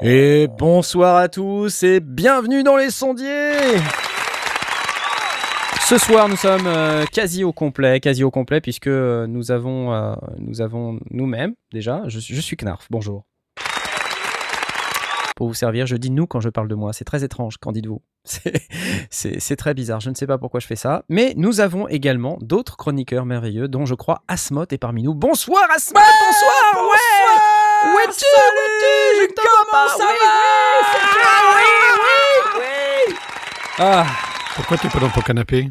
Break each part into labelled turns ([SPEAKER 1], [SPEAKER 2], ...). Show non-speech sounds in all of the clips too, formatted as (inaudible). [SPEAKER 1] Et bonsoir à tous et bienvenue dans les sondiers ce soir, nous sommes euh, quasi au complet, quasi au complet, puisque euh, nous avons, euh, nous avons nous-mêmes déjà. Je, suis- je suis Knarf. Bonjour. Pour vous servir, je dis nous quand je parle de moi. C'est très étrange. Qu'en dites-vous (laughs) C'est- C'est c'est très bizarre. Je ne sais pas pourquoi je fais ça. Mais nous avons également d'autres chroniqueurs merveilleux, dont je crois Asmoth est parmi nous. Bonsoir Asmoth. bonsoir. Ouais. Où es-tu Où es-tu Je Comment ça Ah, oui, oui, oui, oui. Ah.
[SPEAKER 2] Pourquoi t'es pas dans ton canapé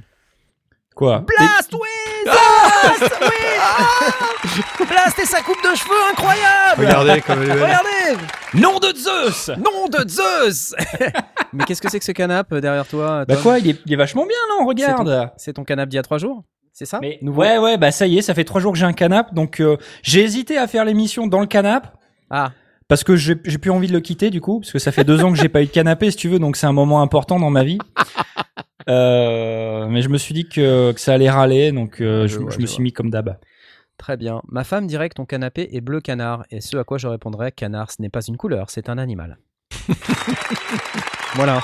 [SPEAKER 3] Quoi
[SPEAKER 1] Blast, oui Ah. Blast, oui Ah. Blast et sa coupe de cheveux incroyable
[SPEAKER 2] Regardez comme elle
[SPEAKER 1] (laughs)
[SPEAKER 2] est belle.
[SPEAKER 1] Regardez
[SPEAKER 3] Nom de Zeus
[SPEAKER 1] Nom de Zeus (laughs) Mais qu'est-ce que c'est que ce canapé euh, derrière toi
[SPEAKER 3] Bah
[SPEAKER 1] Tom
[SPEAKER 3] quoi, il est, il est vachement bien non regarde
[SPEAKER 1] C'est ton canapé d'il y a trois jours C'est ça
[SPEAKER 3] Mais ouais, ouais, bah ça y est, ça fait trois jours que j'ai un canap, donc euh, j'ai hésité à faire l'émission dans le canap.
[SPEAKER 1] Ah,
[SPEAKER 3] Parce que j'ai j'ai plus envie de le quitter du coup, parce que ça fait deux ans que j'ai pas eu de canapé, si tu veux, donc c'est un moment important dans ma vie. Euh, mais je me suis dit que, que ça allait râler, donc euh,
[SPEAKER 1] Ouais, je
[SPEAKER 3] je,
[SPEAKER 1] vois,
[SPEAKER 3] je
[SPEAKER 1] je
[SPEAKER 3] me suis
[SPEAKER 1] vois.
[SPEAKER 3] mis comme d'hab.
[SPEAKER 1] très bien. Ma femme dirait que ton canapé est bleu canard, et ce à quoi je répondrais canard, ce n'est pas une couleur, c'est un animal. (laughs) voilà.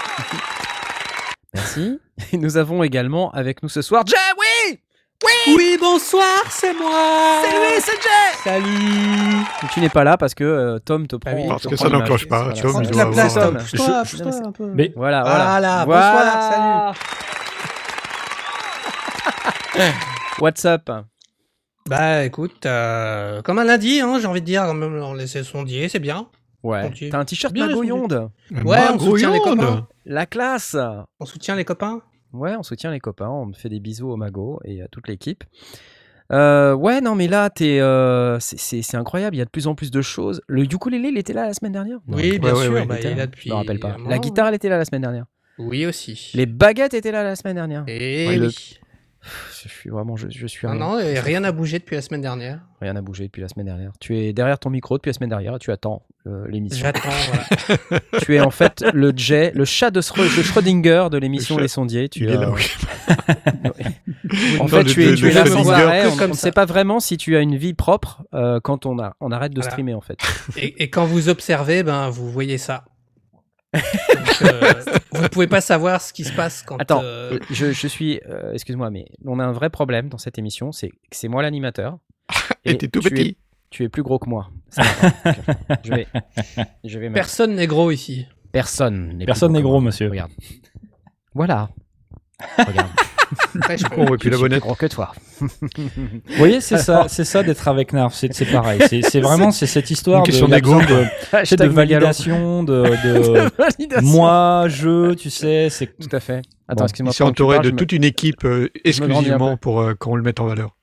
[SPEAKER 1] Merci. Et nous avons également avec nous ce soir Jay, oui
[SPEAKER 4] Oui, bonsoir, c'est moi.
[SPEAKER 1] C'est lui, c'est Jay
[SPEAKER 3] Salut
[SPEAKER 1] Mais Tu n'es pas là parce que euh, Tom te prend.
[SPEAKER 4] Ah
[SPEAKER 3] oui,
[SPEAKER 2] Parce
[SPEAKER 1] te
[SPEAKER 2] que
[SPEAKER 1] prend
[SPEAKER 2] ça
[SPEAKER 1] l'image.
[SPEAKER 2] n'enclenche pas.
[SPEAKER 1] Voilà,
[SPEAKER 2] Tom
[SPEAKER 1] prends
[SPEAKER 2] doit
[SPEAKER 1] toute la
[SPEAKER 2] avoir-
[SPEAKER 1] place,
[SPEAKER 2] euh,
[SPEAKER 1] Tom.
[SPEAKER 3] Je-
[SPEAKER 4] Pousse-toi,
[SPEAKER 3] je-
[SPEAKER 4] pousse-toi un peu.
[SPEAKER 3] Mais
[SPEAKER 1] Voilà, voilà.
[SPEAKER 4] Voilà, bonsoir,
[SPEAKER 1] What's up
[SPEAKER 4] Bah écoute, euh, comme un lundi, hein, j'ai envie de dire, même leur laisser sondier, c'est bien.
[SPEAKER 1] Ouais.
[SPEAKER 4] Tranquille.
[SPEAKER 1] T'as un t-shirt
[SPEAKER 4] Bien
[SPEAKER 1] Magoyonde.
[SPEAKER 4] Ouais,
[SPEAKER 2] Ah,
[SPEAKER 4] on soutient les
[SPEAKER 2] grouillonde.
[SPEAKER 4] copains.
[SPEAKER 1] La classe
[SPEAKER 4] On soutient les copains
[SPEAKER 1] Ouais, on soutient les copains, on fait des bisous au Mago et à toute l'équipe. Euh, ouais, non, mais là, t'es, euh, c'est- c'est c'est incroyable, il y a de plus en plus de choses. Le ukulélé, il était là la semaine dernière Non,
[SPEAKER 4] Oui, bien
[SPEAKER 2] ouais,
[SPEAKER 4] sûr,
[SPEAKER 2] ouais,
[SPEAKER 4] bah,
[SPEAKER 1] était
[SPEAKER 4] il est là depuis.
[SPEAKER 1] Je me rappelle pas.
[SPEAKER 4] un
[SPEAKER 1] La
[SPEAKER 4] moment.
[SPEAKER 1] guitare, elle était là la semaine dernière.
[SPEAKER 4] Oui aussi.
[SPEAKER 1] Les baguettes étaient là la semaine dernière.
[SPEAKER 4] Et
[SPEAKER 1] Ouais,
[SPEAKER 4] oui.
[SPEAKER 1] le- Pff, Je suis vraiment, je, je suis
[SPEAKER 4] Non,
[SPEAKER 1] rien.
[SPEAKER 4] Ah non, et rien n'a bougé depuis la semaine dernière.
[SPEAKER 1] Rien n'a bougé depuis la semaine dernière. Tu es derrière ton micro depuis la semaine dernière, tu attends euh, l'émission. (laughs)
[SPEAKER 4] J'attends, voilà.
[SPEAKER 1] tu es en fait le Jay, le chat de, Schro- de Schrödinger de l'émission
[SPEAKER 2] Le chat.
[SPEAKER 1] Les Sondiers. Tu
[SPEAKER 2] Il est
[SPEAKER 1] as-
[SPEAKER 2] là, oui.
[SPEAKER 1] En
[SPEAKER 2] Non,
[SPEAKER 1] fait,
[SPEAKER 2] le-
[SPEAKER 1] tu es,
[SPEAKER 2] le-
[SPEAKER 1] tu
[SPEAKER 2] le
[SPEAKER 1] es là sans
[SPEAKER 2] Schrödinger.
[SPEAKER 1] arrêt.
[SPEAKER 4] Que
[SPEAKER 1] On
[SPEAKER 4] comme
[SPEAKER 1] ne
[SPEAKER 4] ça.
[SPEAKER 1] sait pas vraiment si tu as une vie propre euh, quand on, a, on arrête de
[SPEAKER 4] Voilà.
[SPEAKER 1] streamer en fait.
[SPEAKER 4] Et, et quand vous observez, ben vous voyez ça. Donc,
[SPEAKER 1] (laughs)
[SPEAKER 4] euh, vous pouvez pas savoir ce qui se passe quand.
[SPEAKER 1] Attends,
[SPEAKER 4] euh,
[SPEAKER 1] Je, je suis, euh, excuse-moi, mais on a un vrai problème dans cette émission, c'est que c'est moi l'animateur.
[SPEAKER 2] (laughs) Et t'es tout
[SPEAKER 1] tu es-
[SPEAKER 2] petit.
[SPEAKER 1] tu es plus gros que moi. Ça va pas. Donc, je vais, je vais mettre-
[SPEAKER 4] Personne n'est gros ici.
[SPEAKER 1] Personne. n'est plus
[SPEAKER 3] Personne n'est
[SPEAKER 1] que
[SPEAKER 3] gros,
[SPEAKER 1] moi.
[SPEAKER 3] monsieur.
[SPEAKER 1] Regarde. Voilà. Regarde.
[SPEAKER 4] Après, je-
[SPEAKER 2] Oh, et puis
[SPEAKER 1] Je
[SPEAKER 2] la
[SPEAKER 1] suis plus
[SPEAKER 2] bonnette.
[SPEAKER 1] gros que toi.
[SPEAKER 3] Vous voyez, c'est ça, c'est ça d'être avec Narf, c'est c'est pareil. C'est c'est vraiment c'est cette histoire
[SPEAKER 2] Une
[SPEAKER 3] de,
[SPEAKER 2] question
[SPEAKER 3] d'absence
[SPEAKER 2] d'égo.
[SPEAKER 3] de, c'est
[SPEAKER 1] (laughs)
[SPEAKER 3] de
[SPEAKER 1] Hashtag mégalo. (laughs)
[SPEAKER 3] validation, de, de
[SPEAKER 1] Validation.
[SPEAKER 3] moi, je, tu sais, c'est
[SPEAKER 1] Tout à fait. Attends,
[SPEAKER 3] Bon,
[SPEAKER 1] excuse-moi.
[SPEAKER 2] Il s'est
[SPEAKER 1] pendant que tu
[SPEAKER 2] entouré
[SPEAKER 1] parles,
[SPEAKER 2] de
[SPEAKER 1] je me-
[SPEAKER 2] toute une équipe euh,
[SPEAKER 1] grandis un
[SPEAKER 2] exclusivement pour euh, qu'on le mette en valeur.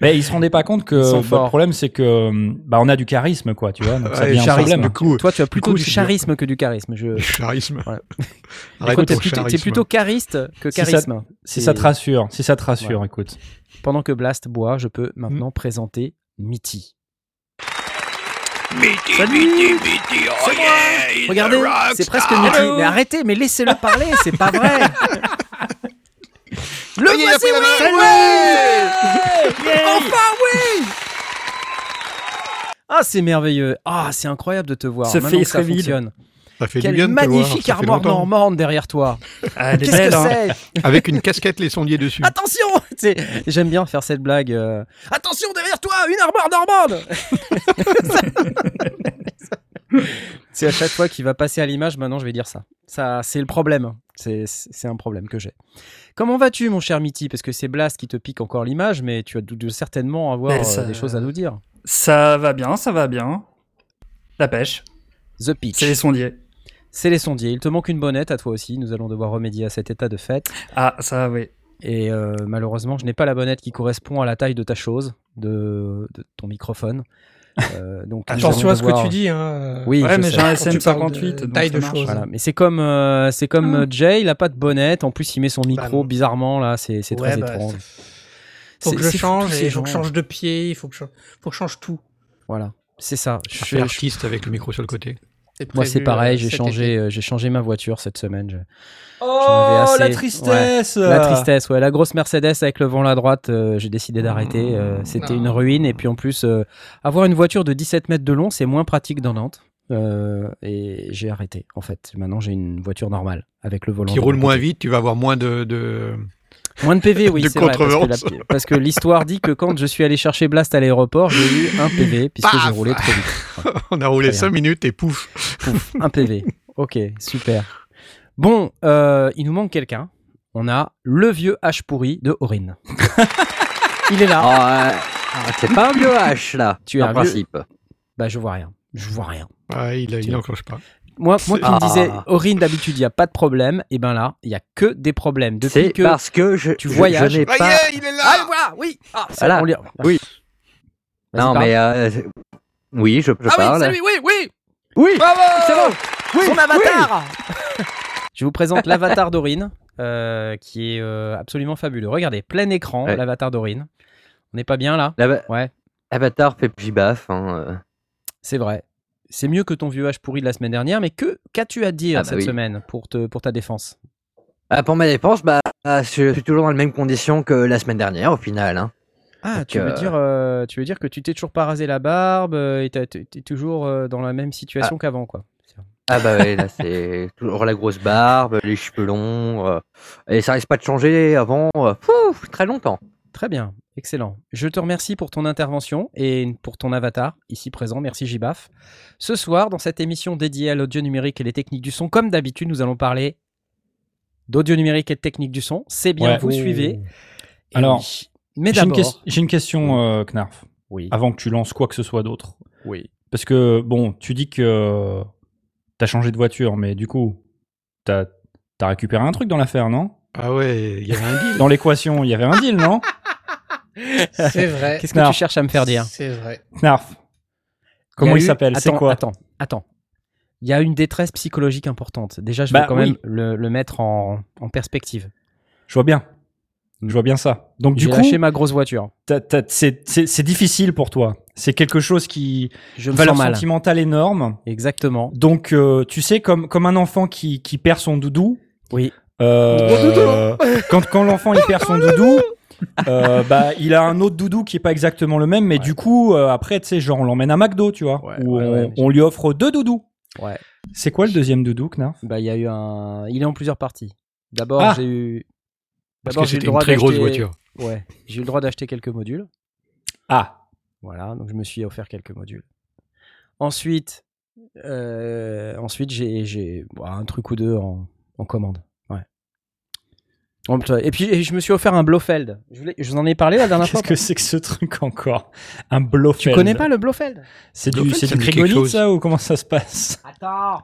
[SPEAKER 3] Mais ils se rendaient pas compte que
[SPEAKER 1] Ils sont
[SPEAKER 3] bah,
[SPEAKER 1] forts.
[SPEAKER 3] le problème c'est que bah on a du charisme quoi, tu vois. Donc ça
[SPEAKER 2] Ouais,
[SPEAKER 3] devient un
[SPEAKER 2] charisme,
[SPEAKER 3] problème.
[SPEAKER 2] du coup.
[SPEAKER 1] Toi, tu as plutôt
[SPEAKER 2] coup,
[SPEAKER 1] du
[SPEAKER 2] c'est
[SPEAKER 1] charisme que du charisme. Je...
[SPEAKER 2] (laughs) Charisme.
[SPEAKER 1] Voilà.
[SPEAKER 2] Arrête
[SPEAKER 1] Écoute, t'es
[SPEAKER 2] ton
[SPEAKER 1] plutôt, t'es
[SPEAKER 2] charisme.
[SPEAKER 1] plutôt chariste que
[SPEAKER 3] Si ça-
[SPEAKER 1] charisme.
[SPEAKER 3] Si ça te rassure, si ça te rassure, écoute.
[SPEAKER 1] Pendant que Blast boit, je peux maintenant présenter Mitty. hein. Mitty, Mitty, Mitty, Regardez, c'est presque Mitty. Mais arrêtez, mais laissez-le parler, c'est pas vrai. Le voici, oui, ouais Enfin, oui Ah, c'est merveilleux. Ah, c'est incroyable de te voir.
[SPEAKER 3] Ce
[SPEAKER 1] Maintenant que
[SPEAKER 3] face
[SPEAKER 1] ça
[SPEAKER 3] reveal.
[SPEAKER 1] fonctionne.
[SPEAKER 2] Ça fait du bien
[SPEAKER 1] Quelle
[SPEAKER 2] de te voir, ça
[SPEAKER 1] magnifique
[SPEAKER 2] fait
[SPEAKER 1] armoire
[SPEAKER 2] longtemps.
[SPEAKER 1] normande derrière toi.
[SPEAKER 3] Elle
[SPEAKER 1] Qu'est-ce que
[SPEAKER 4] hein.
[SPEAKER 1] c'est
[SPEAKER 2] Avec une casquette les sondiers dessus.
[SPEAKER 1] Attention (laughs) Tu sais, J'aime bien faire cette blague. euh, Attention derrière toi, une armoire normande (laughs) C'est à chaque fois qu'il va passer à l'image, maintenant je vais dire ça. Ça, c'est le problème. C'est- C'est un problème que j'ai. Comment vas-tu, mon cher Mitty Parce que c'est Blast qui te pique encore l'image, mais tu as dû dû certainement avoir
[SPEAKER 5] Mais ça-
[SPEAKER 1] euh, des choses à nous dire.
[SPEAKER 5] Ça va bien, ça va bien. La pêche,
[SPEAKER 1] The Pitch.
[SPEAKER 5] c'est les sondiers.
[SPEAKER 1] C'est les sondiers. Il te manque une bonnette à toi aussi. Nous allons devoir remédier à cet état de fait.
[SPEAKER 5] Ah, ça, oui.
[SPEAKER 1] Et euh, malheureusement, je n'ai pas la bonnette qui correspond à la taille de ta chose, de, de ton microphone.
[SPEAKER 4] (laughs)
[SPEAKER 1] Euh, donc, nous allons
[SPEAKER 4] Attention à ce que
[SPEAKER 1] devoir-
[SPEAKER 4] tu dis. Hein.
[SPEAKER 1] Oui,
[SPEAKER 5] Ouais,
[SPEAKER 1] je
[SPEAKER 5] mais
[SPEAKER 1] sais.
[SPEAKER 5] j'ai un
[SPEAKER 4] Quand tu parles de
[SPEAKER 5] SM58. donc
[SPEAKER 4] taille
[SPEAKER 5] ça
[SPEAKER 4] de
[SPEAKER 5] marche.
[SPEAKER 4] chose.
[SPEAKER 1] Voilà, mais c'est comme euh, c'est comme
[SPEAKER 5] Ah.
[SPEAKER 1] euh, Jay, il a pas de bonnette. En plus, il met son micro
[SPEAKER 4] Bah non.
[SPEAKER 1] bizarrement là. C'est c'est
[SPEAKER 4] Ouais,
[SPEAKER 1] très
[SPEAKER 4] bah,
[SPEAKER 1] étrange.
[SPEAKER 4] Faut
[SPEAKER 1] C'est-
[SPEAKER 4] que je
[SPEAKER 1] c'est fou,
[SPEAKER 4] change,
[SPEAKER 1] tous ces
[SPEAKER 4] il faut que je
[SPEAKER 1] gens.
[SPEAKER 4] change de pied, il faut que je, faut que je change tout.
[SPEAKER 1] Voilà, c'est ça. Je-
[SPEAKER 2] Je suis
[SPEAKER 1] je-
[SPEAKER 2] artiste avec le micro sur le côté.
[SPEAKER 1] moi,
[SPEAKER 4] prévu,
[SPEAKER 1] c'est pareil.
[SPEAKER 4] euh,
[SPEAKER 1] J'ai
[SPEAKER 4] cet
[SPEAKER 1] changé
[SPEAKER 4] été.
[SPEAKER 1] euh, j'ai changé ma voiture cette semaine. je-
[SPEAKER 3] Oh,
[SPEAKER 1] avais
[SPEAKER 3] la
[SPEAKER 1] assez.
[SPEAKER 3] tristesse
[SPEAKER 1] La tristesse, ouais, la grosse Mercedes avec le vent à la droite, euh, j'ai décidé d'arrêter.
[SPEAKER 2] Ah.
[SPEAKER 1] euh, C'était
[SPEAKER 4] Non.
[SPEAKER 1] une ruine. Et puis en plus, euh, avoir une voiture de 17 mètres de long, c'est moins pratique dans Nantes. Euh, et j'ai arrêté, en fait. Maintenant, j'ai une voiture normale avec le volant.
[SPEAKER 2] Qui
[SPEAKER 1] de
[SPEAKER 2] roule
[SPEAKER 1] mon
[SPEAKER 2] moins
[SPEAKER 1] côté.
[SPEAKER 2] vite, tu vas avoir moins
[SPEAKER 1] (laughs)
[SPEAKER 2] de. de...
[SPEAKER 1] Moins de
[SPEAKER 2] (laughs)
[SPEAKER 1] PV, oui,
[SPEAKER 2] De
[SPEAKER 1] c'est vrai. Parce que,
[SPEAKER 2] contrevenance.
[SPEAKER 1] la- parce que l'histoire dit que quand je suis allé chercher Blast à l'aéroport, j'ai eu un
[SPEAKER 2] (laughs)
[SPEAKER 1] PV puisque j'ai
[SPEAKER 2] Paf
[SPEAKER 1] roulé trop vite.
[SPEAKER 2] On a roulé
[SPEAKER 1] Très bien.
[SPEAKER 2] 5 minutes et pouf.
[SPEAKER 1] Un PV.
[SPEAKER 2] (laughs)
[SPEAKER 1] Ok, super. Bon, euh, il nous manque quelqu'un. On a le vieux H pourri de
[SPEAKER 2] (laughs)
[SPEAKER 1] Orin. il est là.
[SPEAKER 6] Ah, c'est pas un vieux H là,
[SPEAKER 1] Tu es
[SPEAKER 6] en
[SPEAKER 1] un vieux-
[SPEAKER 6] principe.
[SPEAKER 1] Bah, je vois rien. Je vois rien.
[SPEAKER 2] Ouais, Ah, il, a- il n'enclenche pas.
[SPEAKER 1] Moi, moi qui me
[SPEAKER 6] Ah.
[SPEAKER 1] disais, Aurine, d'habitude, il n'y a pas de problème. Et ben là, il n'y a que des problèmes. Depuis
[SPEAKER 6] C'est
[SPEAKER 1] que.
[SPEAKER 6] parce que je,
[SPEAKER 1] tu
[SPEAKER 6] je-
[SPEAKER 1] voyages.
[SPEAKER 6] je n'ai
[SPEAKER 2] Ah,
[SPEAKER 6] pas.
[SPEAKER 2] yeah, il est là
[SPEAKER 1] Ah, le voilà, oui Ah, ça,
[SPEAKER 6] Voilà.
[SPEAKER 1] on lit-
[SPEAKER 6] Oui.
[SPEAKER 1] Vas-y,
[SPEAKER 6] non
[SPEAKER 1] parle.
[SPEAKER 6] mais euh, c'est- oui, je, je
[SPEAKER 1] Ah oui, Ah.
[SPEAKER 6] parle.
[SPEAKER 1] c'est lui, oui, oui
[SPEAKER 6] Oui,
[SPEAKER 1] Bravo
[SPEAKER 6] c'est bon. Oui,
[SPEAKER 1] Son
[SPEAKER 6] oui.
[SPEAKER 1] avatar Je vous présente l'avatar d'Aurine, euh, qui est euh, absolument fabuleux. Regardez, plein écran,
[SPEAKER 6] Ouais.
[SPEAKER 1] l'avatar d'Aurine. On n'est pas bien là
[SPEAKER 6] L'ava-
[SPEAKER 1] Ouais.
[SPEAKER 6] Avatar fait pibaf. Hein. euh.
[SPEAKER 1] C'est vrai. C'est mieux que ton vieux H pourri de la semaine dernière, mais que qu'as-tu à dire
[SPEAKER 6] Ah bah
[SPEAKER 1] cette
[SPEAKER 6] oui.
[SPEAKER 1] semaine pour, te, pour ta défense
[SPEAKER 6] Ah, pour ma dépense, bah, bah, je suis toujours dans les mêmes conditions que la semaine dernière au final. Hein.
[SPEAKER 1] Ah,
[SPEAKER 6] Donc,
[SPEAKER 1] tu, veux
[SPEAKER 6] euh,
[SPEAKER 1] dire, euh, tu veux dire que tu t'es toujours pas rasé la barbe euh, et t'as- t'es t'es toujours euh, dans la même situation qu'avant, quoi.
[SPEAKER 6] Ah bah ouais, là c'est (laughs) toujours la grosse barbe, les cheveux longs, euh, et ça risque pas de changer avant euh, pouf, très longtemps.
[SPEAKER 1] Très bien, excellent. Je te remercie pour ton intervention et pour ton avatar, ici présent. Merci Jibaf. Ce soir, dans cette émission dédiée à l'audio numérique et les techniques du son, comme d'habitude, nous allons parler d'audio numérique et de techniques du son. C'est bien,
[SPEAKER 3] Ouais.
[SPEAKER 1] vous suivez. Et
[SPEAKER 3] Alors,
[SPEAKER 1] oui. mais
[SPEAKER 3] J'ai une,
[SPEAKER 1] d'abord...
[SPEAKER 3] ques- j'ai une question, euh, Knarf,
[SPEAKER 1] Oui,
[SPEAKER 3] avant que tu lances quoi que ce soit d'autre.
[SPEAKER 1] oui.
[SPEAKER 3] Parce que, bon, tu dis que t'as changé de voiture, mais du coup, t'as as récupéré un truc dans l'affaire, non
[SPEAKER 2] Ah ouais, il y avait un deal.
[SPEAKER 3] Dans l'équation, il y avait un deal, non
[SPEAKER 4] (laughs) C'est vrai.
[SPEAKER 1] Qu'est-ce que
[SPEAKER 3] Non.
[SPEAKER 1] tu cherches à me faire dire
[SPEAKER 4] C'est vrai.
[SPEAKER 3] Knarf. Comment
[SPEAKER 1] y a
[SPEAKER 3] il
[SPEAKER 1] eu-
[SPEAKER 3] s'appelle C'est
[SPEAKER 1] Attends,
[SPEAKER 3] quoi
[SPEAKER 1] Attends, attends. Il y a une détresse psychologique importante. Déjà, je
[SPEAKER 3] Bah
[SPEAKER 1] vais quand
[SPEAKER 3] oui.
[SPEAKER 1] même le, le mettre en, en perspective.
[SPEAKER 3] Je vois bien. Je vois bien ça. Donc, du
[SPEAKER 1] J'ai
[SPEAKER 3] coup,
[SPEAKER 1] lâché ma grosse voiture.
[SPEAKER 3] t'as- t'as- c'est c'est- c'est difficile pour toi. C'est quelque chose qui.
[SPEAKER 1] Je me
[SPEAKER 3] Valeur
[SPEAKER 1] sens mal.
[SPEAKER 3] sentimentale énorme.
[SPEAKER 1] Exactement.
[SPEAKER 3] Donc, euh, tu sais, comme, comme un enfant qui, qui perd son doudou.
[SPEAKER 1] Oui.
[SPEAKER 3] euh, quand quand l'enfant il perd son doudou, euh, bah il a un autre doudou qui est pas exactement le même, mais
[SPEAKER 1] Ouais.
[SPEAKER 3] du coup euh, après tu sais genre on l'emmène à McDo, tu vois,
[SPEAKER 1] Ouais,
[SPEAKER 3] où
[SPEAKER 1] ouais,
[SPEAKER 3] on,
[SPEAKER 1] ouais, mais
[SPEAKER 3] on lui offre deux doudous.
[SPEAKER 1] Ouais.
[SPEAKER 3] C'est quoi le deuxième doudou, Knarf
[SPEAKER 1] Bah, il y a eu un. Il est en plusieurs parties. D'abord,
[SPEAKER 3] Ah.
[SPEAKER 1] j'ai eu.
[SPEAKER 2] Parce
[SPEAKER 1] d'abord,
[SPEAKER 2] que
[SPEAKER 1] j'ai eu le
[SPEAKER 2] c'était une
[SPEAKER 1] droit
[SPEAKER 2] très grosse
[SPEAKER 1] d'acheter-
[SPEAKER 2] voiture.
[SPEAKER 1] Ouais. J'ai eu le droit d'acheter quelques modules.
[SPEAKER 3] Ah,
[SPEAKER 1] Voilà. Donc, je me suis offert quelques modules. Ensuite, euh, ensuite, j'ai, j'ai bon, un truc ou deux en, en commande. Ouais. En plus, Et puis, et je me suis offert un Blofeld. Je, voulais- je vous en ai parlé la
[SPEAKER 2] (laughs)
[SPEAKER 1] dernière
[SPEAKER 3] qu'est-ce
[SPEAKER 1] fois.
[SPEAKER 3] que c'est que ce truc encore Un bluff.
[SPEAKER 1] Tu connais pas le Blofeld
[SPEAKER 3] C'est du,
[SPEAKER 2] Blofeld,
[SPEAKER 3] c'est
[SPEAKER 2] ça
[SPEAKER 3] du
[SPEAKER 2] me dit quelque
[SPEAKER 3] Krigolite,
[SPEAKER 2] chose.
[SPEAKER 3] ça ou comment ça se passe
[SPEAKER 1] Attends.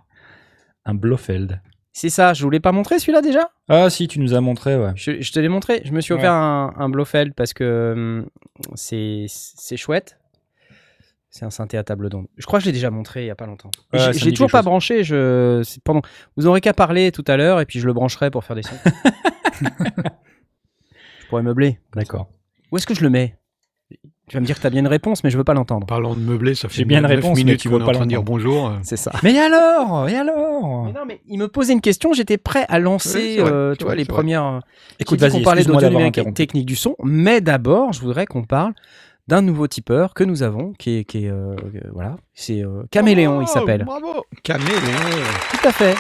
[SPEAKER 3] Un Blofeld.
[SPEAKER 1] C'est ça. Je voulais pas montrer celui-là déjà.
[SPEAKER 3] Ah si, tu nous as montré, ouais.
[SPEAKER 1] Je, je te l'ai montré. Je me suis
[SPEAKER 3] Ouais.
[SPEAKER 1] offert un, un Blofeld parce que hum, c'est c'est chouette. C'est un synthé à table d'onde. Je crois que je l'ai déjà montré il y a pas longtemps. J'ai-
[SPEAKER 3] Ouais, ça me
[SPEAKER 1] je
[SPEAKER 3] dit
[SPEAKER 1] l'ai toujours
[SPEAKER 3] quelque
[SPEAKER 1] pas
[SPEAKER 3] chose.
[SPEAKER 1] branché. Je c'est- pardon. Vous aurez qu'à parler tout à l'heure et puis je le brancherai pour faire des
[SPEAKER 3] (laughs)
[SPEAKER 1] sons. (laughs) je pourrais meubler.
[SPEAKER 3] D'accord.
[SPEAKER 1] Où est-ce que je le mets Tu vas me dire que t'as bien une réponse, mais je veux pas l'entendre.
[SPEAKER 2] Parlant de meublé, ça fait
[SPEAKER 3] J'ai bien une
[SPEAKER 2] neuf
[SPEAKER 3] réponse, mais
[SPEAKER 2] minutes
[SPEAKER 3] tu
[SPEAKER 2] qu'on
[SPEAKER 3] veux
[SPEAKER 2] est
[SPEAKER 3] pas
[SPEAKER 2] en train de dire bonjour.
[SPEAKER 1] C'est ça.
[SPEAKER 3] Mais alors Et alors
[SPEAKER 1] Mais non, mais il me posait une question. J'étais prêt à lancer,
[SPEAKER 2] Oui, c'est vrai,
[SPEAKER 1] euh,
[SPEAKER 2] c'est
[SPEAKER 1] tu
[SPEAKER 2] vrai,
[SPEAKER 1] vois, les
[SPEAKER 2] c'est vrai.
[SPEAKER 1] premières.
[SPEAKER 3] Écoute,
[SPEAKER 1] J'ai dit qu'on
[SPEAKER 3] vas-y,
[SPEAKER 1] parlait
[SPEAKER 3] excuse-moi
[SPEAKER 1] d'audio
[SPEAKER 3] d'avoir
[SPEAKER 1] numérique et de
[SPEAKER 3] interrompu.
[SPEAKER 1] technique du son, mais d'abord, je voudrais qu'on parle d'un nouveau tipeur que nous avons, qui est, qui est, euh, euh, voilà, c'est euh, Caméléon, il
[SPEAKER 2] Oh,
[SPEAKER 1] s'appelle.
[SPEAKER 2] Bravo Caméléon
[SPEAKER 1] Tout à fait.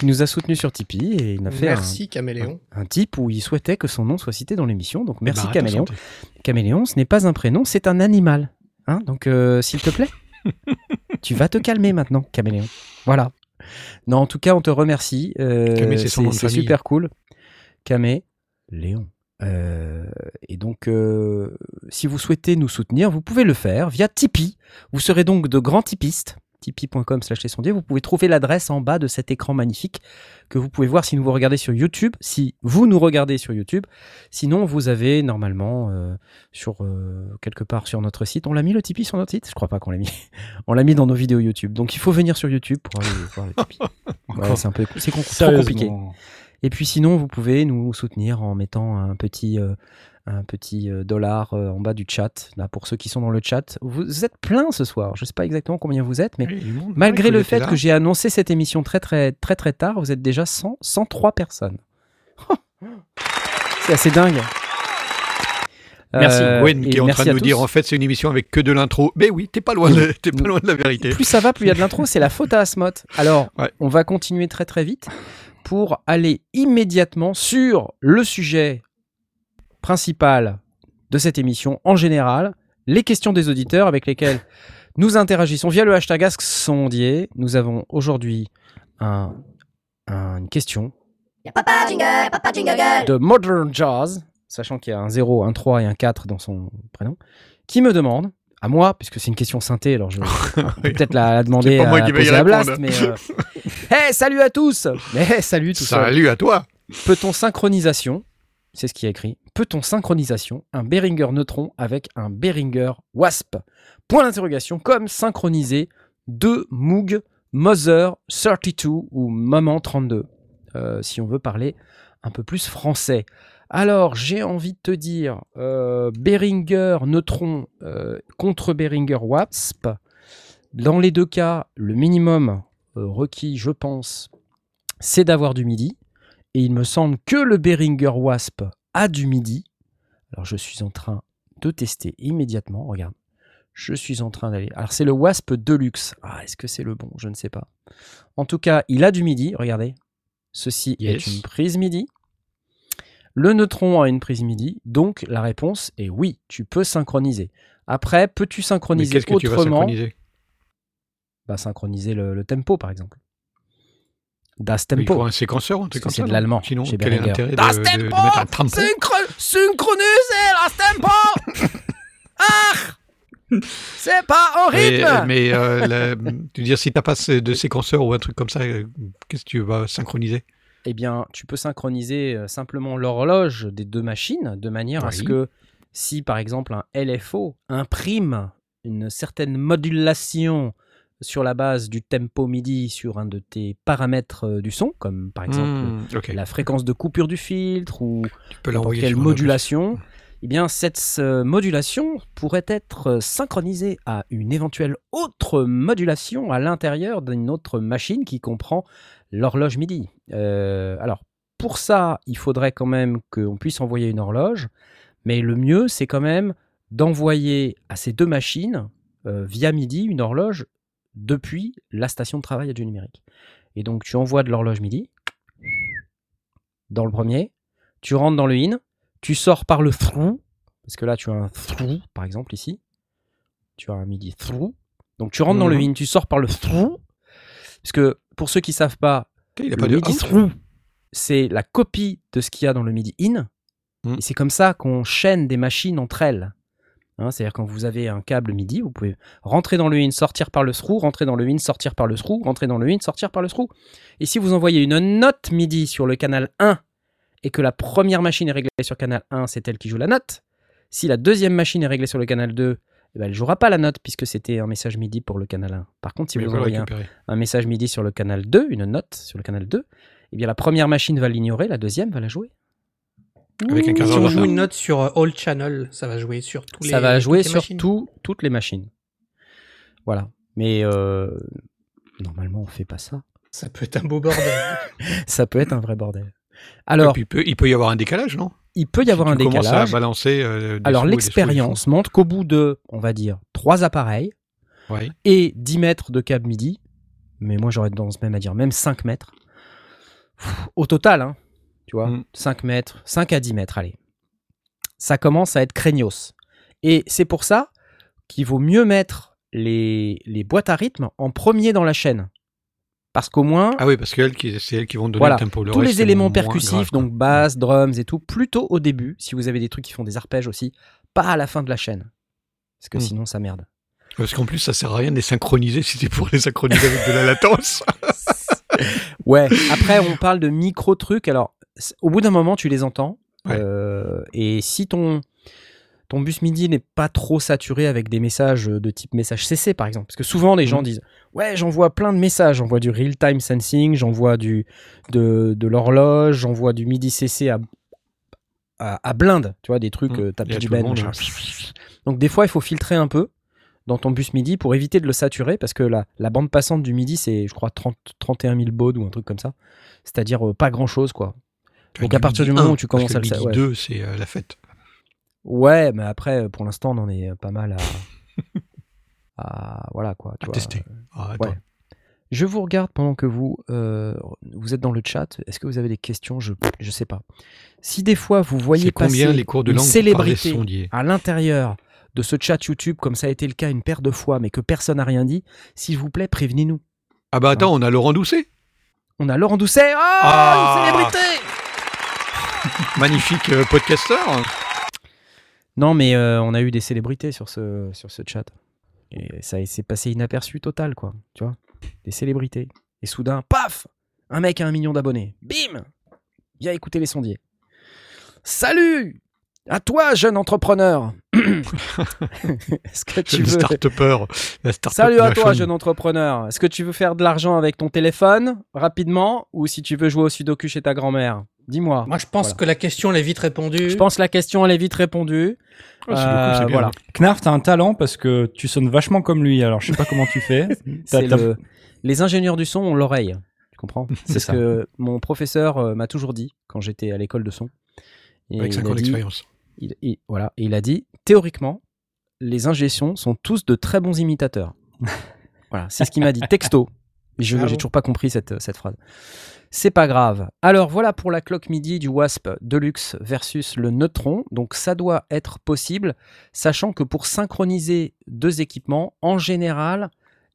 [SPEAKER 1] Qui nous a soutenus sur Tipeee et il a fait hein. un,
[SPEAKER 4] Merci Caméléon.
[SPEAKER 1] un type où il souhaitait que son nom soit cité dans l'émission. Donc
[SPEAKER 2] Bah,
[SPEAKER 1] merci
[SPEAKER 2] attends,
[SPEAKER 1] Caméléon.
[SPEAKER 2] santé.
[SPEAKER 1] Caméléon, ce n'est pas un prénom, c'est un animal. Hein Donc, euh, s'il te
[SPEAKER 3] (laughs)
[SPEAKER 1] plaît, tu vas te calmer maintenant, Caméléon. Voilà. Non, en tout cas, on te remercie. Euh,
[SPEAKER 2] Camé, c'est son nom de famille.
[SPEAKER 1] super cool. Camé, Léon. Euh, et donc, euh, si vous souhaitez nous soutenir, vous pouvez le faire via Tipeee. Vous serez donc de grands tipistes. tipeee.com slash sondier. Vous pouvez trouver l'adresse en bas de cet écran magnifique que vous pouvez voir si nous vous regardez sur YouTube, si vous nous regardez sur YouTube. Sinon, vous avez normalement euh, sur euh, quelque part sur notre site. On l'a mis le Tipeee sur notre site Je crois pas qu'on l'a mis. (laughs) On l'a mis dans nos vidéos YouTube. Donc il faut venir sur YouTube pour aller voir le Tipeee. Ouais, c'est un peu c'est con- trop compliqué.
[SPEAKER 3] Sérieusement.
[SPEAKER 1] Et puis sinon, vous pouvez nous soutenir en mettant un petit, euh, un petit euh, dollar euh, en bas du chat. Là, pour ceux qui sont dans le chat, vous êtes plein ce soir. Je sais pas exactement combien vous êtes, mais
[SPEAKER 2] Oui, du monde.
[SPEAKER 1] malgré
[SPEAKER 2] Ouais,
[SPEAKER 1] le
[SPEAKER 2] vous
[SPEAKER 1] fait
[SPEAKER 2] étiez
[SPEAKER 1] que
[SPEAKER 2] là.
[SPEAKER 1] j'ai annoncé cette émission très très très très tard, vous êtes déjà 100, 103 personnes. c'est assez
[SPEAKER 2] (laughs)
[SPEAKER 1] dingue.
[SPEAKER 3] Merci.
[SPEAKER 1] Euh,
[SPEAKER 2] Wayne
[SPEAKER 1] et
[SPEAKER 2] qui est en train
[SPEAKER 1] merci
[SPEAKER 2] de
[SPEAKER 1] à
[SPEAKER 2] nous
[SPEAKER 1] tous.
[SPEAKER 2] dire en fait c'est une émission avec que de l'intro. Mais oui, t'es pas loin de, t'es pas loin de la vérité.
[SPEAKER 1] Plus ça va, plus il y a de l'intro, c'est la faute à Asmot.
[SPEAKER 2] (laughs)
[SPEAKER 1] Alors,
[SPEAKER 2] Ouais.
[SPEAKER 1] on va continuer très très vite pour aller immédiatement sur le sujet principal de cette émission en général, les questions des auditeurs avec lesquelles nous interagissons via le hashtag Ask Sondier. Nous avons aujourd'hui un- un- une question
[SPEAKER 7] Papa Jingle, Papa Jingle Girl.
[SPEAKER 1] de Modern Jazz, sachant qu'il y a un 0, un 3 et un 4 dans son prénom, qui me demande, à moi, puisque c'est une question synthé, alors
[SPEAKER 2] (laughs)
[SPEAKER 1] je,
[SPEAKER 2] Oui.
[SPEAKER 1] peut-être la, la demander
[SPEAKER 2] pas
[SPEAKER 1] à,
[SPEAKER 2] moi qui vais y
[SPEAKER 1] poser à Blast,
[SPEAKER 2] répondre.
[SPEAKER 1] mais
[SPEAKER 2] (laughs)
[SPEAKER 1] euh, hey, salut à tous mais salut tout ça
[SPEAKER 2] Salut à toi.
[SPEAKER 1] peut-on synchronisation c'est ce qui est écrit peut-on synchronisation un Behringer neutron avec un Behringer wasp point d'interrogation comme synchroniser deux Moog Mother 32 ou Maman 32 euh, si on veut parler un peu plus français alors, j'ai envie de te dire euh, Behringer neutron euh, contre Behringer wasp. Dans les deux cas, le minimum euh, requis, je pense, c'est d'avoir du midi. Et il me semble que le Behringer wasp a du midi. Alors, je suis en train de tester immédiatement. Regarde. Je suis en train d'aller. Alors, c'est le Wasp Deluxe. Ah, est-ce que c'est le bon Je ne sais pas. En tout cas, il a du midi. Regardez. Ceci
[SPEAKER 2] Yes.
[SPEAKER 1] est une prise midi. Le neutron a une prise midi. Donc, la réponse est oui, tu peux synchroniser. Après, peux-tu
[SPEAKER 2] Mais
[SPEAKER 1] synchroniser
[SPEAKER 2] qu'est-ce que tu vas
[SPEAKER 1] autrement
[SPEAKER 2] synchroniser
[SPEAKER 1] bah, synchroniser le, le tempo, par exemple. Das
[SPEAKER 2] Il faut
[SPEAKER 1] Tempo.
[SPEAKER 2] un séquenceur, un
[SPEAKER 1] Parce
[SPEAKER 2] truc
[SPEAKER 1] que
[SPEAKER 2] comme
[SPEAKER 1] c'est
[SPEAKER 2] ça.
[SPEAKER 1] de
[SPEAKER 2] non
[SPEAKER 1] l'allemand.
[SPEAKER 2] Sinon,
[SPEAKER 1] chez
[SPEAKER 2] quel est
[SPEAKER 1] Behringer.
[SPEAKER 2] l'intérêt de, de- de mettre un tampon
[SPEAKER 1] Synchroniser Das Tempo (laughs) Ah C'est pas en
[SPEAKER 2] Mais,
[SPEAKER 1] rythme
[SPEAKER 2] mais, euh, la- tu veux dire, si t'as pas ce- de séquenceur ou un truc comme ça, euh, qu'est-ce que tu vas synchroniser
[SPEAKER 1] Eh bien, tu peux synchroniser euh, simplement l'horloge des deux machines de manière à ce
[SPEAKER 2] Oui.
[SPEAKER 1] que si par exemple un LFO imprime une certaine modulation sur la base du tempo MIDI sur un de tes paramètres euh, du son, comme par exemple
[SPEAKER 2] Hmm, ok.
[SPEAKER 1] la fréquence de coupure du filtre ou
[SPEAKER 2] tu peux
[SPEAKER 1] n'importe
[SPEAKER 2] l'envoyer
[SPEAKER 1] quelle
[SPEAKER 2] sur un
[SPEAKER 1] modulation, eh bien cette euh, modulation pourrait être euh, synchronisée à une éventuelle autre modulation à l'intérieur d'une autre machine qui comprend l'horloge MIDI. Euh, alors pour ça, il faudrait quand même qu'on puisse envoyer une horloge, mais le mieux c'est quand même d'envoyer à ces deux machines euh, via MIDI une horloge depuis la station de travail à du numérique. Et donc tu envoies de l'horloge MIDI dans le premier, tu rentres dans le in, tu sors par le through, parce que là tu as un through par exemple ici, tu as un midi through, donc tu rentres dans le
[SPEAKER 2] Mhm.
[SPEAKER 1] in, tu sors par le through, parce que pour ceux qui savent pas,
[SPEAKER 2] Tu sais, Il a
[SPEAKER 1] le
[SPEAKER 2] pas de
[SPEAKER 1] MIDI
[SPEAKER 2] out.
[SPEAKER 1] through, c'est la copie de ce qu'il y a dans le MIDI in.
[SPEAKER 2] Mm.
[SPEAKER 1] Et c'est comme ça qu'on chaîne des machines entre elles. Hein, C'est-à-dire quand vous avez un câble MIDI, vous pouvez rentrer dans le in, sortir par le through, rentrer dans le in, sortir par le through, rentrer dans le in, sortir par le through. Et si vous envoyez une note MIDI sur le canal 1 et que la première machine est réglée sur canal 1, c'est elle qui joue la note. Si la deuxième machine est réglée sur le canal 2, eh ben, elle ne jouera pas la note puisque c'était un message MIDI pour le canal 1. Par contre, si
[SPEAKER 2] Mais il
[SPEAKER 1] vous
[SPEAKER 2] faut le
[SPEAKER 1] envoyez un
[SPEAKER 2] récupérer.
[SPEAKER 1] un message MIDI sur le canal 2, une note sur le canal 2, eh bien la première machine va l'ignorer, la deuxième va la jouer.
[SPEAKER 2] Avec un quart
[SPEAKER 4] Si
[SPEAKER 2] d'heure
[SPEAKER 4] on
[SPEAKER 2] de
[SPEAKER 4] joue
[SPEAKER 2] retard.
[SPEAKER 4] une note sur euh, All Channel, ça va jouer sur tous les.
[SPEAKER 1] Ça va
[SPEAKER 4] toutes
[SPEAKER 1] jouer
[SPEAKER 4] les
[SPEAKER 1] sur
[SPEAKER 4] machines.
[SPEAKER 1] tout- toutes les machines. Voilà. Mais euh, normalement, on fait pas ça.
[SPEAKER 4] Ça peut être un
[SPEAKER 1] (laughs)
[SPEAKER 4] beau bordel.
[SPEAKER 1] Ah. Ça peut être un vrai bordel.
[SPEAKER 2] Et
[SPEAKER 1] Alors,
[SPEAKER 2] Ah, puis, il peut- il peut y avoir un décalage, non
[SPEAKER 1] il peut y avoir
[SPEAKER 2] Si
[SPEAKER 1] un
[SPEAKER 2] tu commences
[SPEAKER 1] décalage.
[SPEAKER 2] à balancer. euh, des
[SPEAKER 1] Alors,
[SPEAKER 2] sous et des sous et des
[SPEAKER 1] l'expérience montre qu'au bout de, on va dire, trois appareils
[SPEAKER 2] sous. Ouais.
[SPEAKER 1] et 10 mètres de câble MIDI, mais moi j'aurais tendance même à dire même 5 mètres, Pff, au total, hein, tu vois,
[SPEAKER 2] Mm.
[SPEAKER 1] 5 mètres, 5 à 10 mètres, allez, ça commence à être craignos. Et c'est pour ça qu'il vaut mieux mettre les, les boîtes à rythme en premier dans la chaîne. Parce qu'au moins,
[SPEAKER 2] Ah oui, parce que elles qui- c'est elles qui vont donner
[SPEAKER 1] Voilà.
[SPEAKER 2] le tempo. Le
[SPEAKER 1] tous
[SPEAKER 2] reste,
[SPEAKER 1] les
[SPEAKER 2] c'est
[SPEAKER 1] éléments
[SPEAKER 2] moins
[SPEAKER 1] percussifs,
[SPEAKER 2] grave, quoi.
[SPEAKER 1] donc basse, drums et tout, plutôt au début, si vous avez des trucs qui font des arpèges aussi, pas à la fin de la chaîne. Parce que
[SPEAKER 2] Mm.
[SPEAKER 1] sinon, ça merde.
[SPEAKER 2] Parce qu'en plus, ça sert à rien de les synchroniser si c'est pour les synchroniser avec de
[SPEAKER 1] (laughs)
[SPEAKER 2] la latence.
[SPEAKER 1] Ouais, après on parle de micro trucs. Alors, c- au bout d'un moment, tu les entends.
[SPEAKER 2] Ouais.
[SPEAKER 1] Euh, et si ton, ton bus midi n'est pas trop saturé avec des messages de type message CC, par exemple, parce que souvent les
[SPEAKER 2] Mhm.
[SPEAKER 1] gens disent Ouais, j'envoie plein de messages. J'envoie du real-time sensing, j'envoie du de, de l'horloge, j'envoie du midi CC à, à, à blinde, tu vois, des trucs,
[SPEAKER 2] Mm.
[SPEAKER 1] euh, tapis
[SPEAKER 2] Et à
[SPEAKER 1] du
[SPEAKER 2] tout le
[SPEAKER 1] ben.
[SPEAKER 2] monde,
[SPEAKER 1] machin.
[SPEAKER 2] hein.
[SPEAKER 1] Donc, des fois, il faut filtrer un peu dans ton bus midi pour éviter de le saturer parce que la, la bande passante du midi, c'est, je crois, 30, 31 000 bauds ou un truc comme ça. C'est-à-dire euh, pas grand-chose, quoi. Donc, à partir du moment où tu commences à le
[SPEAKER 2] faire.
[SPEAKER 1] sa- ouais. Ah
[SPEAKER 2] 2, c'est euh, la fête.
[SPEAKER 1] Ouais, mais après, euh, pour l'instant, on en est euh, pas mal
[SPEAKER 2] (laughs)
[SPEAKER 1] à. à- voilà, quoi. tu
[SPEAKER 2] À
[SPEAKER 1] vois.
[SPEAKER 2] tester. Ah, attends.
[SPEAKER 1] ouais. Je vous regarde pendant que vous, euh, vous êtes dans le chat. Est-ce que vous avez des questions Je ne sais pas. Si des fois vous voyez
[SPEAKER 2] C'est combien
[SPEAKER 1] passer
[SPEAKER 2] les cours de
[SPEAKER 1] une
[SPEAKER 2] langue pour parler
[SPEAKER 1] célébrité
[SPEAKER 2] sondier
[SPEAKER 1] à l'intérieur de ce chat YouTube, comme ça a été le cas une paire de fois, mais que personne n'a rien dit, s'il vous plaît, prévenez-nous.
[SPEAKER 2] Ah bah attends, on a Laurent Doucet.
[SPEAKER 1] On a Laurent Doucet. Oh,
[SPEAKER 2] Ah.
[SPEAKER 1] une célébrité
[SPEAKER 2] Magnifique euh, podcasteur.
[SPEAKER 1] Non, mais euh, on a eu des célébrités sur ce, sur ce chat. Et ça s'est passé inaperçu total, quoi. Tu vois Des célébrités. Et soudain, paf Un mec a un million d'abonnés. Bim Viens écouter les sondiers. Salut À toi, jeune entrepreneur (coughs) Est-ce que (laughs) tu
[SPEAKER 2] Tu
[SPEAKER 1] veux...
[SPEAKER 2] start-upper. La start
[SPEAKER 1] Salut à toi, jeune entrepreneur. Est-ce que tu veux faire de l'argent avec ton téléphone rapidement ou si tu veux jouer au sudoku chez ta grand-mère Dis-moi.
[SPEAKER 4] Moi, je pense
[SPEAKER 1] Voilà.
[SPEAKER 4] que la question, elle est vite répondue.
[SPEAKER 1] Je pense que la question, elle est vite répondue. Euh,
[SPEAKER 2] Ah, c'est bien.
[SPEAKER 1] voilà.
[SPEAKER 3] Knarf, t'as un talent parce que tu sonnes vachement comme lui, alors je sais pas comment tu fais. T'as-
[SPEAKER 1] C'est
[SPEAKER 3] t'as-
[SPEAKER 1] le- Les ingénieurs du son ont l'oreille. Tu comprends
[SPEAKER 3] C'est
[SPEAKER 1] Parce
[SPEAKER 3] ça.
[SPEAKER 1] que mon professeur euh, m'a toujours dit, quand j'étais à l'école de son, et
[SPEAKER 2] Avec
[SPEAKER 1] il
[SPEAKER 2] 5
[SPEAKER 1] a
[SPEAKER 2] ans
[SPEAKER 1] dit-
[SPEAKER 2] d'expérience.
[SPEAKER 1] il, il- voilà, et il a dit théoriquement, les ingénieurs sont tous de très bons imitateurs. (laughs) voilà, c'est ce qu'il m'a dit texto. Et Je
[SPEAKER 4] Ah
[SPEAKER 1] n'ai
[SPEAKER 4] bon
[SPEAKER 1] toujours pas compris cette, cette phrase. C'est pas grave. Alors voilà pour la cloque midi du Wasp Deluxe versus le Neutron. Donc ça doit être possible, sachant que pour synchroniser deux équipements, en général,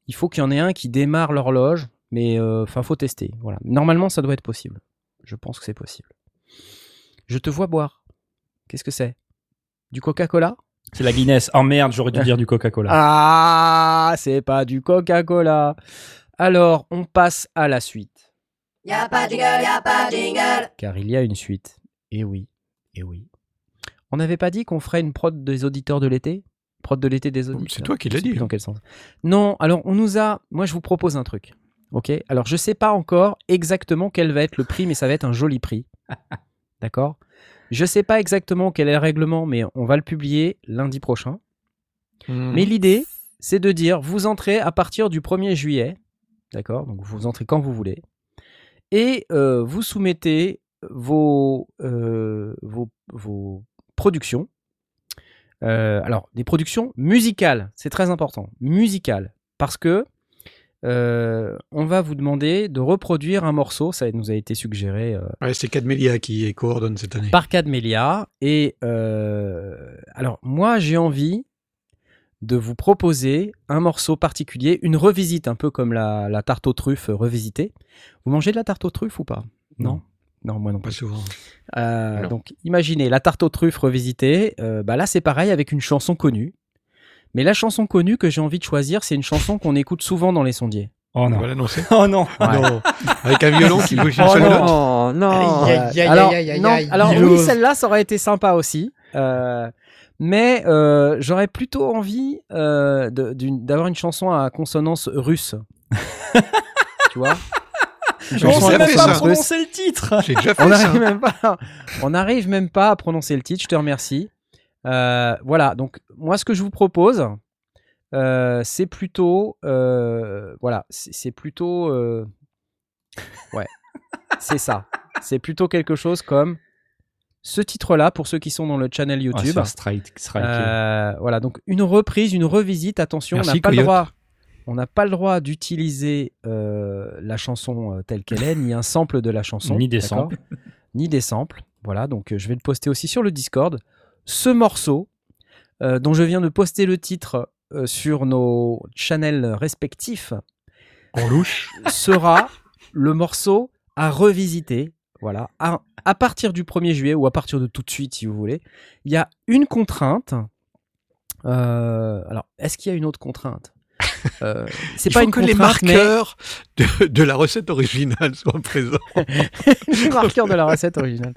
[SPEAKER 1] il faut qu'il y en ait un qui démarre l'horloge, mais euh, enfin faut tester. Voilà. Normalement ça doit être possible. Je pense que c'est possible. Je te vois boire. Qu'est-ce que c'est Du Coca-Cola
[SPEAKER 3] (laughs) C'est la Guinness. Oh merde, j'aurais dû dire du Coca-Cola.
[SPEAKER 1] Ah, c'est pas du Coca-Cola. Alors, on passe à la suite,
[SPEAKER 7] Y a pas de jingle, y a pas de jingle.
[SPEAKER 1] car il y a une suite. Et oui, et oui. On n'avait pas dit qu'on ferait une prod des auditeurs de l'été Prod de l'été des auditeurs.
[SPEAKER 2] toi qui l'as
[SPEAKER 1] Je sais
[SPEAKER 2] dit,
[SPEAKER 1] plus
[SPEAKER 2] hein.
[SPEAKER 1] Dans quel sens Non, alors on nous a. Moi, je vous propose un truc. Ok Alors, je sais pas encore exactement quel va être le prix, mais ça va être un joli prix. (laughs) D'accord Je sais pas exactement quel est le règlement, mais on va le publier lundi prochain.
[SPEAKER 2] Hmm.
[SPEAKER 1] Mais l'idée, c'est de dire vous entrez à partir du 1er juillet, d'accord Donc vous entrez quand vous voulez, et euh, vous soumettez vos, euh, vos, vos productions. Euh, alors, des productions musicales, c'est très important, musicales, parce que euh, on va vous demander de reproduire un morceau, ça nous a été suggéré euh,
[SPEAKER 2] Ouais, c'est Cadmélia qui coordonne cette année.
[SPEAKER 1] par Cadmélia. Et euh, alors, moi, j'ai envie de vous proposer un morceau particulier, une revisite, un peu comme la, la tarte aux truffes euh, revisitée. Vous mangez de la tarte aux truffes ou pas
[SPEAKER 3] Non.
[SPEAKER 1] Non, moi non
[SPEAKER 2] Pas
[SPEAKER 1] plus.
[SPEAKER 2] souvent.
[SPEAKER 1] Euh,
[SPEAKER 6] Non.
[SPEAKER 1] donc, imaginez la tarte aux truffes revisitée. euh, bah là, c'est pareil avec une chanson connue. Mais la chanson connue que j'ai envie de choisir, c'est une chanson qu'on écoute souvent dans les sondiers.
[SPEAKER 3] Oh
[SPEAKER 2] On
[SPEAKER 3] non.
[SPEAKER 2] va (laughs) l'annoncer.
[SPEAKER 3] Oh non.
[SPEAKER 2] Non. Avec un violon qui bouge une
[SPEAKER 3] Oh
[SPEAKER 2] seule
[SPEAKER 3] non.
[SPEAKER 2] note.
[SPEAKER 6] Oh non
[SPEAKER 4] Aïe, aïe, aïe,
[SPEAKER 1] alors,
[SPEAKER 4] aïe, aïe,
[SPEAKER 1] non,
[SPEAKER 4] aïe.
[SPEAKER 1] alors
[SPEAKER 4] Il
[SPEAKER 1] oui,
[SPEAKER 4] ose.
[SPEAKER 1] celle-là, ça aurait été sympa aussi. Euh, mais euh, j'aurais plutôt envie euh, de- d'une- d'avoir une chanson à consonance
[SPEAKER 2] (laughs)
[SPEAKER 1] russe. tu vois Une
[SPEAKER 2] Mais on
[SPEAKER 1] chanson à
[SPEAKER 2] sait même pas
[SPEAKER 1] consonance russe.
[SPEAKER 3] prononcer le titre.
[SPEAKER 2] J'ai déjà
[SPEAKER 1] On
[SPEAKER 2] fait ça.
[SPEAKER 1] n'arrive même pas. On n'arrive même pas à prononcer le titre. Je te remercie. Euh, voilà. Donc moi, ce que je vous propose, euh, c'est plutôt, euh, voilà, c'est c'est plutôt, euh, ouais, c'est ça. C'est plutôt quelque chose comme ce titre-là pour ceux qui sont dans le channel YouTube.
[SPEAKER 3] Ah, strike,
[SPEAKER 1] Euh, voilà. Donc une reprise, une revisite. Attention, on
[SPEAKER 2] Merci,
[SPEAKER 1] n'a pas le
[SPEAKER 2] Coyote.
[SPEAKER 1] droit. On n'a pas le droit d'utiliser euh, la chanson euh, telle qu'elle est, ni un sample de la chanson.
[SPEAKER 3] Ni des
[SPEAKER 1] d'accord
[SPEAKER 3] samples.
[SPEAKER 1] (laughs) Ni des samples. Voilà, donc euh, je vais le poster aussi sur le Discord. Ce morceau, euh, dont je viens de poster le titre euh, sur nos channels respectifs,
[SPEAKER 2] En louche.
[SPEAKER 1] sera le morceau à revisiter. Voilà, à, à partir du 1er juillet ou à partir de tout de suite, si vous voulez, il y a une contrainte. Euh, alors, est-ce qu'il y a une autre contrainte Euh, C'est
[SPEAKER 2] Il
[SPEAKER 1] pas
[SPEAKER 2] faut
[SPEAKER 1] une
[SPEAKER 2] que les
[SPEAKER 1] contrainte, mais-
[SPEAKER 2] marqueurs de, de la recette originale (laughs) soient présents.
[SPEAKER 1] (laughs) les marqueurs de la recette originale.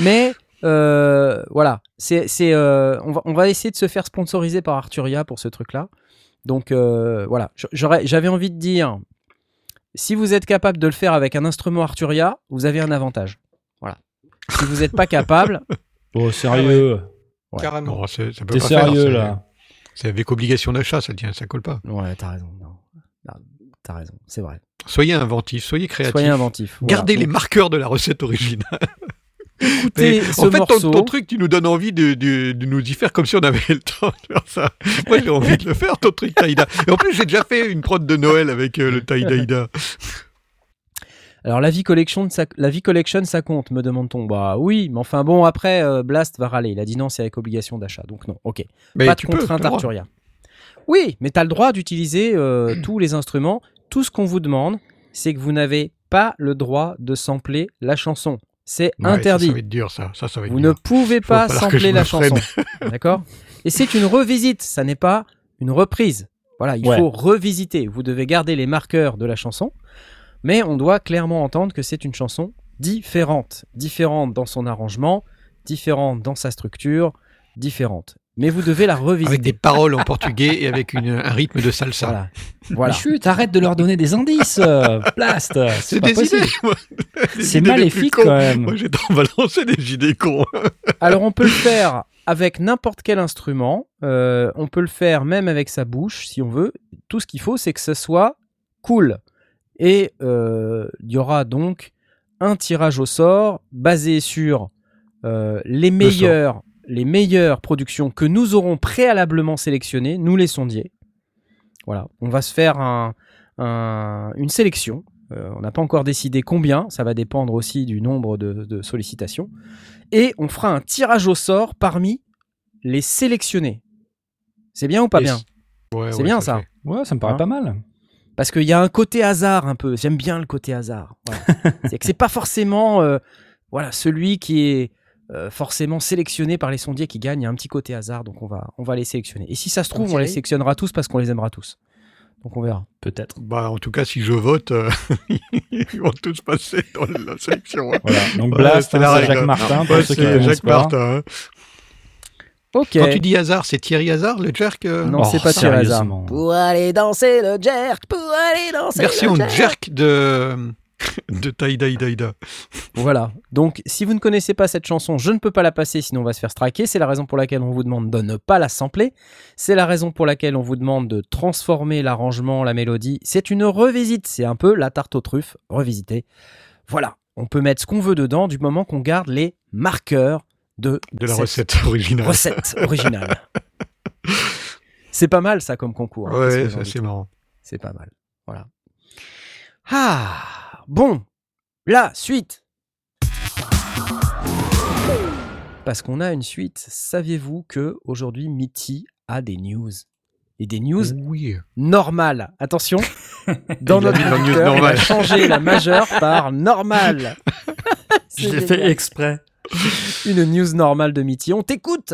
[SPEAKER 1] Mais euh, voilà, c'est, c'est, euh, on, va, on va essayer de se faire sponsoriser par Arturia pour ce truc-là. Donc euh, voilà, J- j'aurais, j'avais envie de dire, si vous êtes capable de le faire avec un instrument Arturia, vous avez un avantage. Voilà. Si vous n'êtes pas capable,
[SPEAKER 3] Oh, sérieux.
[SPEAKER 1] Ouais.
[SPEAKER 4] Carrément.
[SPEAKER 2] Non, c'est- ça peut
[SPEAKER 3] T'es
[SPEAKER 2] pas faire,
[SPEAKER 3] sérieux,
[SPEAKER 2] c'est-
[SPEAKER 3] là.
[SPEAKER 2] C'est avec obligation d'achat, ça tient, ça colle pas.
[SPEAKER 1] (laughs) ouais, t'as raison. non. Non, T'as raison, c'est vrai.
[SPEAKER 2] Soyez inventif, soyez créatif.
[SPEAKER 1] Soyez inventif. voilà.
[SPEAKER 2] Gardez les marqueurs de la recette originale.
[SPEAKER 1] Écoutez
[SPEAKER 2] Mais
[SPEAKER 1] ce
[SPEAKER 2] en fait, ton-
[SPEAKER 1] morceau.
[SPEAKER 2] ton, truc, tu nous donnes envie de, de- de nous y faire comme si on avait (laughs) le temps de faire ça. Moi, j'ai envie de le faire, ton truc Taïda. Et en plus, j'ai déjà fait une prod de Noël avec euh, le Taïdaïda.
[SPEAKER 1] Alors la vie collection, ça, la vie collection, ça compte, me demande-t-on. Bah oui, mais enfin bon, après euh, Blast va râler. Il a dit non, c'est avec obligation d'achat, donc non. Ok.
[SPEAKER 2] Mais
[SPEAKER 1] Pas de
[SPEAKER 2] tu peux,
[SPEAKER 1] contrainte
[SPEAKER 2] t'as le droit.
[SPEAKER 1] Arturia. Oui, mais t'as le droit d'utiliser
[SPEAKER 2] (clears throat)
[SPEAKER 1] euh, tous les instruments. Tout ce qu'on vous demande, c'est que vous n'avez pas le droit de sampler la chanson. C'est
[SPEAKER 2] Ouais, ça,
[SPEAKER 1] interdit.
[SPEAKER 2] Ça va être dur, ça. Ça, ça va être
[SPEAKER 1] Vous ne
[SPEAKER 2] dur.
[SPEAKER 1] pouvez pas
[SPEAKER 2] va falloir que je
[SPEAKER 1] sampler
[SPEAKER 2] me
[SPEAKER 1] la
[SPEAKER 2] freine.
[SPEAKER 1] chanson.
[SPEAKER 2] (laughs)
[SPEAKER 1] D'accord Et c'est une revisite, ça n'est pas une reprise. Voilà, il
[SPEAKER 3] Ouais.
[SPEAKER 1] faut revisiter. Vous devez garder les marqueurs de la chanson, mais on doit clairement entendre que c'est une chanson différente. Différente dans son arrangement, différente dans sa structure, différente. Mais vous devez la revisiter.
[SPEAKER 2] Avec des paroles en portugais et avec une- un rythme de salsa.
[SPEAKER 1] Voilà. voilà.
[SPEAKER 3] Mais chut, arrête de leur donner des indices,
[SPEAKER 1] (laughs)
[SPEAKER 3] Blast.
[SPEAKER 2] C'est
[SPEAKER 3] C'est
[SPEAKER 2] des idées. moi. (laughs) Des
[SPEAKER 3] C'est
[SPEAKER 2] idées les plus
[SPEAKER 3] maléfique,
[SPEAKER 2] cons.
[SPEAKER 3] quand même.
[SPEAKER 2] Moi, j'ai tendance à lancer des idées cons.
[SPEAKER 1] Alors on peut le faire avec n'importe quel instrument, euh, on peut le faire même avec sa bouche si on veut. Tout ce qu'il faut c'est que ce soit cool. Et euh, il y aura donc un tirage au sort basé sur euh, les meilleures les meilleures productions que nous aurons préalablement sélectionnées, nous les sondiers. Voilà, on va se faire un- un- une sélection. Euh, on n'a pas encore décidé combien, ça va dépendre aussi du nombre de- de sollicitations et on fera un tirage au sort parmi les sélectionnés. C'est bien ou pas
[SPEAKER 2] Et
[SPEAKER 1] bien
[SPEAKER 2] Ah Ouais,
[SPEAKER 1] C'est
[SPEAKER 2] ouais,
[SPEAKER 1] bien, ça.
[SPEAKER 2] fait.
[SPEAKER 3] Ouais, ça me paraît
[SPEAKER 1] Hein
[SPEAKER 3] pas mal.
[SPEAKER 1] Parce qu'il y a un côté hasard un peu. J'aime bien le côté hasard. Voilà.
[SPEAKER 2] (laughs)
[SPEAKER 1] c'est que c'est pas forcément euh, voilà celui qui est euh, forcément sélectionné par les sondiers qui gagne. Il y a un petit côté hasard, donc on va on va les sélectionner. Et si ça se trouve,
[SPEAKER 4] Comme
[SPEAKER 1] on les
[SPEAKER 4] Thierry.
[SPEAKER 1] sélectionnera tous parce qu'on les aimera tous. Donc on verra.
[SPEAKER 3] Peut-être.
[SPEAKER 2] Bah, en tout cas, si je vote, euh, (laughs) ils vont tous passer dans la sélection. hein.
[SPEAKER 3] (laughs) Voilà. Donc
[SPEAKER 2] Ouais,
[SPEAKER 3] Blast,
[SPEAKER 2] c'est
[SPEAKER 3] hein,
[SPEAKER 2] la
[SPEAKER 3] c'est
[SPEAKER 2] règle.
[SPEAKER 3] Jacques Martin. Pour
[SPEAKER 2] Ouais,
[SPEAKER 3] ceux qui
[SPEAKER 2] c'est
[SPEAKER 3] connaissent
[SPEAKER 2] Jacques
[SPEAKER 3] pas.
[SPEAKER 2] Martin. hein.
[SPEAKER 1] Ok.
[SPEAKER 2] Quand tu dis hasard, c'est Thierry Hazard, le jerk euh,
[SPEAKER 1] Non,
[SPEAKER 3] Oh,
[SPEAKER 1] c'est pas tiré hasard.
[SPEAKER 3] sérieusement.
[SPEAKER 7] Pour aller danser le jerk, pour aller danser
[SPEAKER 2] Version
[SPEAKER 7] le jerk.
[SPEAKER 2] jerk de, (laughs) de Taïda Daïda.
[SPEAKER 1] Voilà. Donc, si vous ne connaissez pas cette chanson, je ne peux pas la passer, sinon on va se faire straquer. C'est la raison pour laquelle on vous demande de ne pas la sampler. C'est la raison pour laquelle on vous demande de transformer l'arrangement, la mélodie. C'est une revisite. C'est un peu la tarte aux truffes revisitée. Voilà. On peut mettre ce qu'on veut dedans du moment qu'on garde les marqueurs de,
[SPEAKER 2] De la
[SPEAKER 1] cette
[SPEAKER 2] recette originale.
[SPEAKER 1] recette
[SPEAKER 2] (laughs)
[SPEAKER 1] originale. C'est pas mal ça comme concours. hein, qu'est-ce que
[SPEAKER 2] Ouais,
[SPEAKER 1] j'ai
[SPEAKER 2] ça
[SPEAKER 1] envie de
[SPEAKER 2] c'est marrant.
[SPEAKER 1] c'est pas mal. Voilà. Ah Bon La suite Parce qu'on a une suite. Saviez-vous que aujourd'hui Mitty a des news Et des news
[SPEAKER 2] Oui.
[SPEAKER 1] normales.
[SPEAKER 2] (laughs)
[SPEAKER 1] Attention Dans
[SPEAKER 2] Il a
[SPEAKER 1] notre
[SPEAKER 2] mis dans news
[SPEAKER 1] conducteur, on a
[SPEAKER 2] normales.
[SPEAKER 1] changé la
[SPEAKER 2] (laughs)
[SPEAKER 1] majeure par normale.
[SPEAKER 5] Je l'ai
[SPEAKER 1] C'est
[SPEAKER 5] fait
[SPEAKER 1] génial.
[SPEAKER 5] exprès.
[SPEAKER 1] Une news normale de Mitty. On t'écoute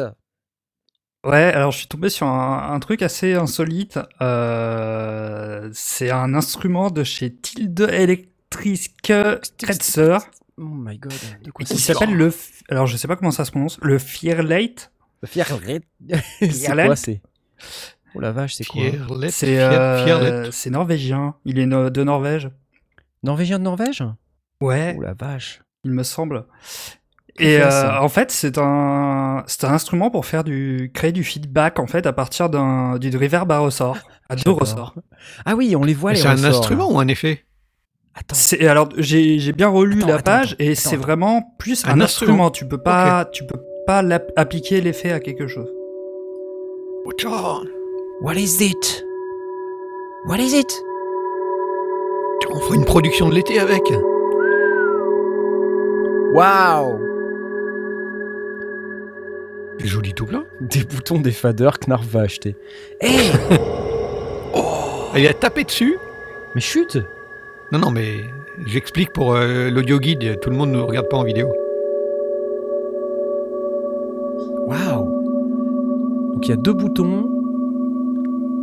[SPEAKER 5] Ouais, alors je suis tombé sur un, un truc assez insolite. Euh, c'est un instrument de chez Tilde Electric Kretzer
[SPEAKER 1] Oh my god, de quoi
[SPEAKER 5] qui s'appelle le. f- Alors je sais pas comment ça se prononce. Le Fearlight.
[SPEAKER 1] Fierlet. C'est
[SPEAKER 5] Fierlet.
[SPEAKER 1] quoi c'est Oh la vache, c'est quoi
[SPEAKER 2] Fierlet.
[SPEAKER 5] C'est euh, c'est norvégien. Il est no- de Norvège.
[SPEAKER 1] Norvégien de Norvège
[SPEAKER 5] Ouais.
[SPEAKER 1] Oh la vache.
[SPEAKER 5] il me semble.
[SPEAKER 1] Qu'est-ce
[SPEAKER 5] Et
[SPEAKER 1] que c'est,
[SPEAKER 5] euh,
[SPEAKER 1] ça
[SPEAKER 5] en fait, c'est un, c'est un instrument pour faire du, créer du feedback en fait à partir d'un, du reverb à ressort, à deux
[SPEAKER 1] J'adore.
[SPEAKER 5] ressorts.
[SPEAKER 1] Ah oui, on les voit les
[SPEAKER 2] C'est un
[SPEAKER 1] ressorts, là.
[SPEAKER 2] instrument ou un effet
[SPEAKER 1] Attends.
[SPEAKER 5] C'est, alors j'ai, j'ai bien relu
[SPEAKER 1] Attends,
[SPEAKER 5] la
[SPEAKER 1] attends,
[SPEAKER 5] page et
[SPEAKER 1] attends,
[SPEAKER 5] c'est
[SPEAKER 1] attends.
[SPEAKER 5] vraiment plus
[SPEAKER 2] Un
[SPEAKER 5] un,
[SPEAKER 2] instrument.
[SPEAKER 5] instrument. Tu peux pas, tu peux pas l'app- appliquer l'effet à quelque chose.
[SPEAKER 2] Oh, John,
[SPEAKER 1] What is it What is it
[SPEAKER 2] on fera une production de l'été avec.
[SPEAKER 1] Waouh
[SPEAKER 2] C'est Joli tout plein.
[SPEAKER 1] Des boutons des fadeurs Knarf va acheter. Hey
[SPEAKER 2] Elle Ah, a tapé dessus.
[SPEAKER 3] Mais chut
[SPEAKER 2] Non, non, mais j'explique pour euh, l'audio guide. Tout le monde ne regarde pas en vidéo.
[SPEAKER 1] Waouh Donc il y a deux boutons,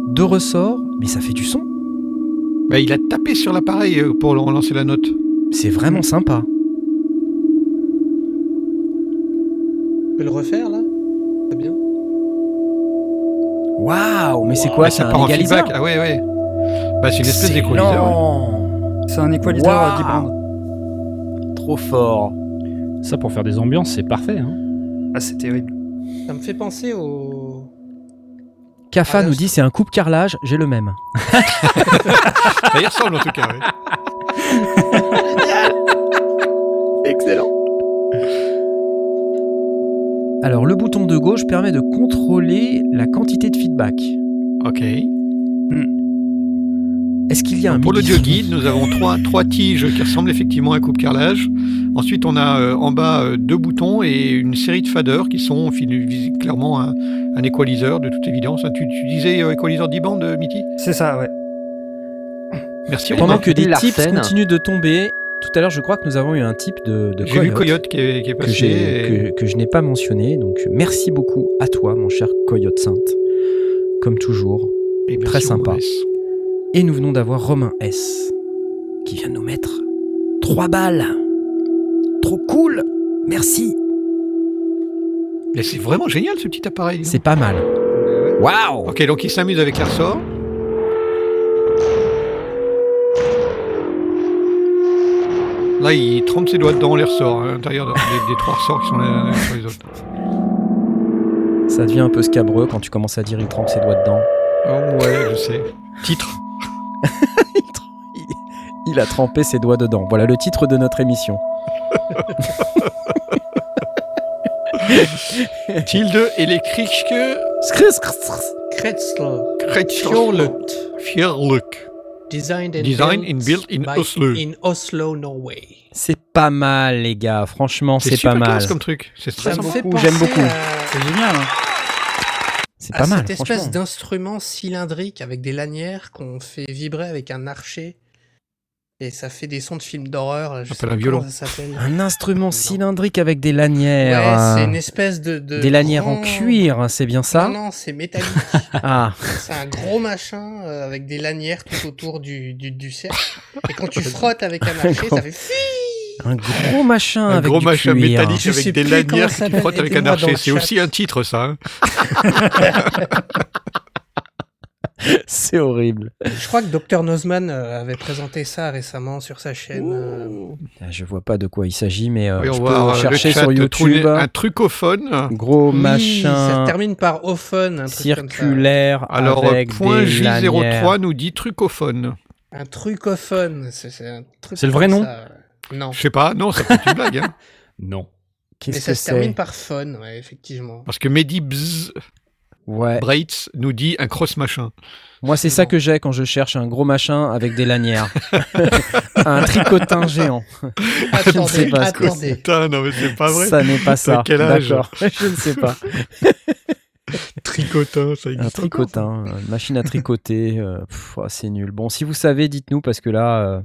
[SPEAKER 1] deux ressorts, mais ça fait du son.
[SPEAKER 2] Bah, il a tapé sur l'appareil euh, pour relancer la note.
[SPEAKER 1] C'est vraiment sympa.
[SPEAKER 4] Tu peux le refaire là C'est bien.
[SPEAKER 1] Waouh, mais c'est
[SPEAKER 2] Ah,
[SPEAKER 1] quoi C'est
[SPEAKER 2] ça
[SPEAKER 1] un
[SPEAKER 2] part en
[SPEAKER 1] égaliseur
[SPEAKER 2] feedback. Ah ouais, ouais. Bah, c'est une espèce
[SPEAKER 1] Excellent.
[SPEAKER 2] d'équaliseur. ouais.
[SPEAKER 5] C'est un équaliteur euh,
[SPEAKER 1] Waouh.
[SPEAKER 5] à 10 bandes.
[SPEAKER 1] Trop fort.
[SPEAKER 3] Ça, pour faire des ambiances, c'est parfait. hein.
[SPEAKER 5] Ah, c'est terrible.
[SPEAKER 4] Ça me fait penser au.
[SPEAKER 1] Kafa
[SPEAKER 4] Ah, là,
[SPEAKER 1] nous
[SPEAKER 4] je-
[SPEAKER 1] dit c'est un coupe carrelage, j'ai le même.
[SPEAKER 2] Bah, il ressemble en tout cas. ouais.
[SPEAKER 1] Alors le bouton de gauche permet de contrôler la quantité de feedback.
[SPEAKER 2] Ok.
[SPEAKER 1] Est-ce qu'il y a un
[SPEAKER 2] Pour
[SPEAKER 1] midi-
[SPEAKER 2] l'audio guide, nous avons trois, trois tiges qui ressemblent effectivement à un coupe-carrelage. Ensuite, on a euh, en bas euh, deux boutons et une série de faders qui sont fil- vis- clairement un, un équaliseur de toute évidence. Ah, Tu, tu disais euh, équaliseur 10 bandes, euh, Mithy
[SPEAKER 5] C'est ça, ouais.
[SPEAKER 2] Merci.
[SPEAKER 1] Pendant
[SPEAKER 2] Romain.
[SPEAKER 1] que des
[SPEAKER 6] Larsen.
[SPEAKER 1] tips continuent de tomber, tout à l'heure je crois que nous avons eu un type de, de
[SPEAKER 2] J'ai vu
[SPEAKER 1] Coyote
[SPEAKER 2] Coyote qui est, qui est
[SPEAKER 1] que,
[SPEAKER 2] passé. et-
[SPEAKER 1] j'ai- que- que je n'ai pas mentionné. Donc merci beaucoup à toi mon cher Coyote Sainte, comme toujours.
[SPEAKER 2] et
[SPEAKER 1] très
[SPEAKER 2] merci,
[SPEAKER 1] sympa.
[SPEAKER 2] Romain.
[SPEAKER 1] Et nous venons d'avoir Romain S qui vient de nous mettre 3 balles. Trop cool Merci.
[SPEAKER 2] Mais c'est vraiment génial ce petit appareil. hein. Euh, dis donc.
[SPEAKER 1] C'est pas mal. Waouh
[SPEAKER 2] Ok, donc il s'amuse avec les ressorts. Là, il trempe ses doigts dedans les ressorts, hein, à l'intérieur de- des, des trois ressorts qui sont les, uns sur les autres.
[SPEAKER 1] Ça devient un peu scabreux quand tu commences à dire il trempe ses doigts dedans.
[SPEAKER 2] Oh, ouais, je sais. Titre.
[SPEAKER 1] il, trem- il- il a trempé ses doigts dedans. Voilà le titre de notre émission.
[SPEAKER 2] (laughs) Tilde électrique
[SPEAKER 1] Scr- scr- scr-
[SPEAKER 4] Kretzler.
[SPEAKER 2] Kretschorluk.
[SPEAKER 4] Charlotte.
[SPEAKER 2] Fjerluk.
[SPEAKER 4] Designed and,
[SPEAKER 2] Design and built in
[SPEAKER 4] by-
[SPEAKER 2] Oslo.
[SPEAKER 4] In Oslo, Norway.
[SPEAKER 1] C'est pas mal, les gars. Franchement, c'est
[SPEAKER 2] super
[SPEAKER 1] pas mal.
[SPEAKER 2] classe comme truc. C'est très
[SPEAKER 4] Ça me
[SPEAKER 2] sympa.
[SPEAKER 4] fait
[SPEAKER 1] beaucoup,
[SPEAKER 4] penser
[SPEAKER 1] j'aime beaucoup.
[SPEAKER 4] à-
[SPEAKER 5] C'est génial. hein.
[SPEAKER 1] C'est
[SPEAKER 4] à
[SPEAKER 1] pas mal.
[SPEAKER 4] Ah, cette espèce
[SPEAKER 1] franchement.
[SPEAKER 4] d'instrument cylindrique avec des lanières qu'on fait vibrer avec un archet. Et ça fait des sons de films d'horreur. Je
[SPEAKER 2] Appelle
[SPEAKER 4] sais
[SPEAKER 2] un
[SPEAKER 4] pas
[SPEAKER 2] violon.
[SPEAKER 4] comment ça s'appelle.
[SPEAKER 1] Un instrument
[SPEAKER 4] Non.
[SPEAKER 1] cylindrique avec des
[SPEAKER 4] Ouais,
[SPEAKER 1] lanières.
[SPEAKER 4] c'est
[SPEAKER 1] hein.
[SPEAKER 4] une espèce de. de
[SPEAKER 1] Des lanières en
[SPEAKER 4] grand-
[SPEAKER 1] cuir, hein, c'est bien ça
[SPEAKER 4] Non, non, c'est métallique. (laughs)
[SPEAKER 1] Ah,
[SPEAKER 4] c'est un gros machin euh, avec des lanières tout autour du, du, du cercle. Et
[SPEAKER 1] (laughs)
[SPEAKER 4] quand tu frottes avec un archet, ça fait. Fii
[SPEAKER 1] un gros machin
[SPEAKER 2] Un
[SPEAKER 1] avec
[SPEAKER 2] gros
[SPEAKER 1] du
[SPEAKER 2] machin
[SPEAKER 1] cuir.
[SPEAKER 2] métallique
[SPEAKER 4] Je
[SPEAKER 2] avec
[SPEAKER 4] sais
[SPEAKER 2] des
[SPEAKER 4] plus comment
[SPEAKER 2] lanières qui
[SPEAKER 4] ça s'appelle,
[SPEAKER 2] frottent avec un
[SPEAKER 4] aidez-moi dans
[SPEAKER 2] archer.
[SPEAKER 4] le
[SPEAKER 2] C'est
[SPEAKER 4] chat.
[SPEAKER 2] aussi un titre, ça. hein.
[SPEAKER 1] (laughs) C'est horrible.
[SPEAKER 4] Je crois que Dr. Nozman euh, avait présenté ça récemment sur sa chaîne. euh,
[SPEAKER 1] Ah, Je vois pas de quoi il s'agit, mais euh,
[SPEAKER 2] Oui,
[SPEAKER 1] je
[SPEAKER 2] on
[SPEAKER 1] peux
[SPEAKER 2] va euh, le
[SPEAKER 1] chercher
[SPEAKER 2] chat
[SPEAKER 1] sur
[SPEAKER 2] tourner
[SPEAKER 1] YouTube.
[SPEAKER 2] Un trucophone.
[SPEAKER 1] Gros
[SPEAKER 4] oui, Ça
[SPEAKER 1] machin
[SPEAKER 4] se termine par ophone, un truc comme ça.
[SPEAKER 1] circulaire
[SPEAKER 2] Alors, euh,
[SPEAKER 1] avec
[SPEAKER 2] point
[SPEAKER 1] des lanières.
[SPEAKER 2] J03 nous dit trucophone.
[SPEAKER 4] Un trucophone, c'est c'est un truc.
[SPEAKER 3] C'est le vrai
[SPEAKER 4] comme
[SPEAKER 3] nom
[SPEAKER 4] ça. Non.
[SPEAKER 2] Je sais pas, non, ça peut être une blague. hein.
[SPEAKER 3] Non.
[SPEAKER 4] Mais
[SPEAKER 1] Qu'est-ce que
[SPEAKER 4] ça se
[SPEAKER 1] c'est
[SPEAKER 4] termine par phone,
[SPEAKER 2] (laughs)
[SPEAKER 4] ouais, effectivement.
[SPEAKER 2] Parce que Mehdi Bzz
[SPEAKER 1] Ouais.
[SPEAKER 2] Braitz nous dit un cross machin.
[SPEAKER 1] Moi, c'est ça que j'ai quand je cherche un gros machin avec des
[SPEAKER 4] (laughs)
[SPEAKER 1] lanières. un tricotin géant. sais
[SPEAKER 2] (laughs)
[SPEAKER 4] Attendez,
[SPEAKER 1] pas ce que
[SPEAKER 4] attendez.
[SPEAKER 2] Putain, non mais c'est pas Ah vrai.
[SPEAKER 1] Ça n'est pas ça.
[SPEAKER 2] quel âge
[SPEAKER 1] D'accord. (laughs) Je ne sais pas.
[SPEAKER 2] Tricotin, ça
[SPEAKER 1] Un
[SPEAKER 2] existe. encore, ça
[SPEAKER 1] tricotin, une machine à tricoter. euh, pff, ah, c'est nul. Bon, si vous savez, dites-nous parce que là. euh,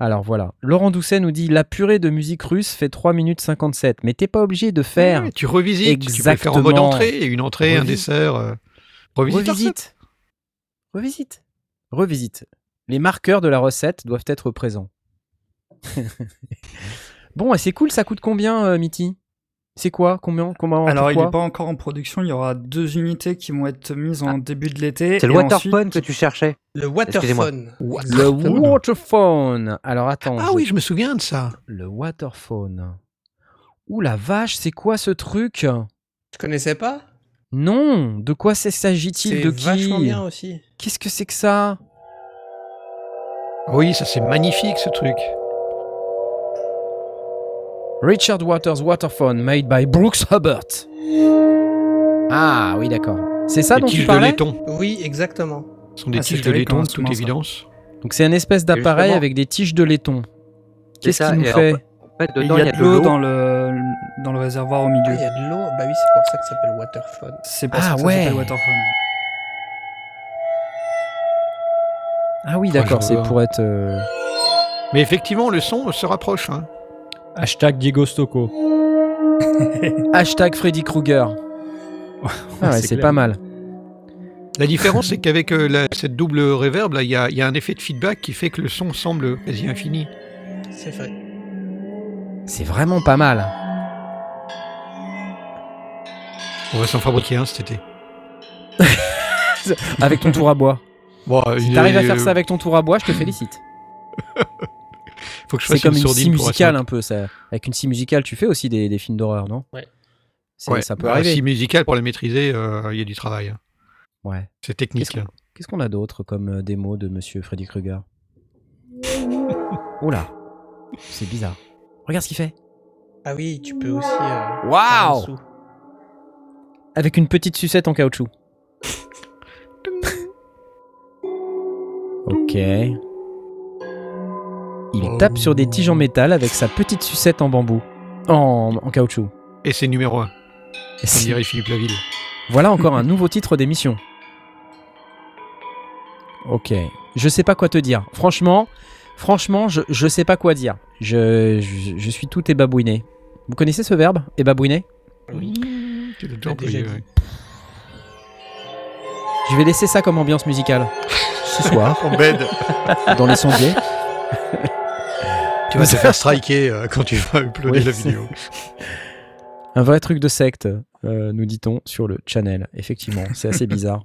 [SPEAKER 1] Alors voilà. Laurent Doucet nous dit La purée de musique russe fait 3 minutes 57. Mais t'es pas obligé de faire.
[SPEAKER 2] Ouais, tu revisites, tu peux le faire en mode
[SPEAKER 1] Exactement.
[SPEAKER 2] entrée, une entrée, un
[SPEAKER 1] Revisite.
[SPEAKER 2] dessert. euh, Revisite. la recette.
[SPEAKER 1] Revisite. Revisite. Revisite. Les marqueurs de la recette doivent être présents. (laughs) bon, et c'est cool, ça coûte combien, euh, Mithy C'est quoi Combien, combien
[SPEAKER 5] Alors, il
[SPEAKER 1] pourquoi
[SPEAKER 5] n'est pas encore en production. Il y aura deux unités qui vont être mises en début de l'été.
[SPEAKER 6] C'est le
[SPEAKER 5] et ensuite-
[SPEAKER 6] waterphone que tu cherchais.
[SPEAKER 4] Le
[SPEAKER 6] Excusez-moi.
[SPEAKER 4] waterphone.
[SPEAKER 1] Le waterphone. Alors attends.
[SPEAKER 2] Ah
[SPEAKER 1] je-
[SPEAKER 2] oui, je me souviens de ça.
[SPEAKER 1] Le waterphone. Ouh la vache, c'est quoi ce truc
[SPEAKER 4] Tu connaissais pas
[SPEAKER 1] Non, de quoi ça
[SPEAKER 4] C'est
[SPEAKER 1] s'agit-il De qui
[SPEAKER 4] vachement bien aussi.
[SPEAKER 1] Qu'est-ce que c'est que ça
[SPEAKER 2] Oui, ça c'est magnifique ce truc.
[SPEAKER 1] Richard Waters Waterphone made by Brooks Hubbard. Ah oui, d'accord. C'est ça
[SPEAKER 2] Les
[SPEAKER 1] dont
[SPEAKER 2] tiges
[SPEAKER 1] tu
[SPEAKER 2] de
[SPEAKER 1] parlais
[SPEAKER 2] laiton.
[SPEAKER 4] Oui, exactement.
[SPEAKER 2] Ce sont des
[SPEAKER 5] Ah,
[SPEAKER 2] tiges
[SPEAKER 5] c'est
[SPEAKER 2] de laiton,
[SPEAKER 5] élégant,
[SPEAKER 2] de
[SPEAKER 5] ce
[SPEAKER 2] toute
[SPEAKER 5] mince,
[SPEAKER 2] évidence.
[SPEAKER 1] Donc c'est une espèce d'appareil
[SPEAKER 6] justement.
[SPEAKER 1] avec des tiges de laiton.
[SPEAKER 6] C'est
[SPEAKER 1] Qu'est-ce
[SPEAKER 6] ça,
[SPEAKER 1] qu'il nous
[SPEAKER 6] et
[SPEAKER 1] fait
[SPEAKER 6] En fait,
[SPEAKER 5] Et
[SPEAKER 6] dedans,
[SPEAKER 5] il y a de l'eau dans le, dans le réservoir au
[SPEAKER 4] Ah,
[SPEAKER 5] milieu.
[SPEAKER 4] il y a de l'eau. Bah oui, c'est pour ça que ça s'appelle waterphone.
[SPEAKER 5] C'est pour
[SPEAKER 1] Ah,
[SPEAKER 5] ça que
[SPEAKER 1] ouais.
[SPEAKER 5] ça s'appelle waterphone.
[SPEAKER 1] Ah oui, d'accord,
[SPEAKER 2] je
[SPEAKER 1] c'est
[SPEAKER 2] vois.
[SPEAKER 1] pour être... euh,
[SPEAKER 2] Mais effectivement, le son se rapproche. hein.
[SPEAKER 3] Hashtag Diego Stocco.
[SPEAKER 1] Hashtag Freddy Krueger. Ah ouais, c'est
[SPEAKER 3] clair.
[SPEAKER 1] pas mal.
[SPEAKER 2] La différence, c'est qu'avec euh, la- cette double reverb, là, il y a, il y a un effet de feedback qui fait que le son semble quasi infini.
[SPEAKER 4] C'est vrai.
[SPEAKER 1] C'est vraiment pas mal.
[SPEAKER 2] On va s'en fabriquer un cet été.
[SPEAKER 1] Avec ton tour à
[SPEAKER 2] (laughs)
[SPEAKER 1] bois.
[SPEAKER 2] Bon,
[SPEAKER 1] Si
[SPEAKER 2] il
[SPEAKER 1] t'arrives à
[SPEAKER 2] est- euh,
[SPEAKER 1] faire ça avec ton tour à bois, je te félicite.
[SPEAKER 2] Faut que je
[SPEAKER 1] C'est
[SPEAKER 2] fasse
[SPEAKER 1] comme
[SPEAKER 2] une
[SPEAKER 1] une
[SPEAKER 2] sourdine
[SPEAKER 1] scie
[SPEAKER 2] pour
[SPEAKER 1] musicale hein.
[SPEAKER 2] Asma.
[SPEAKER 1] un peu. Ça. Avec une scie musicale, tu fais aussi des, des films d'horreur, non
[SPEAKER 4] Ouais.
[SPEAKER 1] C'est-
[SPEAKER 2] Ouais.
[SPEAKER 1] Ça peut
[SPEAKER 2] Bah,
[SPEAKER 1] arriver.
[SPEAKER 2] Si musicale pour la maîtriser, euh, il y a du travail. hein.
[SPEAKER 1] Ouais.
[SPEAKER 2] C'est technique.
[SPEAKER 1] Qu'est-ce
[SPEAKER 2] hein.
[SPEAKER 1] Qu'est-ce qu'on a d'autre comme euh, démo de Monsieur Freddy Krueger Oula, c'est bizarre. Regarde ce qu'il fait.
[SPEAKER 4] Ah oui, tu peux aussi. euh, par
[SPEAKER 1] Waouh
[SPEAKER 4] en dessous.
[SPEAKER 1] Avec une petite sucette en caoutchouc. Ok. Il tape sur des tiges en métal avec sa petite sucette en bambou. En, en caoutchouc.
[SPEAKER 2] Et c'est numéro 1,
[SPEAKER 1] Et
[SPEAKER 2] comme
[SPEAKER 1] c'est-
[SPEAKER 2] dirait Philippe Laville.
[SPEAKER 1] Voilà encore un nouveau titre d'émission. Ok. Je sais pas quoi te dire. Franchement, franchement, je, je sais pas quoi dire. Je, je, je suis tout ébabouiné. Vous connaissez ce verbe Ébabouiné
[SPEAKER 4] Oui.
[SPEAKER 2] Tu l'as déjà
[SPEAKER 4] T'as déjà
[SPEAKER 2] employé,
[SPEAKER 4] dit.
[SPEAKER 2] ouais.
[SPEAKER 1] Je vais laisser ça comme ambiance musicale. Ce soir,
[SPEAKER 8] En bed.
[SPEAKER 1] dans les sondiers.
[SPEAKER 2] Tu (laughs) vas te faire striker euh, quand tu vas uploader
[SPEAKER 1] Oui,
[SPEAKER 2] la
[SPEAKER 1] c'est-
[SPEAKER 2] vidéo.
[SPEAKER 1] Un vrai truc de secte, euh, nous dit-on, sur le channel. Effectivement, c'est assez bizarre.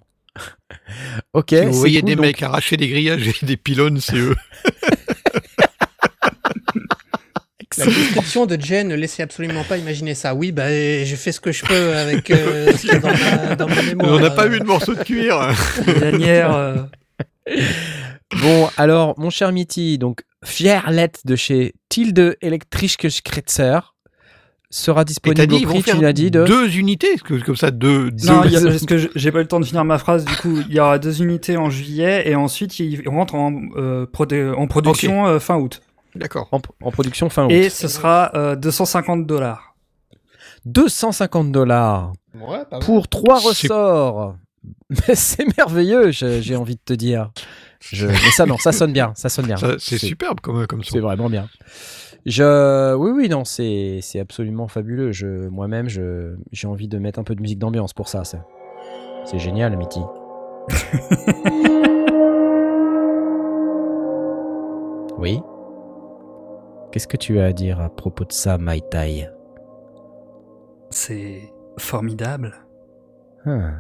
[SPEAKER 1] ok.
[SPEAKER 2] si
[SPEAKER 1] c'est
[SPEAKER 2] vous voyez
[SPEAKER 1] cool,
[SPEAKER 2] des
[SPEAKER 1] donc-
[SPEAKER 2] mecs arracher des grillages et des pylônes,
[SPEAKER 1] (laughs)
[SPEAKER 2] c'est eux.
[SPEAKER 4] La description de Jay ne laissait absolument pas imaginer ça. Oui, bah, je fais ce que je peux avec euh, ce qu'il y a dans ma, dans ma mémoire.
[SPEAKER 2] On n'a pas
[SPEAKER 4] Euh,
[SPEAKER 2] eu de morceau
[SPEAKER 1] (laughs)
[SPEAKER 2] de cuir.
[SPEAKER 5] Les lanières, (laughs) euh,
[SPEAKER 1] Bon, alors, mon cher Mitty, donc Fierlette de chez Tilde Elektrische Skretzer sera
[SPEAKER 2] Et
[SPEAKER 1] disponible
[SPEAKER 2] t'as dit,
[SPEAKER 1] au
[SPEAKER 2] ils vont
[SPEAKER 1] prix,
[SPEAKER 2] faire
[SPEAKER 1] tu l'as dit, de...
[SPEAKER 2] deux unités, que- comme ça, deux. deux-
[SPEAKER 5] Non, il y a- parce que je- j'ai pas eu le temps de finir ma phrase. Du coup, il y aura deux unités en juillet et ensuite ils rentrent en, euh, produ- en production euh, fin août.
[SPEAKER 2] D'accord.
[SPEAKER 1] En, en production fin août.
[SPEAKER 5] Et ce sera euh, 250 dollars.
[SPEAKER 1] 250 dollars
[SPEAKER 4] Ouais, pas mal.
[SPEAKER 1] pour trois
[SPEAKER 2] C'est-
[SPEAKER 1] ressorts. (laughs) Mais C'est merveilleux, je- j'ai envie de te dire. Je- Mais ça, non, ça sonne bien, ça sonne bien.
[SPEAKER 2] Ça, C'est superbe comme, comme
[SPEAKER 1] C'est
[SPEAKER 2] son.
[SPEAKER 1] vraiment bien. Je... Oui, oui, non, c'est c'est absolument fabuleux. Je... Moi-même, je- j'ai envie de mettre un peu de musique d'ambiance pour ça. ça. C'est génial, Mitty. oui Qu'est-ce que tu as à dire à propos de ça, Mai Tai
[SPEAKER 5] C'est formidable.
[SPEAKER 1] Hein.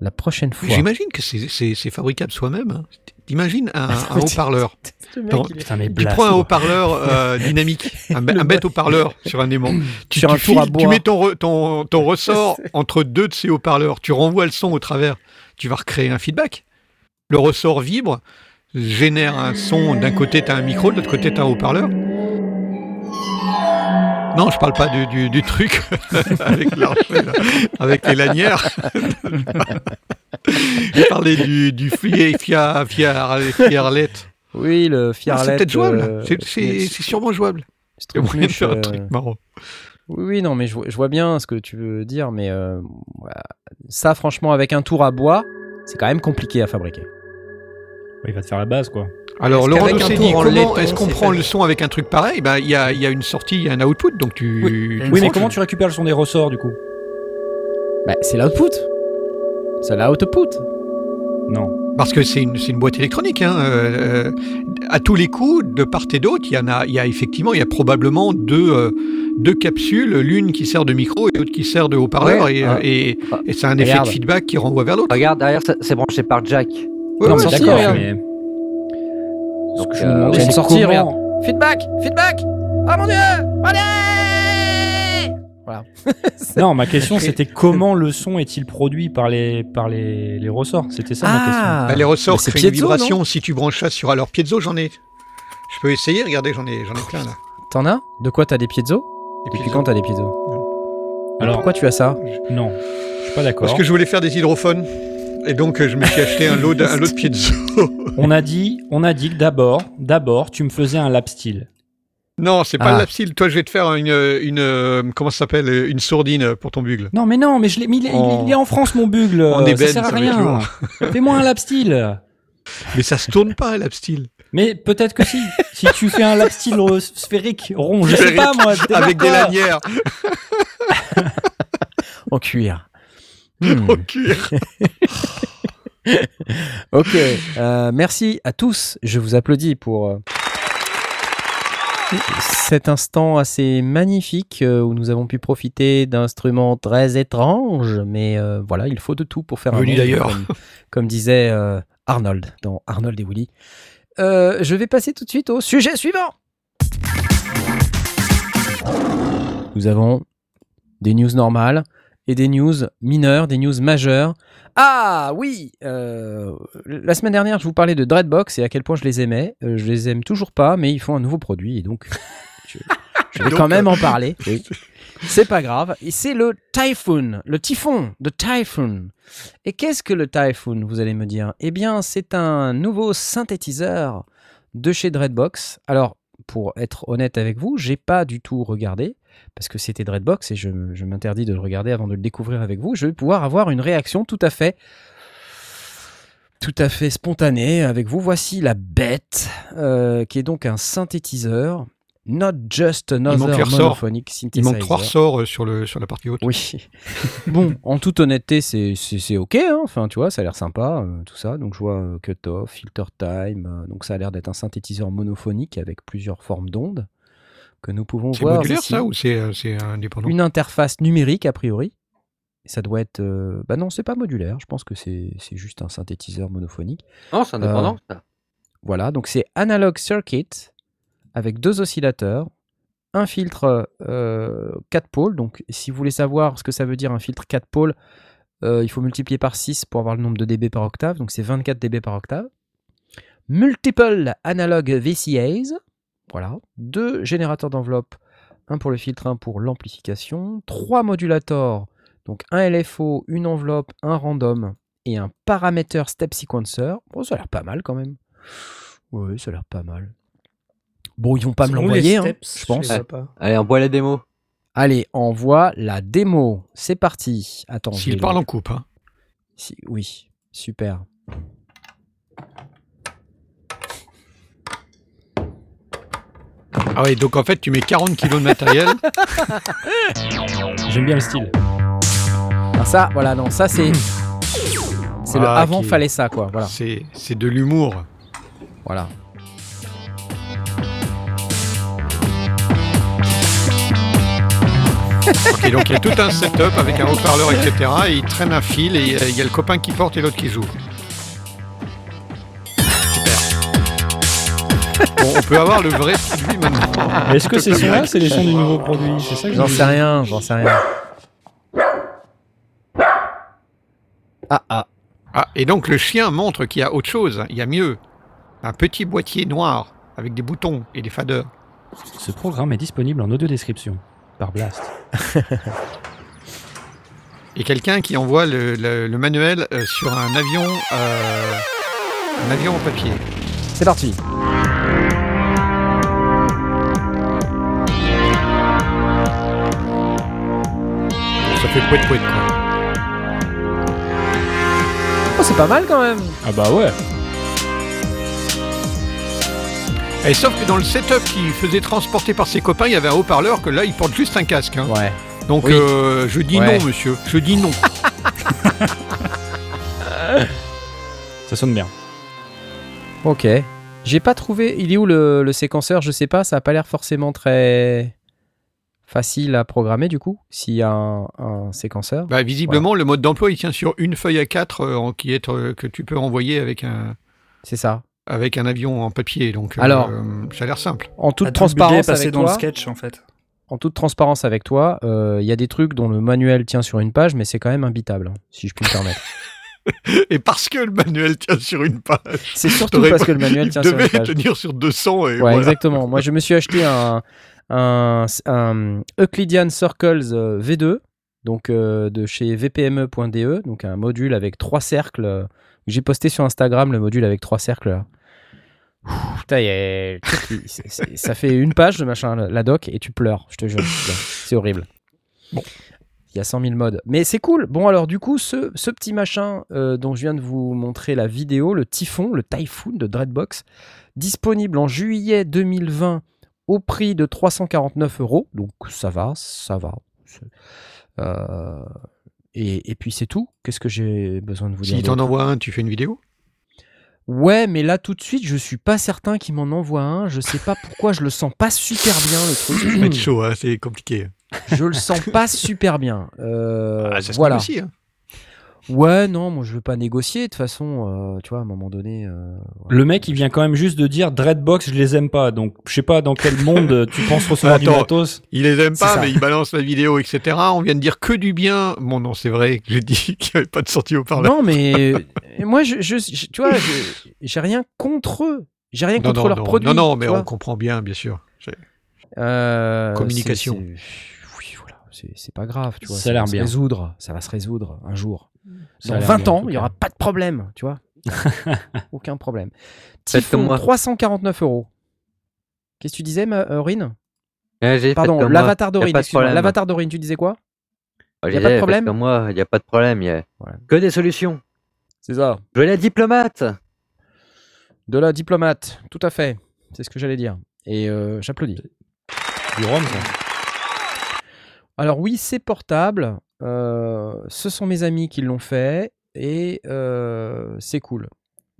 [SPEAKER 1] La prochaine fois.
[SPEAKER 2] J'imagine que c'est- c'est c'est fabricable soi-même. hein. T'imagines
[SPEAKER 1] (laughs)
[SPEAKER 2] un, un
[SPEAKER 1] Mais tu-
[SPEAKER 2] haut-parleur.
[SPEAKER 1] Le mec,
[SPEAKER 2] Dans-
[SPEAKER 1] il est-
[SPEAKER 3] Putain, mais
[SPEAKER 2] Tu
[SPEAKER 3] blast.
[SPEAKER 2] prends un
[SPEAKER 3] quoi.
[SPEAKER 2] haut-parleur
[SPEAKER 1] (laughs)
[SPEAKER 2] euh, dynamique, un, be-
[SPEAKER 1] Le
[SPEAKER 2] un bête haut-parleur sur
[SPEAKER 1] (laughs)
[SPEAKER 2] un aimant. Tu,
[SPEAKER 1] Sur
[SPEAKER 2] tu
[SPEAKER 1] un tour à
[SPEAKER 2] files-
[SPEAKER 1] bois.
[SPEAKER 2] tu mets ton, re-
[SPEAKER 1] (laughs)
[SPEAKER 2] ton, ton ressort entre deux de ces haut-parleurs, tu renvoies le son au travers, tu vas recréer un feedback. Le ressort vibre, génère un son, d'un côté tu as un micro, de l'autre côté tu as un haut-parleur. Non, je parle pas du, du- du truc (laughs) avec, l'archet, là, avec les lanières. (laughs) je parlais du, du fia, fia, fia, fiarlette.
[SPEAKER 1] Oui, le
[SPEAKER 2] Ah,
[SPEAKER 1] Fiarlet.
[SPEAKER 2] c'est peut-être jouable.
[SPEAKER 1] euh,
[SPEAKER 2] C'est- c'est c'est sûrement (laughs) jouable.
[SPEAKER 1] ce
[SPEAKER 2] Il y a
[SPEAKER 1] truc
[SPEAKER 2] moyen de
[SPEAKER 1] louche,
[SPEAKER 2] faire un
[SPEAKER 1] euh,
[SPEAKER 2] truc marrant.
[SPEAKER 1] Oui, oui, non, mais je, vois- je vois bien ce que tu veux dire, mais euh, voilà. ça, franchement, avec un tour à bois, c'est quand même compliqué à fabriquer.
[SPEAKER 3] Ouais, Il va te faire la base, quoi.
[SPEAKER 2] Alors,
[SPEAKER 4] Est-ce
[SPEAKER 2] Laurent
[SPEAKER 4] qu'avec un
[SPEAKER 2] nous dit
[SPEAKER 4] tour en
[SPEAKER 2] comment
[SPEAKER 4] laiton,
[SPEAKER 2] est-ce qu'on
[SPEAKER 4] c'est
[SPEAKER 2] prend
[SPEAKER 4] pas-
[SPEAKER 2] le son avec un truc pareil Bah, Il y, a, il y a une sortie, il y a un output, donc tu. tu
[SPEAKER 3] Oui, mais
[SPEAKER 2] prends,
[SPEAKER 3] comment tu récupères le son des ressorts, du coup
[SPEAKER 1] Bah, c'est l'output. C'est l'output.
[SPEAKER 3] Non.
[SPEAKER 2] Parce que c'est une, c'est une boîte électronique. Hein, euh, euh, à tous les coups, de part et d'autre, il y en a, il y a effectivement, il y a probablement deux, euh, deux capsules, l'une qui sert de micro et l'autre qui sert de haut-parleur,
[SPEAKER 6] Ouais,
[SPEAKER 2] et,
[SPEAKER 6] ah.
[SPEAKER 2] et, et ça a un effet
[SPEAKER 1] Regarde.
[SPEAKER 2] de feedback qui renvoie vers l'autre.
[SPEAKER 6] Regarde, derrière, c'est- c'est branché par Jack.
[SPEAKER 2] Ouais, Bah,
[SPEAKER 1] Non,
[SPEAKER 2] ouais, hein.
[SPEAKER 1] mais sorti,
[SPEAKER 3] D'accord,
[SPEAKER 1] regarde.
[SPEAKER 3] mais- Ce que je
[SPEAKER 6] euh,
[SPEAKER 3] me demandais,
[SPEAKER 1] il y a une
[SPEAKER 3] c'est
[SPEAKER 1] sortie,
[SPEAKER 3] comment-
[SPEAKER 1] regarde.
[SPEAKER 7] Feedback, feedback. Oh mon dieu, allez
[SPEAKER 3] Non, ma question, c'était comment le son est-il produit par les, par les, les ressorts C'était ça,
[SPEAKER 1] Ah.
[SPEAKER 3] ma question.
[SPEAKER 2] Bah, les ressorts
[SPEAKER 1] Mais c'est
[SPEAKER 2] créent une
[SPEAKER 1] piezo, non
[SPEAKER 2] vibration si tu branches ça sur. Alors, piezo, j'en ai. Je peux essayer, regardez, j'en ai, j'en ai plein là.
[SPEAKER 1] T'en as De quoi t'as des piezo
[SPEAKER 2] Des
[SPEAKER 1] Depuis
[SPEAKER 2] piezos.
[SPEAKER 1] quand t'as des piezo
[SPEAKER 3] Alors,
[SPEAKER 1] Pourquoi tu as ça
[SPEAKER 3] non, je suis pas d'accord.
[SPEAKER 2] Parce que je voulais faire des hydrophones. Et donc, euh, je me suis acheté un lot de, un lot de piezo.
[SPEAKER 3] On a dit, on a dit que d'abord, d'abord, tu me faisais un lap steel.
[SPEAKER 2] (laughs) Non, c'est pas
[SPEAKER 1] Ah.
[SPEAKER 2] le lapsil. Toi, je vais te faire une, une euh, comment ça s'appelle, une sourdine euh, pour ton bugle.
[SPEAKER 3] Non, mais non, mais je l'ai, mais il, est-
[SPEAKER 2] En-
[SPEAKER 3] il est en France mon bugle.
[SPEAKER 2] En
[SPEAKER 3] euh,
[SPEAKER 2] ébène,
[SPEAKER 3] ça sert à
[SPEAKER 2] ça va être
[SPEAKER 3] rien. Fais-moi un lap steel.
[SPEAKER 2] Mais ça se tourne pas, (laughs) lapsil.
[SPEAKER 3] Mais peut-être que si, si tu fais un lap steel euh, sphérique, rond, je sais pas moi.
[SPEAKER 2] Avec des
[SPEAKER 3] démerde-toi.
[SPEAKER 2] lanières.
[SPEAKER 1] (laughs) En cuir. (laughs) Hmm.
[SPEAKER 2] Ok.
[SPEAKER 1] Ok, euh, merci à tous. Je vous applaudis pour euh, cet instant assez magnifique euh, où nous avons pu profiter d'instruments très étranges. Mais euh, voilà, il faut de tout pour faire un
[SPEAKER 2] Venu
[SPEAKER 1] monde,
[SPEAKER 2] d'ailleurs.
[SPEAKER 1] Comme, comme disait euh, Arnold dans Arnold et Willy. Euh, je vais passer tout de suite au sujet suivant. Nous avons des news normales et des news mineures, des news majeures. Ah oui euh, La semaine dernière, je vous parlais de Dreadbox et à quel point je les aimais. Euh, je les aime toujours pas, mais ils font un nouveau produit et donc (laughs) je, je vais
[SPEAKER 2] Donc,
[SPEAKER 1] quand même en parler. C'est pas grave. Et c'est le Typhoon, le typhon de Typhoon. Et qu'est-ce que le Typhoon, vous allez me dire Eh bien, c'est un nouveau synthétiseur de chez Dreadbox. Alors, pour être honnête avec vous, j'ai pas du tout regardé parce que c'était Dreadbox et je, je m'interdis de le regarder avant de le découvrir avec vous. Je vais pouvoir avoir une réaction tout à fait, tout à fait spontanée avec vous. Voici la bête, euh, qui est donc un synthétiseur, not just another
[SPEAKER 2] manque les ressorts.
[SPEAKER 1] monophonic synthesizer.
[SPEAKER 2] Il manque trois ressorts euh, sur, le, sur la partie haute.
[SPEAKER 1] Oui. (laughs) bon, en toute honnêteté, c'est- c'est c'est OK. hein. Enfin, tu vois, ça a l'air sympa, euh, tout ça. Donc, je vois euh, cut-off, filter time. euh, donc, ça a l'air d'être un synthétiseur monophonique avec plusieurs formes d'ondes que nous pouvons
[SPEAKER 2] C'est
[SPEAKER 1] voir.
[SPEAKER 2] modulaire
[SPEAKER 1] ici.
[SPEAKER 2] ça ou c'est euh, c'est indépendant
[SPEAKER 1] Une interface numérique, a priori. Et Ça doit être. euh, Bah non, c'est pas modulaire. Je pense que c'est c'est juste un synthétiseur monophonique.
[SPEAKER 6] Non, c'est indépendant. ça.
[SPEAKER 1] Voilà, donc c'est Analog Circuit avec deux oscillateurs, un filtre 4 pôles. Donc si vous voulez savoir ce que ça veut dire un filtre 4 pôles, euh, il faut multiplier par 6 pour avoir le nombre de dB par octave. Donc c'est 24 dB par octave. Multiple Analog VCAs. Voilà, deux générateurs d'enveloppe, un pour le filtre, un pour l'amplification, trois modulators, donc un LFO, une enveloppe, un random et un paramètre step sequencer. Bon, ça a l'air pas mal quand même. Oui, ça a l'air pas mal. Bon, ils vont pas me l'envoyer, hein, je pense.
[SPEAKER 5] Ah,
[SPEAKER 6] Allez, on boit la démo.
[SPEAKER 1] Allez, envoie la démo. C'est parti. Attends. je
[SPEAKER 2] S'il
[SPEAKER 1] vais
[SPEAKER 2] parle
[SPEAKER 1] le-
[SPEAKER 2] en coupe. hein.
[SPEAKER 1] Si- Oui, super.
[SPEAKER 2] Ah oui, donc en fait, tu mets 40 kilos de matériel.
[SPEAKER 3] J'aime bien le style.
[SPEAKER 1] Ah, ça, voilà, non, ça c'est. C'est le
[SPEAKER 2] Ah,
[SPEAKER 1] avant,
[SPEAKER 2] qui-
[SPEAKER 1] fallait ça, quoi. (laughs) Voilà.
[SPEAKER 2] C'est c'est de l'humour.
[SPEAKER 1] voilà.
[SPEAKER 2] Ok, donc il y a tout un setup avec un haut-parleur, etc. Et il traîne un fil et euh, il y a le copain qui porte et l'autre qui joue. Super. Bon, on peut avoir le vrai produit maintenant.
[SPEAKER 3] Est-ce que ces sons-là, c'est les sons du nouveau produit C'est ça que je
[SPEAKER 1] J'en
[SPEAKER 3] me dis.
[SPEAKER 1] sais rien, j'en sais rien. Ah ah.
[SPEAKER 2] Ah, et donc le chien montre qu'il y a autre chose, il y a mieux. Un petit boîtier noir avec des boutons et des faders.
[SPEAKER 3] Ce programme est disponible en audio description par Blast.
[SPEAKER 2] Et quelqu'un qui envoie le, le- le manuel euh, sur un avion, euh, un avion en papier.
[SPEAKER 1] C'est parti.
[SPEAKER 2] Ça fait pouet pouet. quoi.
[SPEAKER 1] Oh, c'est pas mal quand même.
[SPEAKER 3] Ah bah ouais.
[SPEAKER 2] Et sauf que dans le setup qu'il faisait transporter par ses copains, il y avait un haut-parleur que là il porte juste un casque. hein.
[SPEAKER 1] Ouais.
[SPEAKER 2] Donc
[SPEAKER 1] Oui.
[SPEAKER 2] euh, je dis
[SPEAKER 1] Ouais.
[SPEAKER 2] non, monsieur. Je
[SPEAKER 1] (laughs)
[SPEAKER 2] dis non.
[SPEAKER 3] Ça sonne bien.
[SPEAKER 1] Ok. J'ai pas trouvé. Il est où le, le séquenceur Je sais pas. Ça a pas l'air forcément très facile à programmer du coup. S'il y a un, un séquenceur.
[SPEAKER 2] Bah, visiblement, le mode d'emploi il tient sur une feuille à 4 qui est euh, que tu peux envoyer avec un
[SPEAKER 1] C'est ça.
[SPEAKER 2] avec un avion en papier. Donc euh,
[SPEAKER 1] Alors.
[SPEAKER 2] ça a l'air simple.
[SPEAKER 1] En
[SPEAKER 5] Tout
[SPEAKER 1] toute
[SPEAKER 5] le budget est
[SPEAKER 1] transparence
[SPEAKER 5] passé
[SPEAKER 1] avec
[SPEAKER 5] dans
[SPEAKER 1] toi.
[SPEAKER 5] le sketch en fait.
[SPEAKER 1] En toute transparence avec toi, euh, il y a des trucs dont le manuel tient sur une page, mais c'est quand même imbitable, hein, si je puis me permettre.
[SPEAKER 2] (laughs) Et parce que le manuel tient sur une page,
[SPEAKER 1] C'est surtout
[SPEAKER 2] T'aurais
[SPEAKER 1] parce
[SPEAKER 2] pas-
[SPEAKER 1] que le manuel
[SPEAKER 2] (laughs) il
[SPEAKER 1] tient sur
[SPEAKER 2] devait
[SPEAKER 1] une page.
[SPEAKER 2] tenir sur 200 et
[SPEAKER 1] Ouais,
[SPEAKER 2] voilà.
[SPEAKER 1] exactement. Moi, je me suis acheté un, un, un Euclidean Circles euh, V2, donc euh, de chez vpme.de, E, donc un module avec trois cercles. euh, J'ai posté sur Instagram le module avec trois cercles. là. Ouh, Putain, il y a- le truc, il- c'est- c'est- ça fait une page de machin, la- la doc, et tu pleures, je te
[SPEAKER 2] (laughs)
[SPEAKER 1] jure. Putain, C'est horrible.
[SPEAKER 2] Bon.
[SPEAKER 1] Il y a 100 000 modes. Mais c'est cool. Bon, alors, du coup, ce, ce petit machin euh, dont je viens de vous montrer la vidéo, le Typhon, le Typhoon de Dreadbox, disponible en juillet 2020 au prix de 349 euros. Donc ça va, ça va. C'est- euh, Et, et puis c'est tout. Qu'est-ce que j'ai besoin de vous dire
[SPEAKER 2] Si t'en
[SPEAKER 1] d'autre
[SPEAKER 2] envoies un, tu fais
[SPEAKER 1] (clears throat)
[SPEAKER 2] une vidéo
[SPEAKER 1] Ouais, mais là tout de suite, je suis pas certain qu'il m'en envoie un. Je sais pas pourquoi, je le sens pas super bien
[SPEAKER 2] (coughs) Ça va
[SPEAKER 1] le
[SPEAKER 2] être
[SPEAKER 1] truc.
[SPEAKER 2] chaud, hein, c'est compliqué.
[SPEAKER 1] je le sens pas super bien. Euh,
[SPEAKER 2] Ah, ça se
[SPEAKER 1] voilà.
[SPEAKER 2] négocie, hein.
[SPEAKER 1] Ouais, non, moi je veux pas négocier. De toute façon, euh, tu vois, à un moment donné. euh, voilà.
[SPEAKER 3] Le mec, il vient quand même juste de dire Dreadbox, je les aime pas. Donc, je sais pas dans quel monde tu penses recevoir du
[SPEAKER 2] Attends.
[SPEAKER 3] matos.
[SPEAKER 2] Il les aime
[SPEAKER 1] C'est
[SPEAKER 2] pas,
[SPEAKER 1] ça.
[SPEAKER 2] mais il balance la vidéo, etc. On vient de dire que du bien. Bon, non, c'est vrai que j'ai dit (laughs) qu'il n'y avait pas de sortie au parlant.
[SPEAKER 1] Non, mais
[SPEAKER 2] (laughs)
[SPEAKER 1] euh, moi, je, je- je- tu vois, je- j'ai rien contre eux. J'ai rien contre
[SPEAKER 2] non,
[SPEAKER 1] leurs
[SPEAKER 2] non,
[SPEAKER 1] produits.
[SPEAKER 2] non, non, mais
[SPEAKER 1] tu
[SPEAKER 2] on
[SPEAKER 1] vois.
[SPEAKER 2] comprend bien, bien sûr. C'est-
[SPEAKER 1] Euh,
[SPEAKER 2] Communication.
[SPEAKER 1] c'est- c'est- Oui, voilà. C'est c'est pas grave, tu vois.
[SPEAKER 3] Ça
[SPEAKER 1] va
[SPEAKER 3] a l'air
[SPEAKER 1] se
[SPEAKER 3] bien.
[SPEAKER 1] résoudre. Ça va se résoudre un jour.
[SPEAKER 3] Ça a
[SPEAKER 1] Dans
[SPEAKER 3] l'air
[SPEAKER 1] 20
[SPEAKER 3] bien, en
[SPEAKER 1] ans,
[SPEAKER 3] tout
[SPEAKER 1] il n'y
[SPEAKER 3] cas.
[SPEAKER 1] aura pas de problème, tu
[SPEAKER 3] (laughs)
[SPEAKER 1] vois. Aucun problème.
[SPEAKER 6] Faites comme
[SPEAKER 1] Typhon,
[SPEAKER 6] moi.
[SPEAKER 1] 349 euros. Qu'est-ce que tu disais, ma- euh, Aurine
[SPEAKER 6] Eh, j'ai fait
[SPEAKER 1] Pardon,
[SPEAKER 6] comme
[SPEAKER 1] l'avatar
[SPEAKER 6] moi. Y a
[SPEAKER 1] d'Aurine.
[SPEAKER 6] pas de
[SPEAKER 1] excuse-moi.
[SPEAKER 6] problème.
[SPEAKER 1] L'avatar d'Aurine, tu disais quoi
[SPEAKER 6] moi.
[SPEAKER 1] y a
[SPEAKER 6] J'ai
[SPEAKER 1] pas de
[SPEAKER 6] fait
[SPEAKER 1] problème
[SPEAKER 6] Comme moi, il n'y a pas de problème. Il y a
[SPEAKER 1] Voilà.
[SPEAKER 6] que des solutions.
[SPEAKER 1] C'est ça.
[SPEAKER 6] Je veux la diplomate.
[SPEAKER 1] De la diplomate, tout à fait. C'est ce que j'allais dire. Et euh, j'applaudis.
[SPEAKER 3] Du rhum, ça.
[SPEAKER 1] Alors oui, c'est portable. Euh, ce sont mes amis qui l'ont fait et euh, c'est cool.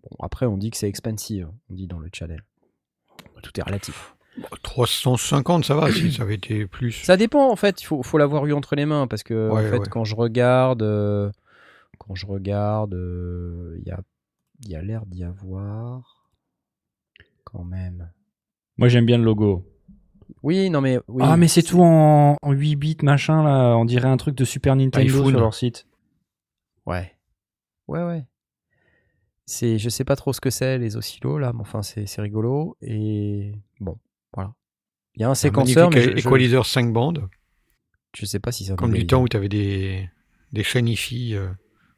[SPEAKER 1] Bon, après, on dit que c'est expensive, on dit dans le channel. Tout est relatif.
[SPEAKER 2] Bon, 350, ça va, si ça avait été plus.
[SPEAKER 1] Ça dépend en fait. Il faut, faut l'avoir eu entre les mains parce que en
[SPEAKER 2] Ouais,
[SPEAKER 1] fait,
[SPEAKER 2] ouais.
[SPEAKER 1] quand je regarde, euh, quand je regarde, euh, il y a, il y a l'air d'y avoir quand même.
[SPEAKER 3] Moi, j'aime bien le logo.
[SPEAKER 1] Oui, non mais oui.
[SPEAKER 3] Ah, mais c'est tout en, en 8 bits, machin, là. On dirait un truc de Super Nintendo
[SPEAKER 2] iPhone.
[SPEAKER 3] sur leur site.
[SPEAKER 1] Ouais. Ouais, ouais. C'est, je sais pas trop ce que c'est, les oscillos, là, mais enfin, c'est, c'est rigolo. Et bon, voilà. Il y a un séquenceur, mais je,
[SPEAKER 2] magnifique
[SPEAKER 1] je,
[SPEAKER 2] Equalizer 5 bandes,
[SPEAKER 1] je sais pas si c'est un
[SPEAKER 2] comme du
[SPEAKER 1] égaliseur.
[SPEAKER 2] temps où tu avais des, des chaînes hi-fi, euh,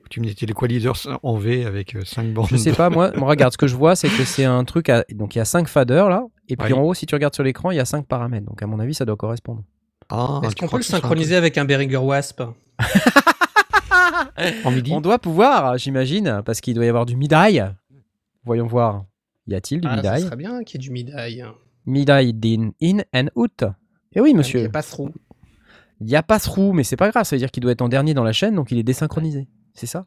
[SPEAKER 2] où tu mettais l'Equalizer en V avec 5 bandes.
[SPEAKER 1] Je sais pas, moi, moi, regarde, ce que je vois, c'est que c'est un truc à... Donc, il y a 5 faders, là. Et puis,
[SPEAKER 2] Oui.
[SPEAKER 1] en haut, si tu regardes sur l'écran, il y a 5 paramètres. Donc, à mon avis, ça doit correspondre.
[SPEAKER 2] Ah,
[SPEAKER 4] Est-ce
[SPEAKER 2] tu
[SPEAKER 4] qu'on
[SPEAKER 2] crois
[SPEAKER 4] peut le
[SPEAKER 2] que c'est un
[SPEAKER 4] synchroniser avec un Ah, Behringer Wasp
[SPEAKER 2] truc En midi
[SPEAKER 1] On doit pouvoir, j'imagine, parce qu'il doit y avoir du midaille. Voyons voir. Y a-t-il du
[SPEAKER 4] Ah, ça
[SPEAKER 1] midaille
[SPEAKER 4] serait bien qu'il y ait du midaille.
[SPEAKER 1] Midaille din in and out. Eh
[SPEAKER 2] Ah,
[SPEAKER 1] oui, monsieur.
[SPEAKER 4] Pas trop.
[SPEAKER 1] Il n'y a pas trou, mais c'est pas grave, ça veut dire qu'il doit être en dernier dans la chaîne, donc il est désynchronisé. C'est ça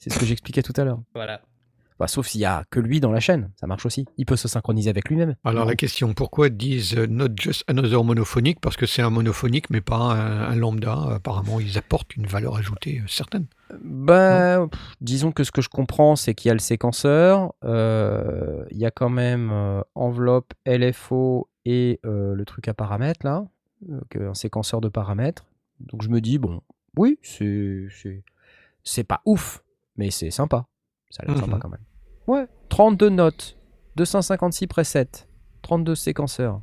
[SPEAKER 1] C'est ce que j'expliquais tout à l'heure.
[SPEAKER 4] Voilà.
[SPEAKER 1] Bah, sauf s'il y a que lui dans la chaîne, ça marche aussi. Il peut se synchroniser avec lui-même.
[SPEAKER 2] Alors la question, pourquoi disent euh, not just another monophonique Parce que c'est un monophonique, mais pas un, un lambda. Apparemment, ils apportent une valeur ajoutée euh, certaine.
[SPEAKER 1] Bah, pff, disons que ce que je comprends, c'est qu'il y a le séquenceur, euh, il y a quand même euh, enveloppe, LFO et euh, le truc à paramètres, là, euh, que- un séquenceur de paramètres. Donc je me dis, bon, oui, c'est- c'est c'est pas ouf, mais c'est sympa. Ça a l'air
[SPEAKER 2] Mhm.
[SPEAKER 1] sympa quand même. Ouais, 32 notes, 256 presets, 32 séquenceurs.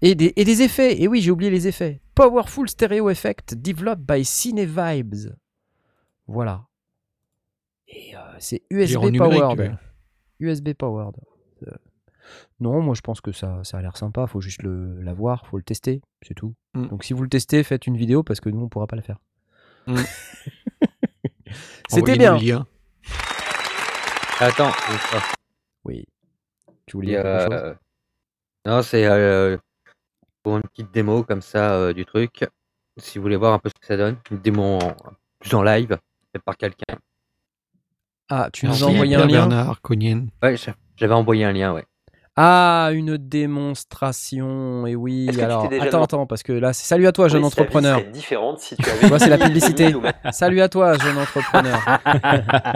[SPEAKER 1] Et des, et des effets, et oui, j'ai oublié les effets. Powerful Stereo Effect developed by Cinevibes. Voilà. Et euh, c'est
[SPEAKER 2] Et en
[SPEAKER 1] USB
[SPEAKER 2] numérique, tu
[SPEAKER 1] powered.
[SPEAKER 2] veux.
[SPEAKER 1] USB powered. Euh, non, moi je pense que ça, ça a l'air sympa, faut juste le- l'avoir, faut le tester, c'est tout.
[SPEAKER 2] Mm.
[SPEAKER 1] Donc si vous le testez, faites une vidéo parce que nous on pourra pas le faire. (laughs)
[SPEAKER 2] Mm.
[SPEAKER 1] C'était bien.
[SPEAKER 2] Envoyez-nous le lien.
[SPEAKER 6] Attends. je- ah,
[SPEAKER 1] Oui. Tu
[SPEAKER 6] il
[SPEAKER 1] voulais
[SPEAKER 6] y
[SPEAKER 1] dire
[SPEAKER 6] a,
[SPEAKER 1] quelque chose
[SPEAKER 6] euh, Non, c'est euh, pour une petite démo comme ça euh, du truc. Si vous voulez voir un peu ce que ça donne, une démo en, plus en live, faite par quelqu'un.
[SPEAKER 1] Ah, tu nous
[SPEAKER 2] Merci,
[SPEAKER 1] as envoyé
[SPEAKER 2] Pierre
[SPEAKER 1] un lien
[SPEAKER 2] Bernard Cognien.
[SPEAKER 6] Ouais, j'a- j'avais envoyé un lien, ouais.
[SPEAKER 1] Ah, une démonstration. Et oui,
[SPEAKER 8] Est-ce que tu
[SPEAKER 1] alors
[SPEAKER 8] t'es déjà
[SPEAKER 1] attends,
[SPEAKER 8] demandé-
[SPEAKER 1] attends, parce que là, c'est- salut à toi, jeune
[SPEAKER 8] Oui, sa vie
[SPEAKER 1] entrepreneur.
[SPEAKER 8] (laughs) serait différente si
[SPEAKER 4] (laughs)
[SPEAKER 8] tu
[SPEAKER 1] Tu vois,
[SPEAKER 8] avais
[SPEAKER 1] c'est la
[SPEAKER 8] mille-
[SPEAKER 1] publicité.
[SPEAKER 8] mille ou même-
[SPEAKER 1] Salut à toi, jeune entrepreneur. (laughs)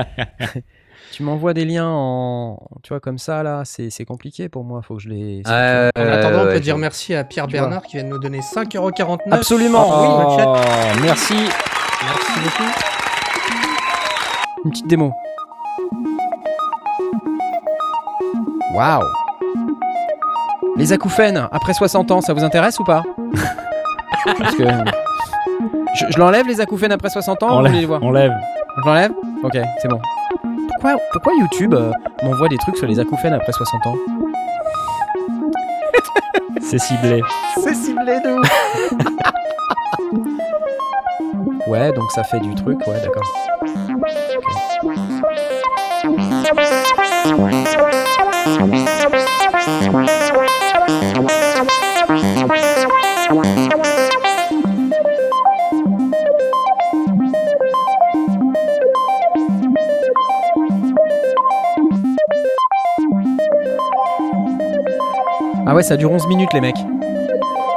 [SPEAKER 1] tu m'envoies des liens en, tu vois, comme ça là, c'est c'est compliqué pour moi. Faut que je les.
[SPEAKER 6] Euh,
[SPEAKER 4] En attendant, on
[SPEAKER 6] ouais,
[SPEAKER 4] peut
[SPEAKER 6] je-
[SPEAKER 4] dire merci à Pierre
[SPEAKER 1] Tu vois.
[SPEAKER 4] Bernard qui vient de nous donner 5,49€.
[SPEAKER 1] Absolument,
[SPEAKER 4] Ah oui, dans le chat.
[SPEAKER 3] Oh, merci.
[SPEAKER 4] Merci beaucoup.
[SPEAKER 1] Une petite démo. Waouh. Les acouphènes après 60 ans, ça vous intéresse ou pas (laughs) Parce que je, je l'enlève les acouphènes après 60 ans. ou Vous voulez les
[SPEAKER 3] Enlève.
[SPEAKER 1] voir
[SPEAKER 3] Enlève.
[SPEAKER 1] Je l'enlève Ok, c'est bon. Pourquoi, pourquoi YouTube euh, m'envoie des trucs sur les acouphènes après 60 ans
[SPEAKER 3] C'est ciblé.
[SPEAKER 1] (laughs) C'est ciblé de ouf (laughs) Ouais, donc ça fait du truc, ouais, d'accord. Ah ouais, ça dure 11 minutes, les mecs.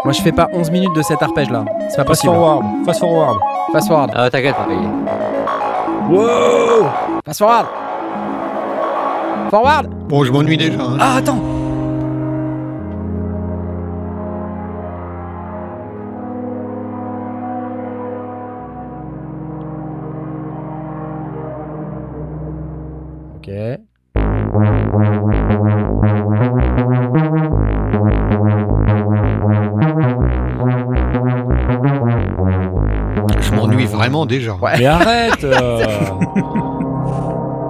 [SPEAKER 1] Moi, je fais pas 11 minutes de cet arpège là. C'est pas
[SPEAKER 3] Fast
[SPEAKER 1] possible.
[SPEAKER 3] forward, fast forward.
[SPEAKER 1] Fast forward.
[SPEAKER 6] Ah, t'inquiète, on va y aller.
[SPEAKER 3] Wow
[SPEAKER 1] Fast forward. Forward.
[SPEAKER 2] Bon, je m'ennuie déjà. hein.
[SPEAKER 3] Ah, attends
[SPEAKER 1] Ok.
[SPEAKER 2] Je m'ennuie vraiment déjà.
[SPEAKER 3] Mais arrête euh.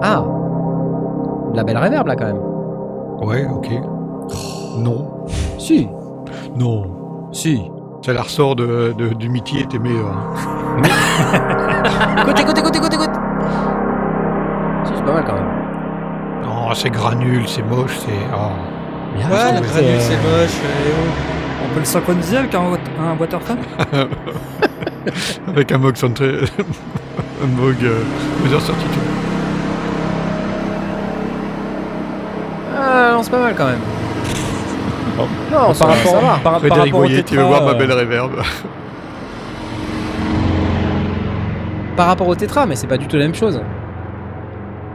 [SPEAKER 1] Ah. De La belle réverb là quand même.
[SPEAKER 2] Ouais, ok. Non.
[SPEAKER 1] Si.
[SPEAKER 2] Non.
[SPEAKER 1] Si.
[SPEAKER 2] Ça la ressort de, de, du métier, t'es euh, meilleur.
[SPEAKER 1] Écoute, écoute, écoute, écoute, écoute. Si, c'est pas mal quand même.
[SPEAKER 2] Non, c'est granule, c'est moche, c'est. oh.
[SPEAKER 3] Mais
[SPEAKER 4] Ouais, la
[SPEAKER 3] arrête,
[SPEAKER 4] granule,
[SPEAKER 3] euh.
[SPEAKER 4] c'est moche. euh,
[SPEAKER 5] On peut le synchroniser avec un, wat- un waterfall
[SPEAKER 2] Avec un Moog centré. (laughs) un Moog. Euh, Mother Certitude.
[SPEAKER 1] Ah non, c'est pas mal quand même.
[SPEAKER 3] Oh.
[SPEAKER 1] Non, ça
[SPEAKER 3] Par
[SPEAKER 1] va, ça
[SPEAKER 3] rapport,
[SPEAKER 1] va.
[SPEAKER 3] par, par
[SPEAKER 2] Frédéric
[SPEAKER 3] rapport au
[SPEAKER 2] Boyer, tu veux
[SPEAKER 3] tétra,
[SPEAKER 2] voir ma
[SPEAKER 3] euh,
[SPEAKER 2] belle réverb
[SPEAKER 1] Par rapport au tétra, mais c'est pas du tout la même chose.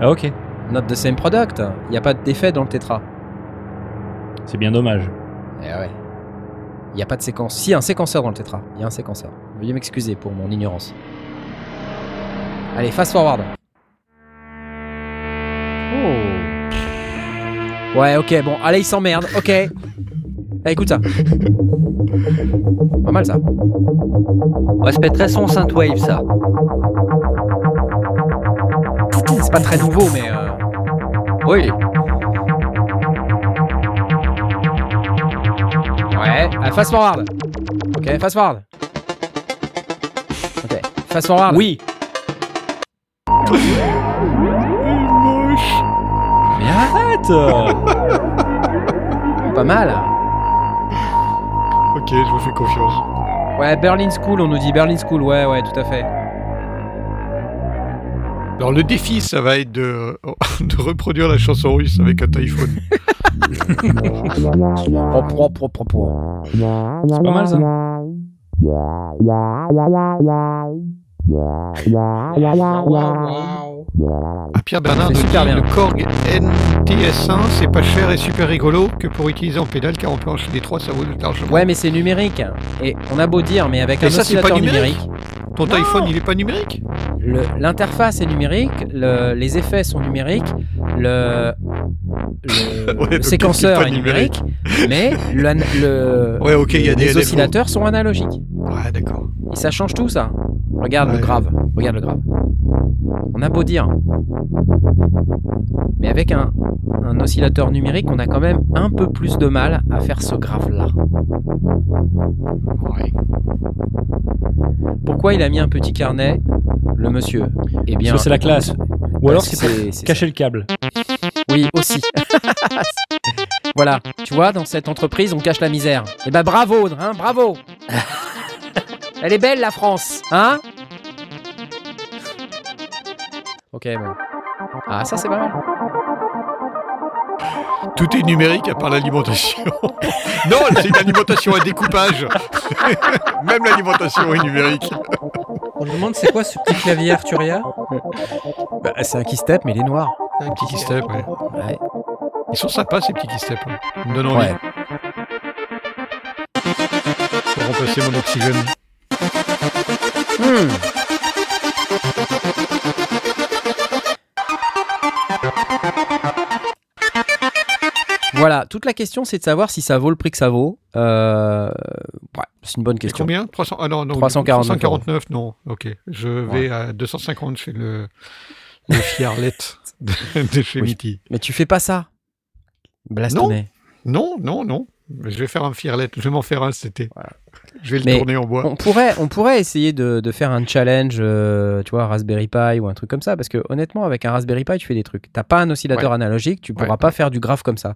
[SPEAKER 3] Ah, ok.
[SPEAKER 1] Not the same product. Il y a pas d'effet dans le tétra.
[SPEAKER 3] C'est bien dommage.
[SPEAKER 1] Eh ouais. Il n'y a pas de séquence. Si, il y a un séquenceur dans le tétra. Il y a un séquenceur. Veuillez m'excuser pour mon ignorance. Allez, fast forward. Oh. Ouais, ok, bon. Allez, il s'emmerde. Ok. Allez, écoute ça. Pas mal ça.
[SPEAKER 6] Ouais, ça fait très son synthwave, ça.
[SPEAKER 1] C'est pas très nouveau, mais. euh,
[SPEAKER 6] Oui.
[SPEAKER 1] Ouais. Allez, fast forward. Ok, fast forward. Ok. Fast forward.
[SPEAKER 3] Oui
[SPEAKER 2] (laughs)
[SPEAKER 3] Mais arrête euh.
[SPEAKER 1] Pas mal.
[SPEAKER 2] Ok, je vous fais confiance.
[SPEAKER 1] Ouais, Berlin School, on nous dit Berlin School. Ouais, ouais, tout à fait.
[SPEAKER 2] Alors, le défi, ça va être de, (laughs) de reproduire la chanson russe avec un téléphone.
[SPEAKER 1] Oh, pro, pro, pro, pro.
[SPEAKER 3] C'est pas mal ça
[SPEAKER 4] Waouh, waouh.
[SPEAKER 2] Ah, Pierre Bernard
[SPEAKER 1] C'est
[SPEAKER 2] nous
[SPEAKER 1] super
[SPEAKER 2] dit,
[SPEAKER 1] bien.
[SPEAKER 2] le Korg NTS1, c'est pas cher et super rigolo que pour utiliser en pédale car on peut enchaîner trois cerveaux de largement.
[SPEAKER 1] Ouais, mais c'est numérique. Et on a beau dire, mais avec
[SPEAKER 2] Et
[SPEAKER 1] un
[SPEAKER 2] ça, c'est pas
[SPEAKER 1] oscillateur numérique,
[SPEAKER 2] numérique Ton téléphone, il est pas numérique
[SPEAKER 1] le- l'interface est numérique, le- les effets sont numériques, le, le-
[SPEAKER 2] (laughs) Ouais, donc
[SPEAKER 1] le
[SPEAKER 2] tout ce qui est
[SPEAKER 1] séquenceur
[SPEAKER 2] pas
[SPEAKER 1] est numérique, mais l'an- le-
[SPEAKER 2] Ouais, ok, il y a des
[SPEAKER 1] les
[SPEAKER 2] défauts.
[SPEAKER 1] oscillateurs sont analogiques.
[SPEAKER 2] Ouais, d'accord.
[SPEAKER 1] Et ça change tout, ça. Regarde
[SPEAKER 2] Ouais.
[SPEAKER 1] le grave. Regarde le grave. On a beau dire. Mais avec un, un oscillateur numérique, on a quand même un peu plus de mal à faire ce grave-là. Pourquoi il a mis un petit carnet, le monsieur Eh bien.
[SPEAKER 3] Parce que c'est la classe. Ou alors c'est
[SPEAKER 1] c'est c'est
[SPEAKER 3] cacher le câble.
[SPEAKER 1] ça. Oui, aussi. (laughs) voilà. Tu vois, dans cette entreprise, on cache la misère. Eh ben bravo, hein, bravo Elle est belle, la France, hein Ok, bon. Ah, ça, c'est pas mal.
[SPEAKER 2] Tout est numérique à part (laughs) l'alimentation. non, c'est une alimentation à découpage. (laughs) Même l'alimentation est numérique.
[SPEAKER 4] On me demande c'est quoi ce petit clavier Arturia
[SPEAKER 1] Bah, c'est un keystep, mais il est noir.
[SPEAKER 4] Un
[SPEAKER 2] Petit keystep, ouais.
[SPEAKER 1] Euh, Ouais.
[SPEAKER 2] Ils sont sympas, ces petits keysteps. hein. Ils me donnent envie.
[SPEAKER 1] Ouais.
[SPEAKER 2] Pour remplacer mon oxygène.
[SPEAKER 1] Hmm. Voilà, toute la question c'est de savoir si ça vaut le prix que ça vaut. Euh, ouais, c'est une bonne
[SPEAKER 2] Et
[SPEAKER 1] question.
[SPEAKER 2] combien 300... Ah non, non.
[SPEAKER 1] 349 euros.
[SPEAKER 2] 349, non. Ok. Je vais à 250 chez le, le Fiarlette de, de chez
[SPEAKER 1] Oui.
[SPEAKER 2] Mitty.
[SPEAKER 1] Mais tu fais pas ça. Blastonné.
[SPEAKER 2] Non, non, non. Je vais faire un Fiarlette. Je vais m'en faire un cet été. Je vais le
[SPEAKER 1] Mais
[SPEAKER 2] tourner en bois.
[SPEAKER 1] On pourrait, on pourrait essayer de, de faire un challenge, euh, tu vois, Raspberry Pi ou un truc comme ça, parce que honnêtement, avec un Raspberry Pi, tu fais des trucs. T'as pas un oscillateur analogique, tu pourras
[SPEAKER 2] Ouais.
[SPEAKER 1] pas faire du graphe comme ça.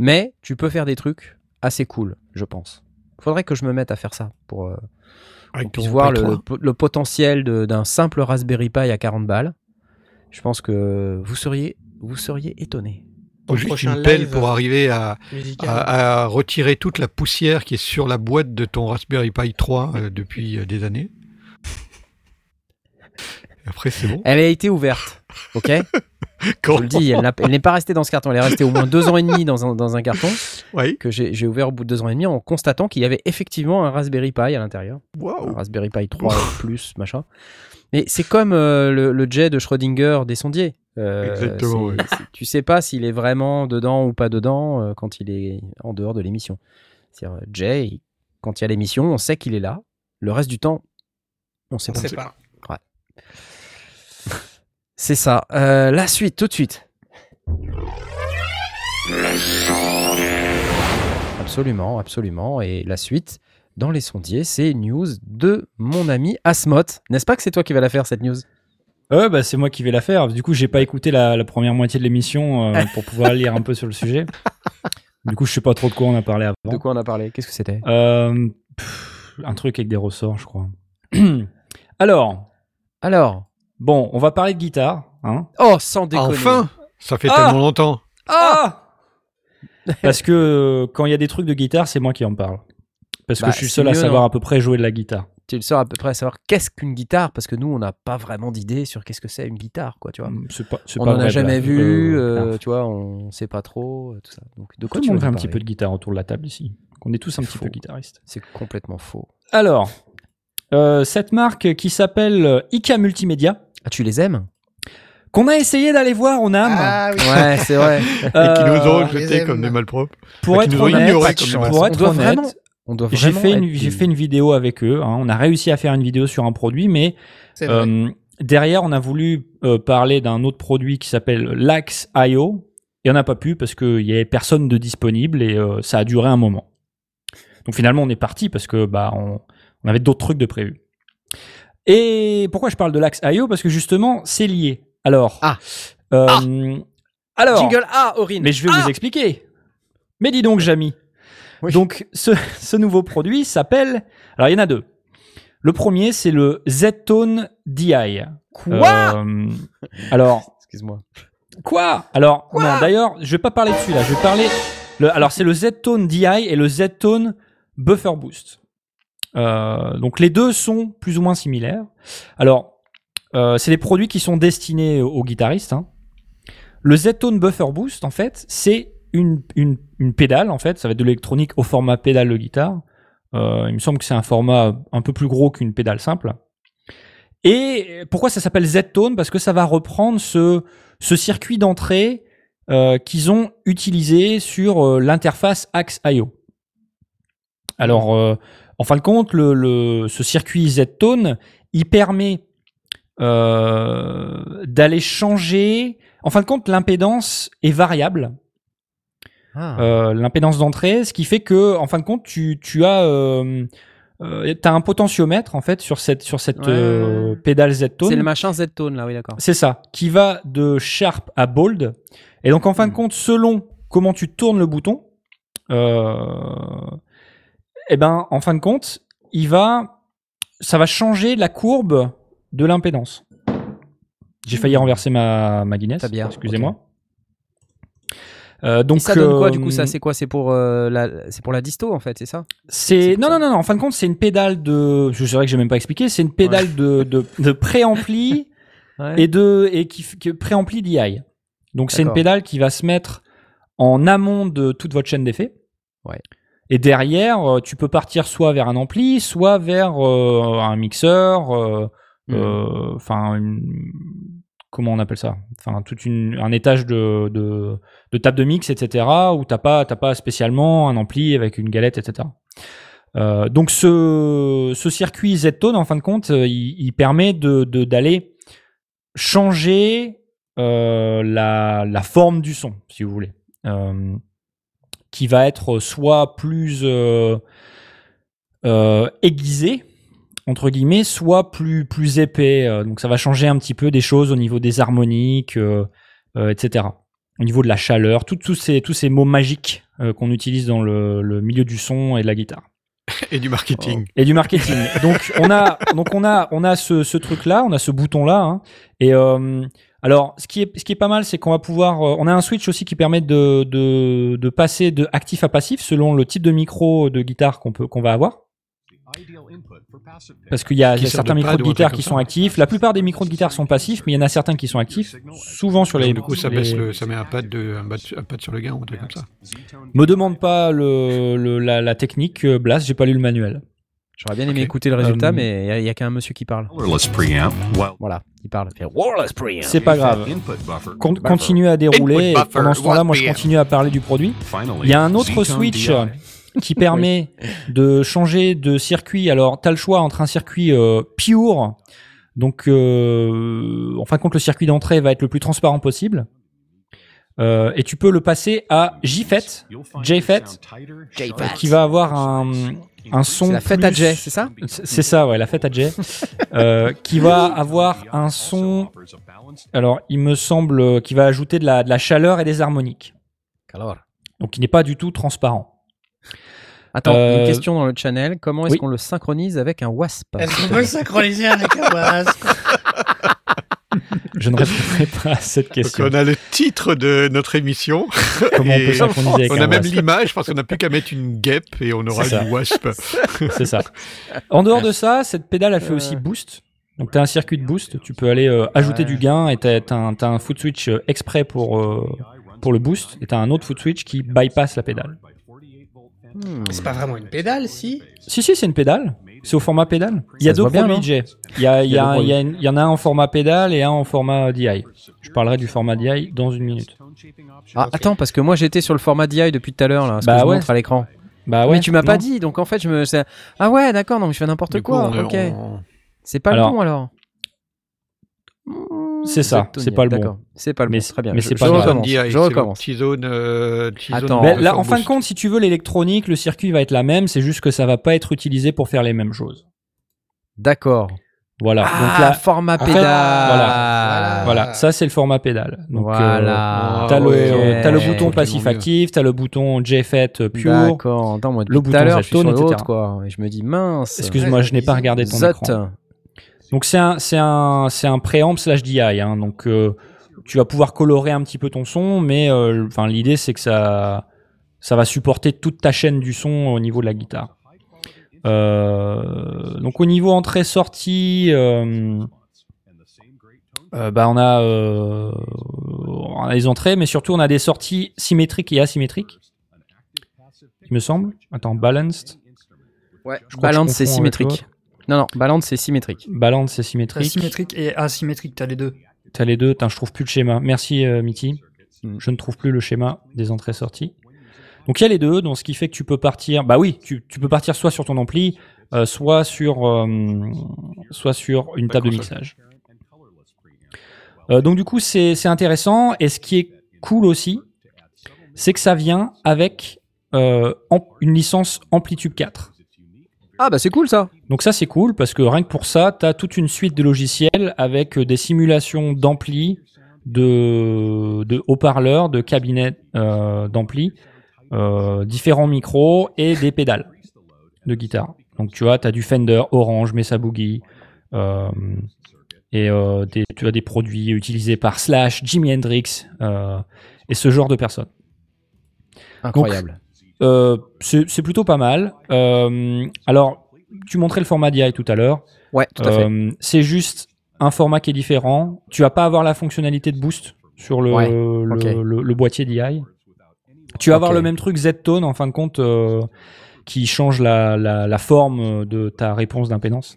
[SPEAKER 1] Mais tu peux faire des trucs assez cool, je pense. Faudrait que je me mette à faire ça pour, euh,
[SPEAKER 2] Avec
[SPEAKER 1] qu'on puisse
[SPEAKER 2] ton
[SPEAKER 1] voir le,
[SPEAKER 2] patron.
[SPEAKER 1] le po- le potentiel de- d'un simple Raspberry Pi à 40 balles. Je pense que vous seriez, vous seriez étonné.
[SPEAKER 4] Ton
[SPEAKER 2] juste
[SPEAKER 4] prochain
[SPEAKER 2] une pelle
[SPEAKER 4] live euh,
[SPEAKER 2] pour arriver à,
[SPEAKER 4] musical.
[SPEAKER 2] à, à retirer toute la poussière qui est sur la boîte de ton Raspberry Pi 3 euh, depuis euh, des années. Et Après, c'est bon.
[SPEAKER 1] Elle a été ouverte, ok Eh, Je vous le dis, hein. elle n'a- elle n'est pas restée dans ce carton. Elle est restée au moins deux ans et demi dans un, dans un carton
[SPEAKER 2] Oui.
[SPEAKER 1] que j'ai j'ai ouvert au bout de deux ans et demi en constatant qu'il y avait effectivement un Raspberry Pi à l'intérieur. Un
[SPEAKER 2] Waouh.
[SPEAKER 1] Raspberry Pi 3 plus, machin. Mais c'est comme euh, le, le jet de Schrödinger des sondiers. Euh,
[SPEAKER 2] Exactement,
[SPEAKER 1] c'est-
[SPEAKER 2] ouais.
[SPEAKER 1] c'est- Tu sais pas s'il est vraiment dedans ou pas dedans euh, quand il est en dehors de l'émission. C'est-à-dire, euh, Jay, il- quand il y a l'émission, on sait qu'il est là. Le reste du temps, on sait
[SPEAKER 4] On
[SPEAKER 1] pas.
[SPEAKER 4] sait pas.
[SPEAKER 1] C'est ça. Euh, la suite, tout de suite. Absolument, absolument. Et la suite dans les sondiers, c'est une news de mon ami Asmoth. N'est-ce pas que c'est toi qui vas la faire cette news
[SPEAKER 3] Euh, bah, c'est moi qui vais la faire. Du coup, j'ai pas écouté la, la première moitié de l'émission (laughs) euh, pour pouvoir lire un peu sur le sujet. Du coup, je sais pas trop de quoi on a parlé
[SPEAKER 1] De
[SPEAKER 3] avant.
[SPEAKER 1] quoi on a parlé Qu'est-ce que c'était
[SPEAKER 3] Euh, pff, un truc avec des ressorts, je crois. (clears throat) Alors,
[SPEAKER 1] Alors,
[SPEAKER 3] bon, on va parler de guitare. Hein
[SPEAKER 1] oh, sans déconner.
[SPEAKER 2] Enfin Ça fait
[SPEAKER 3] Ah
[SPEAKER 2] tellement longtemps.
[SPEAKER 3] ah Parce que euh, quand il y a des trucs de guitare, c'est moi qui en parle. Parce
[SPEAKER 1] Bah,
[SPEAKER 3] que je suis le
[SPEAKER 1] c'est
[SPEAKER 3] seul à
[SPEAKER 1] mieux,
[SPEAKER 3] savoir
[SPEAKER 1] non
[SPEAKER 3] à peu près jouer de la guitare.
[SPEAKER 1] tu le sors à peu près à savoir qu'est-ce qu'une guitare, parce que nous, on n'a pas vraiment d'idée sur qu'est-ce que c'est une guitare, quoi, tu vois.
[SPEAKER 3] C'est pas, c'est
[SPEAKER 1] On
[SPEAKER 3] pas
[SPEAKER 1] n'en a
[SPEAKER 3] vrai,
[SPEAKER 1] jamais
[SPEAKER 3] blague.
[SPEAKER 1] vu,
[SPEAKER 3] Euh,
[SPEAKER 1] euh, tu vois, on sait pas trop, euh, tout ça. Donc, de quoi
[SPEAKER 3] Tout
[SPEAKER 1] tu
[SPEAKER 3] le
[SPEAKER 1] veux
[SPEAKER 3] monde fait un
[SPEAKER 1] nous
[SPEAKER 3] petit peu
[SPEAKER 1] parler
[SPEAKER 3] de guitare autour de la table ici. On est tous un petit
[SPEAKER 1] Faux.
[SPEAKER 3] peu guitaristes.
[SPEAKER 1] C'est complètement faux.
[SPEAKER 3] Alors, euh, cette marque qui s'appelle euh, IK Multimédia,
[SPEAKER 1] Ah, tu les aimes
[SPEAKER 3] qu'on a essayé d'aller voir en âme.
[SPEAKER 4] Ah oui.
[SPEAKER 1] Ouais, c'est vrai.
[SPEAKER 2] Et qui nous
[SPEAKER 3] Euh,
[SPEAKER 2] ont
[SPEAKER 4] les
[SPEAKER 2] jetés
[SPEAKER 4] aime.
[SPEAKER 2] comme des malpropres.
[SPEAKER 3] pour
[SPEAKER 2] qui
[SPEAKER 3] être
[SPEAKER 2] nous ont
[SPEAKER 3] honnête,
[SPEAKER 2] ignorés comme des malades.
[SPEAKER 3] pour
[SPEAKER 1] On
[SPEAKER 3] être
[SPEAKER 1] doit
[SPEAKER 3] honnête,
[SPEAKER 1] vraiment- On doit
[SPEAKER 3] j'ai
[SPEAKER 1] vraiment
[SPEAKER 3] fait,
[SPEAKER 1] être
[SPEAKER 3] une,
[SPEAKER 1] des-
[SPEAKER 3] j'ai fait une vidéo avec eux. hein. On a réussi à faire une vidéo sur un produit, mais
[SPEAKER 4] C'est vrai.
[SPEAKER 3] euh, derrière, on a voulu euh, parler d'un autre produit qui s'appelle Lax IO. Et on n'a pas pu parce qu'il n'y avait personne de disponible et euh, ça a duré un moment. Donc finalement, on est parti parce que bah, on, on avait d'autres trucs de prévu. Et pourquoi je parle de Lax IO Parce que justement, c'est lié. Alors.
[SPEAKER 1] Ah.
[SPEAKER 3] euh, alors.
[SPEAKER 1] Jingle A, Aurine.
[SPEAKER 3] Mais je vais
[SPEAKER 1] Ah
[SPEAKER 3] vous expliquer. Mais dis donc, Jamy.
[SPEAKER 1] Oui.
[SPEAKER 3] Donc, ce, ce nouveau produit s'appelle. Alors, il y en a deux. Le premier, c'est le Z-Tone DI.
[SPEAKER 1] Quoi
[SPEAKER 3] Euh, Alors,
[SPEAKER 1] Excuse-moi.
[SPEAKER 3] quoi Alors, non, d'ailleurs, je vais pas parler dessus là. Je vais parler. le- alors, c'est le Z-Tone DI et le Z-Tone Buffer Boost. Euh, donc, les deux sont plus ou moins similaires. Alors, euh, c'est des produits qui sont destinés aux guitaristes. hein. Le Z-Tone Buffer Boost, en fait, c'est une, une- une pédale, en fait. Ça va être de l'électronique au format pédale de guitare. Euh, il me semble que c'est un format un peu plus gros qu'une pédale simple. Et pourquoi ça s'appelle Z-Tone Parce que ça va reprendre ce, ce circuit d'entrée euh, qu'ils ont utilisé sur euh, l'interface Axe IO. Alors, euh, en fin de compte, le, le- ce circuit Z-Tone, il permet euh, d'aller changer. En fin de compte, l'impédance est variable,
[SPEAKER 1] Ah.
[SPEAKER 3] euh, l'impédance d'entrée, ce qui fait que, en fin de compte, tu, tu as euh, euh, t'as un potentiomètre en fait sur cette sur cette
[SPEAKER 1] Ouais.
[SPEAKER 3] euh, pédale Z-Tone.
[SPEAKER 1] c'est le machin Z-Tone, là, oui, d'accord.
[SPEAKER 3] C'est ça, qui va de sharp à bold. Et donc en
[SPEAKER 1] Hmm.
[SPEAKER 3] fin de compte, selon comment tu tournes le bouton, euh, eh ben en fin de compte, il va, ça va changer la courbe de l'impédance. J'ai failli
[SPEAKER 1] Hmm.
[SPEAKER 3] renverser ma, ma Guinness.
[SPEAKER 1] Ta bière,
[SPEAKER 3] Excusez-moi. Euh, donc
[SPEAKER 1] Et ça donne quoi, du
[SPEAKER 3] euh,
[SPEAKER 1] coup, ça C'est quoi C'est pour, euh, la... c'est pour la disto, en fait, c'est ça C'est
[SPEAKER 3] c'est
[SPEAKER 1] pour
[SPEAKER 3] non,
[SPEAKER 1] ça.
[SPEAKER 3] non, non, non. En fin de compte, c'est une pédale de. Je dirais que j'ai même pas expliqué. C'est une pédale de de,
[SPEAKER 1] (laughs)
[SPEAKER 3] de préampli
[SPEAKER 1] Ouais.
[SPEAKER 3] et de et qui, qui préampli DI. Donc c'est une
[SPEAKER 1] D'accord.
[SPEAKER 3] pédale qui va se mettre en amont de toute votre chaîne d'effets.
[SPEAKER 1] Ouais.
[SPEAKER 3] Et derrière, euh, tu peux partir soit vers un ampli, soit vers euh, un mixeur, euh,
[SPEAKER 1] Mhm.
[SPEAKER 3] euh, enfin une- comment on appelle ça, enfin toute une un étage de de, de table de mix, etc. Où t'as pas t'as pas spécialement un ampli avec une galette, etc. Euh, donc ce, ce circuit Z-Tone, en fin de compte, euh, il, il permet de de- d'aller changer euh, la, la forme du son, si vous voulez, Euh, qui va être soit plus euh, euh, aiguisé, entre guillemets, soit plus, plus épais. Euh, donc ça va changer un petit peu des choses au niveau des harmoniques, euh, euh, etc. Au niveau de la chaleur, tout- tous ces, tous ces mots magiques euh, qu'on utilise dans le- le milieu du son et de la guitare.
[SPEAKER 2] Et du marketing.
[SPEAKER 1] Oh,
[SPEAKER 3] Et du
[SPEAKER 2] (laughs)
[SPEAKER 3] marketing. donc on a, donc on a, on a ce, ce truc là, on a ce bouton là, hein. et euh, Alors, ce qui est, ce qui est pas mal, c'est qu'on va pouvoir. euh, on a un switch aussi qui permet de, de, de passer de actif à passif selon le type de micro de guitare qu'on peut qu'on va avoir. Parce qu'il y a,
[SPEAKER 2] Qui
[SPEAKER 3] il y a
[SPEAKER 2] sort
[SPEAKER 3] certains
[SPEAKER 2] de
[SPEAKER 3] micros
[SPEAKER 2] pad
[SPEAKER 3] de
[SPEAKER 2] ou un
[SPEAKER 3] guitare
[SPEAKER 2] truc
[SPEAKER 3] qui
[SPEAKER 2] comme
[SPEAKER 3] sont
[SPEAKER 2] ça.
[SPEAKER 3] actifs. La plupart des micros de guitare sont passifs, mais il y en a certains qui sont actifs, souvent sur les.
[SPEAKER 2] du coup, ça,
[SPEAKER 3] les-
[SPEAKER 2] baisse le, ça met un pad, de, un, pad, un pad sur le gain ou un truc comme ça.
[SPEAKER 3] Me demande pas le, le- la, la technique euh, Blast, j'ai pas lu le manuel.
[SPEAKER 1] J'aurais bien aimé
[SPEAKER 2] Ok.
[SPEAKER 1] écouter le résultat,
[SPEAKER 3] Euh,
[SPEAKER 1] mais il n'y a, qu'un monsieur qui parle.
[SPEAKER 8] Wireless preamp. While
[SPEAKER 1] Voilà, il parle. Il fait,
[SPEAKER 3] C'est pas grave.
[SPEAKER 8] Input buffer.
[SPEAKER 3] Con-
[SPEAKER 8] Buffer.
[SPEAKER 3] continue à dérouler. Et
[SPEAKER 8] buffer,
[SPEAKER 3] pendant ce temps-là, moi, je
[SPEAKER 8] 1 PM.
[SPEAKER 3] continue à parler du produit.
[SPEAKER 8] Finally,
[SPEAKER 3] Il y a un autre
[SPEAKER 1] hein,
[SPEAKER 8] Zeton
[SPEAKER 3] switch
[SPEAKER 8] DI.
[SPEAKER 3] euh,
[SPEAKER 1] (laughs)
[SPEAKER 3] qui permet de changer de circuit. Alors, tu as le choix entre un circuit euh, pure, donc euh, en fin de compte, le circuit d'entrée va être le plus transparent possible, Euh, et tu peux le passer à JFET, JFET, euh, qui va avoir un, un son.
[SPEAKER 1] C'est la fête
[SPEAKER 3] plus-
[SPEAKER 1] à Jay, c'est ça
[SPEAKER 3] C'est c'est ça, ouais, la fête à
[SPEAKER 1] (laughs)
[SPEAKER 3] Jay, euh, qui va avoir un son. Alors, il me semble euh, qu'il va ajouter de la, de la chaleur et des harmoniques. Donc, il n'est pas du tout transparent.
[SPEAKER 1] Attends, il y a
[SPEAKER 3] Euh,
[SPEAKER 1] une question dans le channel. Comment est-ce
[SPEAKER 3] oui.
[SPEAKER 1] qu'on le synchronise avec un wasp
[SPEAKER 4] Est-ce qu'on peut le synchroniser avec un masque
[SPEAKER 3] Je ne répondrai pas à cette
[SPEAKER 2] Donc,
[SPEAKER 3] question.
[SPEAKER 2] on a le titre de notre émission.
[SPEAKER 3] Comment on peut
[SPEAKER 2] Et
[SPEAKER 3] synchroniser avec
[SPEAKER 2] On
[SPEAKER 3] un
[SPEAKER 2] a même
[SPEAKER 3] wasp
[SPEAKER 2] l'image parce qu'on n'a plus qu'à mettre une guêpe et on aura
[SPEAKER 3] C'est ça.
[SPEAKER 2] du wasp.
[SPEAKER 3] C'est ça. En dehors de ça, cette pédale,
[SPEAKER 1] Euh,
[SPEAKER 3] elle fait aussi boost. Donc, tu as un circuit de boost. Tu peux aller euh, ajouter du gain et tu as, un, t'as un foot switch euh, exprès pour, euh, pour le boost. Et tu as un autre foot switch qui bypass la pédale.
[SPEAKER 1] Hmm.
[SPEAKER 4] C'est pas vraiment une pédale, si
[SPEAKER 3] Si, si, c'est une pédale. C'est au format pédale. Il y a
[SPEAKER 1] Ça se
[SPEAKER 3] deux
[SPEAKER 1] voit bien,
[SPEAKER 3] produits
[SPEAKER 1] non
[SPEAKER 3] Jay. Il y, a- il y, a
[SPEAKER 1] deux
[SPEAKER 3] un- il y a une- il y en a un en format pédale et un en format DI. Je parlerai du format DI dans une minute.
[SPEAKER 1] Ah, Attends, parce que moi j'étais sur le format DI depuis tout à l'heure, là, ce
[SPEAKER 3] Bah
[SPEAKER 1] que je
[SPEAKER 3] ouais.
[SPEAKER 1] montre à l'écran.
[SPEAKER 3] Bah ouais.
[SPEAKER 1] mais tu m'as pas
[SPEAKER 3] non.
[SPEAKER 1] dit, donc en fait, je me. c'est- Ah ouais, d'accord, donc je fais n'importe
[SPEAKER 2] Du coup,
[SPEAKER 1] quoi.
[SPEAKER 2] on-
[SPEAKER 1] ok.
[SPEAKER 2] on-
[SPEAKER 1] C'est pas
[SPEAKER 3] Alors.
[SPEAKER 1] le bon alors.
[SPEAKER 3] C'est ça,
[SPEAKER 1] Zeptonia,
[SPEAKER 3] c'est pas le bon.
[SPEAKER 1] d'accord. C'est pas le
[SPEAKER 3] Mais
[SPEAKER 1] bon.
[SPEAKER 3] c'est-
[SPEAKER 1] Très bien.
[SPEAKER 3] mais
[SPEAKER 1] je,
[SPEAKER 3] c'est
[SPEAKER 1] je
[SPEAKER 3] pas grave.
[SPEAKER 1] recommence.
[SPEAKER 2] DI, c'est
[SPEAKER 1] Je
[SPEAKER 2] hein, le
[SPEAKER 1] recommence.
[SPEAKER 2] petit zone, euh, petit zone
[SPEAKER 1] Attends.
[SPEAKER 2] de
[SPEAKER 1] Ben,
[SPEAKER 3] Mais Bah, là, en
[SPEAKER 2] boost.
[SPEAKER 3] fin de compte, si tu veux l'électronique, le circuit va être la même, c'est juste que ça va pas être utilisé pour faire les mêmes choses.
[SPEAKER 1] D'accord.
[SPEAKER 3] Voilà. Donc
[SPEAKER 1] Ah,
[SPEAKER 3] là,
[SPEAKER 1] format
[SPEAKER 3] en fait,
[SPEAKER 1] pédale.
[SPEAKER 3] voilà.
[SPEAKER 4] Ah.
[SPEAKER 3] voilà, ça c'est le format pédale. Donc, euh,
[SPEAKER 1] Voilà.
[SPEAKER 3] t'as le, euh,
[SPEAKER 2] ouais,
[SPEAKER 3] t'as le
[SPEAKER 2] ouais,
[SPEAKER 3] bouton
[SPEAKER 2] ouais, tellement
[SPEAKER 3] passif-actif, t'as le bouton JFET euh, pure.
[SPEAKER 1] D'accord. Attends, moi,
[SPEAKER 3] le
[SPEAKER 1] depuis tout
[SPEAKER 3] bouton
[SPEAKER 1] à l'heure, je suis
[SPEAKER 3] Zeptone,
[SPEAKER 1] sur
[SPEAKER 3] etc.
[SPEAKER 1] l'autre, quoi. Et je me dis, mince.
[SPEAKER 3] Excuse-moi, je n'ai pas regardé ton
[SPEAKER 1] Zot.
[SPEAKER 3] écran. Donc c'est un, c'est un, c'est un préamp slash DI. hein. donc euh, tu vas pouvoir colorer un petit peu ton son, mais euh, enfin l'idée c'est que ça, ça va supporter toute ta chaîne du son au niveau de la guitare. Euh, donc au niveau entrée-sortie, euh, euh, bah on a, euh, on a les entrées, mais surtout on a des sorties symétriques et asymétriques. Il me semble. Attends, balanced.
[SPEAKER 1] Ouais,
[SPEAKER 3] Je crois que je
[SPEAKER 1] balance, c'est
[SPEAKER 3] confonds avec
[SPEAKER 1] symétrique. Non, non, balance, c'est symétrique.
[SPEAKER 3] Balance et symétrique.
[SPEAKER 5] Symétrique et asymétrique, t'as les deux.
[SPEAKER 3] T'as les deux, Tain, je trouve plus le schéma. Merci euh, Mithy.
[SPEAKER 1] Mm.
[SPEAKER 3] Je ne trouve plus le schéma des entrées-sorties. Donc il y a les deux, donc ce qui fait que tu peux partir. Bah oui, tu, tu peux partir soit sur ton ampli, euh, soit sur euh, soit sur une table de mixage. Euh, donc du coup c'est c'est intéressant et ce qui est cool aussi, c'est que ça vient avec euh, am- une licence Amplitude 4.
[SPEAKER 1] Ah, bah, c'est cool, ça.
[SPEAKER 3] Donc ça c'est cool parce que rien que pour ça, tu as toute une suite de logiciels avec euh, des simulations d'ampli, de, de haut-parleurs, de cabinets euh, d'ampli, euh, différents micros et des pédales de guitare. Donc tu vois, tu as du Fender, Orange, Mesa Boogie. euh, et euh, des- tu as des produits utilisés par Slash, Jimi Hendrix euh, et ce genre de personnes.
[SPEAKER 1] Incroyable.
[SPEAKER 3] Euh, c'est c'est plutôt pas mal. Euh, alors, tu montrais le format DI tout à l'heure.
[SPEAKER 1] Ouais, tout à fait.
[SPEAKER 3] Euh, c'est juste un format qui est différent. Tu vas pas avoir la fonctionnalité de boost sur le,
[SPEAKER 1] Ouais,
[SPEAKER 3] le,
[SPEAKER 1] ok.
[SPEAKER 3] le- le boîtier DI. Tu vas avoir
[SPEAKER 1] Ok.
[SPEAKER 3] le même truc Z-Tone en fin de compte euh, qui change la, la- la forme de ta réponse d'impédance.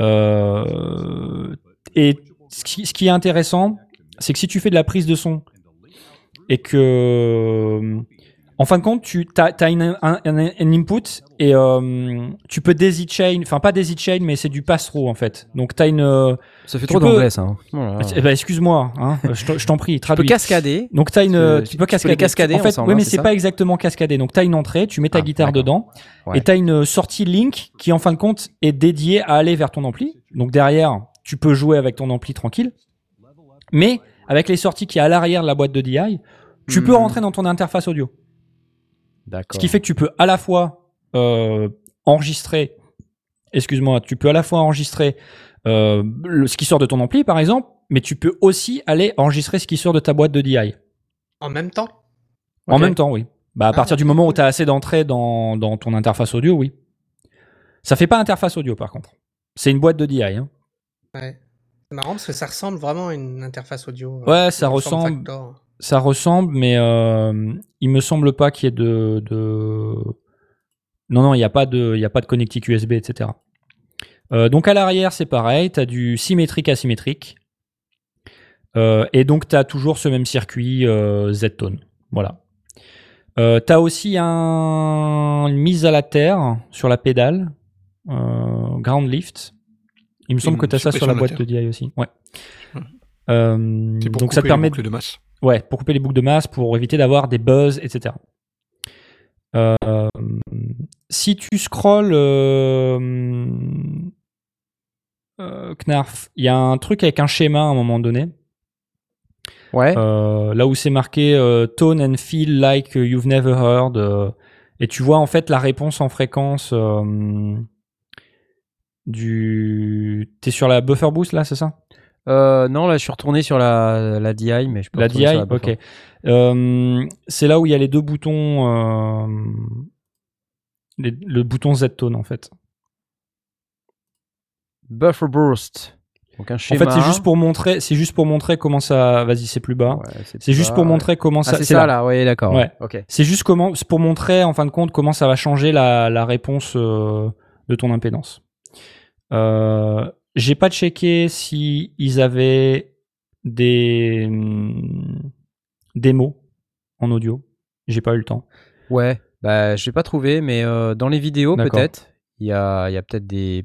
[SPEAKER 3] Euh, et ce qui, ce qui est intéressant, c'est que si tu fais de la prise de son et que euh, en fin de compte, tu as, une, un, un- un input et euh, tu peux daisy chain, enfin pas daisy chain, mais c'est du pass-through en fait. Donc tu as une. euh,
[SPEAKER 1] Ça fait
[SPEAKER 3] tu
[SPEAKER 1] trop
[SPEAKER 3] peux-
[SPEAKER 1] d'anglais, ça. hein. Oh là là.
[SPEAKER 3] eh ben, Excuse-moi, hein, je t'en- je t'en prie,
[SPEAKER 1] Tu peux
[SPEAKER 3] traduis.
[SPEAKER 1] cascader.
[SPEAKER 3] Donc t'as une, euh,
[SPEAKER 1] Parce que
[SPEAKER 3] tu,
[SPEAKER 1] tu-
[SPEAKER 3] peux
[SPEAKER 1] tu peux
[SPEAKER 3] cascader.
[SPEAKER 1] les cascader
[SPEAKER 3] en fait,
[SPEAKER 1] ensemble,
[SPEAKER 3] oui,
[SPEAKER 1] hein,
[SPEAKER 3] mais
[SPEAKER 1] c'est
[SPEAKER 3] c'est
[SPEAKER 1] ça
[SPEAKER 3] pas exactement cascadé. Donc t'as une entrée, tu mets ta
[SPEAKER 1] Ah,
[SPEAKER 3] guitare
[SPEAKER 1] d'accord.
[SPEAKER 3] dedans,
[SPEAKER 1] Ouais.
[SPEAKER 3] et t'as une sortie link qui en fin de compte est dédiée à aller vers ton ampli. Donc derrière, tu peux jouer avec ton ampli tranquille, mais avec les sorties qui est à l'arrière de la boîte de DI, tu peux
[SPEAKER 1] Mhm.
[SPEAKER 3] rentrer dans ton interface audio.
[SPEAKER 1] D'accord.
[SPEAKER 3] Ce qui fait que tu peux à la fois euh, enregistrer, excuse-moi, tu peux à la fois enregistrer euh, le- ce qui sort de ton ampli, par exemple, mais tu peux aussi aller enregistrer ce qui sort de ta boîte de DI.
[SPEAKER 4] En même temps
[SPEAKER 3] En même temps, oui. Bah, à
[SPEAKER 4] Ah,
[SPEAKER 3] partir du moment où tu as assez d'entrées dans, dans ton interface audio, oui. Ça fait pas interface audio, par contre. C'est une boîte de DI. hein.
[SPEAKER 4] Ouais. C'est marrant parce que ça ressemble vraiment à une interface audio.
[SPEAKER 3] Ouais, ça
[SPEAKER 4] Form
[SPEAKER 3] ressemble,
[SPEAKER 4] factor.
[SPEAKER 3] ça ressemble, mais euh, il me semble pas qu'il y ait de, de... Non, non, il n'y a pas de, il y a pas de connectique USB, etc. Euh, donc à l'arrière, c'est pareil, tu as du symétrique asymétrique. Euh, et donc tu as toujours ce même circuit euh, Z-Tone. Voilà. Euh, tu as aussi un- une mise à la terre sur la pédale, euh, ground lift. Il me semble
[SPEAKER 2] Une
[SPEAKER 3] que tu as ça sur
[SPEAKER 2] suppression
[SPEAKER 3] la
[SPEAKER 2] de la
[SPEAKER 3] boîte
[SPEAKER 2] terre.
[SPEAKER 3] de DI aussi. Ouais.
[SPEAKER 2] Hum.
[SPEAKER 3] Euh,
[SPEAKER 2] C'est pour
[SPEAKER 3] donc ça te
[SPEAKER 2] couper les
[SPEAKER 3] permet de-
[SPEAKER 2] boucles de masse.
[SPEAKER 3] Ouais, pour couper les boucles de masse, pour éviter d'avoir des buzz, etc. Euh, si tu scrolls euh, euh, Knarf, il y a un truc avec un schéma à un moment donné,
[SPEAKER 1] Ouais.
[SPEAKER 3] euh, là où c'est marqué euh, Tone and feel like you've never heard, euh, et tu vois en fait la réponse en fréquence euh, du. T'es sur la buffer boost là, c'est ça
[SPEAKER 1] Euh, non, là, je suis retourné sur la, la DI, mais je peux
[SPEAKER 3] La DI,
[SPEAKER 1] retourner sur buffer.
[SPEAKER 3] ok. Euh, c'est là où il y a les deux boutons, euh, les- le bouton Z-Tone en fait.
[SPEAKER 1] Buffer Burst. Donc un schéma.
[SPEAKER 3] En fait, c'est juste pour montrer, c'est juste pour montrer comment ça. Vas-y, c'est plus bas.
[SPEAKER 1] Ouais,
[SPEAKER 3] C'est juste
[SPEAKER 1] pas-
[SPEAKER 3] pour montrer comment
[SPEAKER 1] Ah,
[SPEAKER 3] ça.
[SPEAKER 1] c'est ça, là. Oui, d'accord.
[SPEAKER 3] Ouais.
[SPEAKER 1] Ok.
[SPEAKER 3] C'est juste comment, c'est pour montrer en fin de compte comment ça va changer la, la réponse euh, de ton impédance. Euh, J'ai pas checké si ils avaient des hum, démos en audio. J'ai pas eu le temps.
[SPEAKER 1] Ouais. Bah, j'ai pas trouvé, mais euh, dans les vidéos,
[SPEAKER 3] D'accord.
[SPEAKER 1] peut-être. Il y a, il y a peut-être des.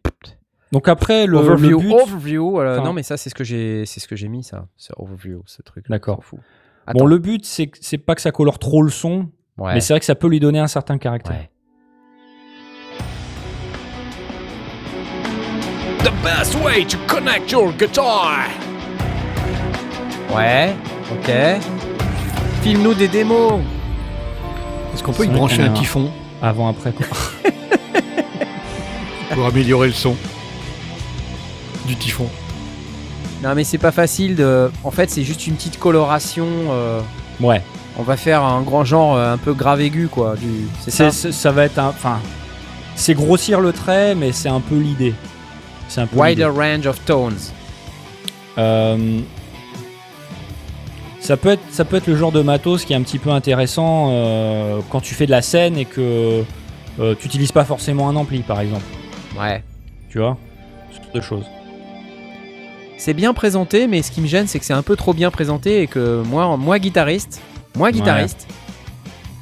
[SPEAKER 3] Donc après le, le
[SPEAKER 1] overview.
[SPEAKER 3] but-
[SPEAKER 1] overview. euh,
[SPEAKER 3] Enfin-
[SPEAKER 1] Non, mais ça, c'est ce que j'ai, c'est ce que j'ai mis, ça. C'est overview, ce truc.
[SPEAKER 3] D'accord.
[SPEAKER 1] Fou.
[SPEAKER 3] Bon,
[SPEAKER 1] Attends.
[SPEAKER 3] le but, c'est que- c'est pas que ça colore trop le son,
[SPEAKER 1] Ouais.
[SPEAKER 3] mais c'est vrai que ça peut lui donner un certain caractère.
[SPEAKER 1] Ouais.
[SPEAKER 7] The best way to connect your guitar.
[SPEAKER 1] Ouais. Ok. File-nous des démos.
[SPEAKER 2] Est-ce qu'on peut y
[SPEAKER 3] C'est vrai
[SPEAKER 2] brancher
[SPEAKER 3] qu'on a-
[SPEAKER 2] un typhon
[SPEAKER 3] Avant,
[SPEAKER 1] (laughs)
[SPEAKER 3] après, quoi.
[SPEAKER 2] pour améliorer le son du typhon
[SPEAKER 1] Non, mais c'est pas facile de. En fait, c'est juste une petite coloration. euh,
[SPEAKER 3] ouais.
[SPEAKER 1] On va faire un grand genre euh, un peu grave aigu, quoi. Du... C'est ça.
[SPEAKER 3] C'est- c'est- ça va être un. Enfin, c'est grossir le trait, mais c'est un peu l'idée. C'est un peu.
[SPEAKER 1] Wider
[SPEAKER 3] l'idée.
[SPEAKER 1] range of tones.
[SPEAKER 3] Euh, ça peut être, ça peut être le genre de matos qui est un petit peu intéressant euh, quand tu fais de la scène et que euh, tu utilises pas forcément un ampli, par exemple.
[SPEAKER 1] Ouais.
[SPEAKER 3] Tu vois, ce genre de choses.
[SPEAKER 1] C'est bien présenté, mais ce qui me gêne, c'est que c'est un peu trop bien présenté et que moi, moi guitariste, moi guitariste,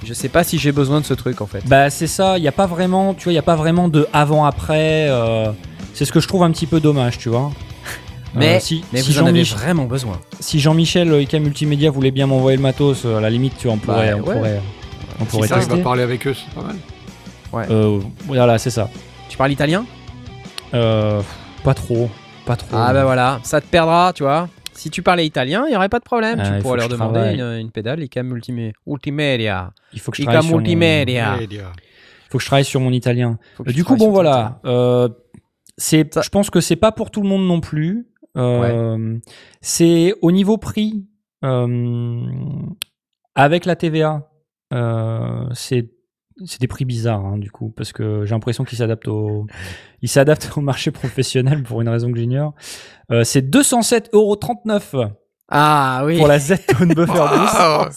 [SPEAKER 1] je sais pas si j'ai besoin de ce truc en fait.
[SPEAKER 3] Bah c'est ça, il n'y a pas vraiment, tu vois, il a pas vraiment de avant-après. euh, c'est ce que je trouve un petit peu dommage, tu vois.
[SPEAKER 1] (laughs)
[SPEAKER 3] Euh,
[SPEAKER 1] Mais-
[SPEAKER 3] si,
[SPEAKER 1] Mais
[SPEAKER 3] si
[SPEAKER 1] vous en avez
[SPEAKER 3] Jean-Mich-
[SPEAKER 1] vraiment besoin.
[SPEAKER 3] si Jean-Michel euh, IK Multimédia voulait bien m'envoyer le matos, euh, à la limite, tu vois, on pourrait,
[SPEAKER 1] Bah,
[SPEAKER 3] on
[SPEAKER 1] ouais.
[SPEAKER 3] pourrait, on pourrait
[SPEAKER 2] Ça, il va
[SPEAKER 3] tester.
[SPEAKER 2] parler avec eux, c'est pas mal.
[SPEAKER 3] Euh, voilà, c'est ça.
[SPEAKER 1] Tu parles italien
[SPEAKER 3] Euh, pas trop, pas trop.
[SPEAKER 1] Ah bah voilà, ça te perdra, tu vois. Si tu parlais italien, il y aurait pas de problème.
[SPEAKER 3] Ah, il
[SPEAKER 1] tu
[SPEAKER 3] faut
[SPEAKER 1] pourras
[SPEAKER 3] que
[SPEAKER 1] leur
[SPEAKER 3] je
[SPEAKER 1] demander
[SPEAKER 3] travaille.
[SPEAKER 1] une, une pédale ICAM multimé- Multimedia.
[SPEAKER 3] Il faut que je travaille
[SPEAKER 1] ICAM
[SPEAKER 3] sur mon,
[SPEAKER 1] Multimedia.
[SPEAKER 2] Ouais, il y a-
[SPEAKER 3] faut que je travaille sur mon italien.
[SPEAKER 1] Faut que
[SPEAKER 3] Euh,
[SPEAKER 1] tu
[SPEAKER 3] Du coup,
[SPEAKER 1] travailles
[SPEAKER 3] bon
[SPEAKER 1] sur ton
[SPEAKER 3] voilà,
[SPEAKER 1] italien.
[SPEAKER 3] euh, c'est,
[SPEAKER 1] Ça-
[SPEAKER 3] je pense que c'est pas pour tout le monde non plus. Euh, C'est au niveau prix euh, avec la TVA, euh, c'est c'est des prix bizarres hein, du coup parce que j'ai l'impression qu'ils
[SPEAKER 1] (laughs)
[SPEAKER 3] s'adaptent au ils s'adaptent au marché professionnel pour une raison que j'ignore. Euh, c'est 207,39€
[SPEAKER 1] Ah oui. (laughs) Oh.
[SPEAKER 3] pour la Z-Tone Buffer Boost.
[SPEAKER 2] Ah,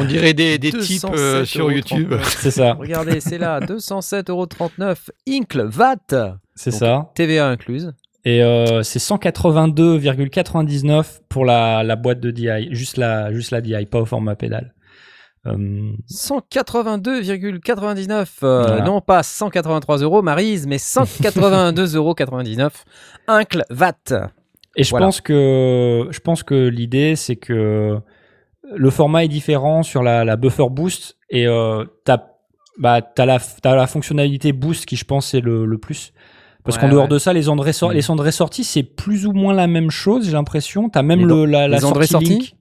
[SPEAKER 2] on dirait des, des types euh,
[SPEAKER 1] 207,39.
[SPEAKER 2] sur YouTube.
[SPEAKER 3] C'est ça,
[SPEAKER 1] Regardez, c'est
[SPEAKER 3] (laughs)
[SPEAKER 1] là, 207,39€ Incle VAT,
[SPEAKER 3] c'est
[SPEAKER 1] Donc,
[SPEAKER 3] ça.
[SPEAKER 1] TVA incluse.
[SPEAKER 3] Et euh, c'est 182,99 pour la, la boîte de DI, juste la, juste la DI, pas au format pédale. Euh,
[SPEAKER 1] 182,99, euh,
[SPEAKER 3] Voilà.
[SPEAKER 1] non pas 183 euros, Marise, mais 182,99 (laughs) euros Incle
[SPEAKER 3] Bah,
[SPEAKER 1] VAT.
[SPEAKER 3] et je
[SPEAKER 1] Voilà.
[SPEAKER 3] pense que, je pense que l'idée, c'est que le format est différent sur la, la buffer boost et euh, t'as, bah, t'as la, t'as la fonctionnalité boost qui, je pense, est le, le plus. Parce
[SPEAKER 1] Ouais,
[SPEAKER 3] qu'en dehors
[SPEAKER 1] ouais.
[SPEAKER 3] de ça, les ondes, ressor-
[SPEAKER 1] Mm.
[SPEAKER 3] les ondes ressorties, c'est plus ou moins la même chose, j'ai l'impression. T'as même
[SPEAKER 1] Les
[SPEAKER 3] le, la, la
[SPEAKER 1] les ondes
[SPEAKER 3] sortie
[SPEAKER 1] ressorties
[SPEAKER 3] Link.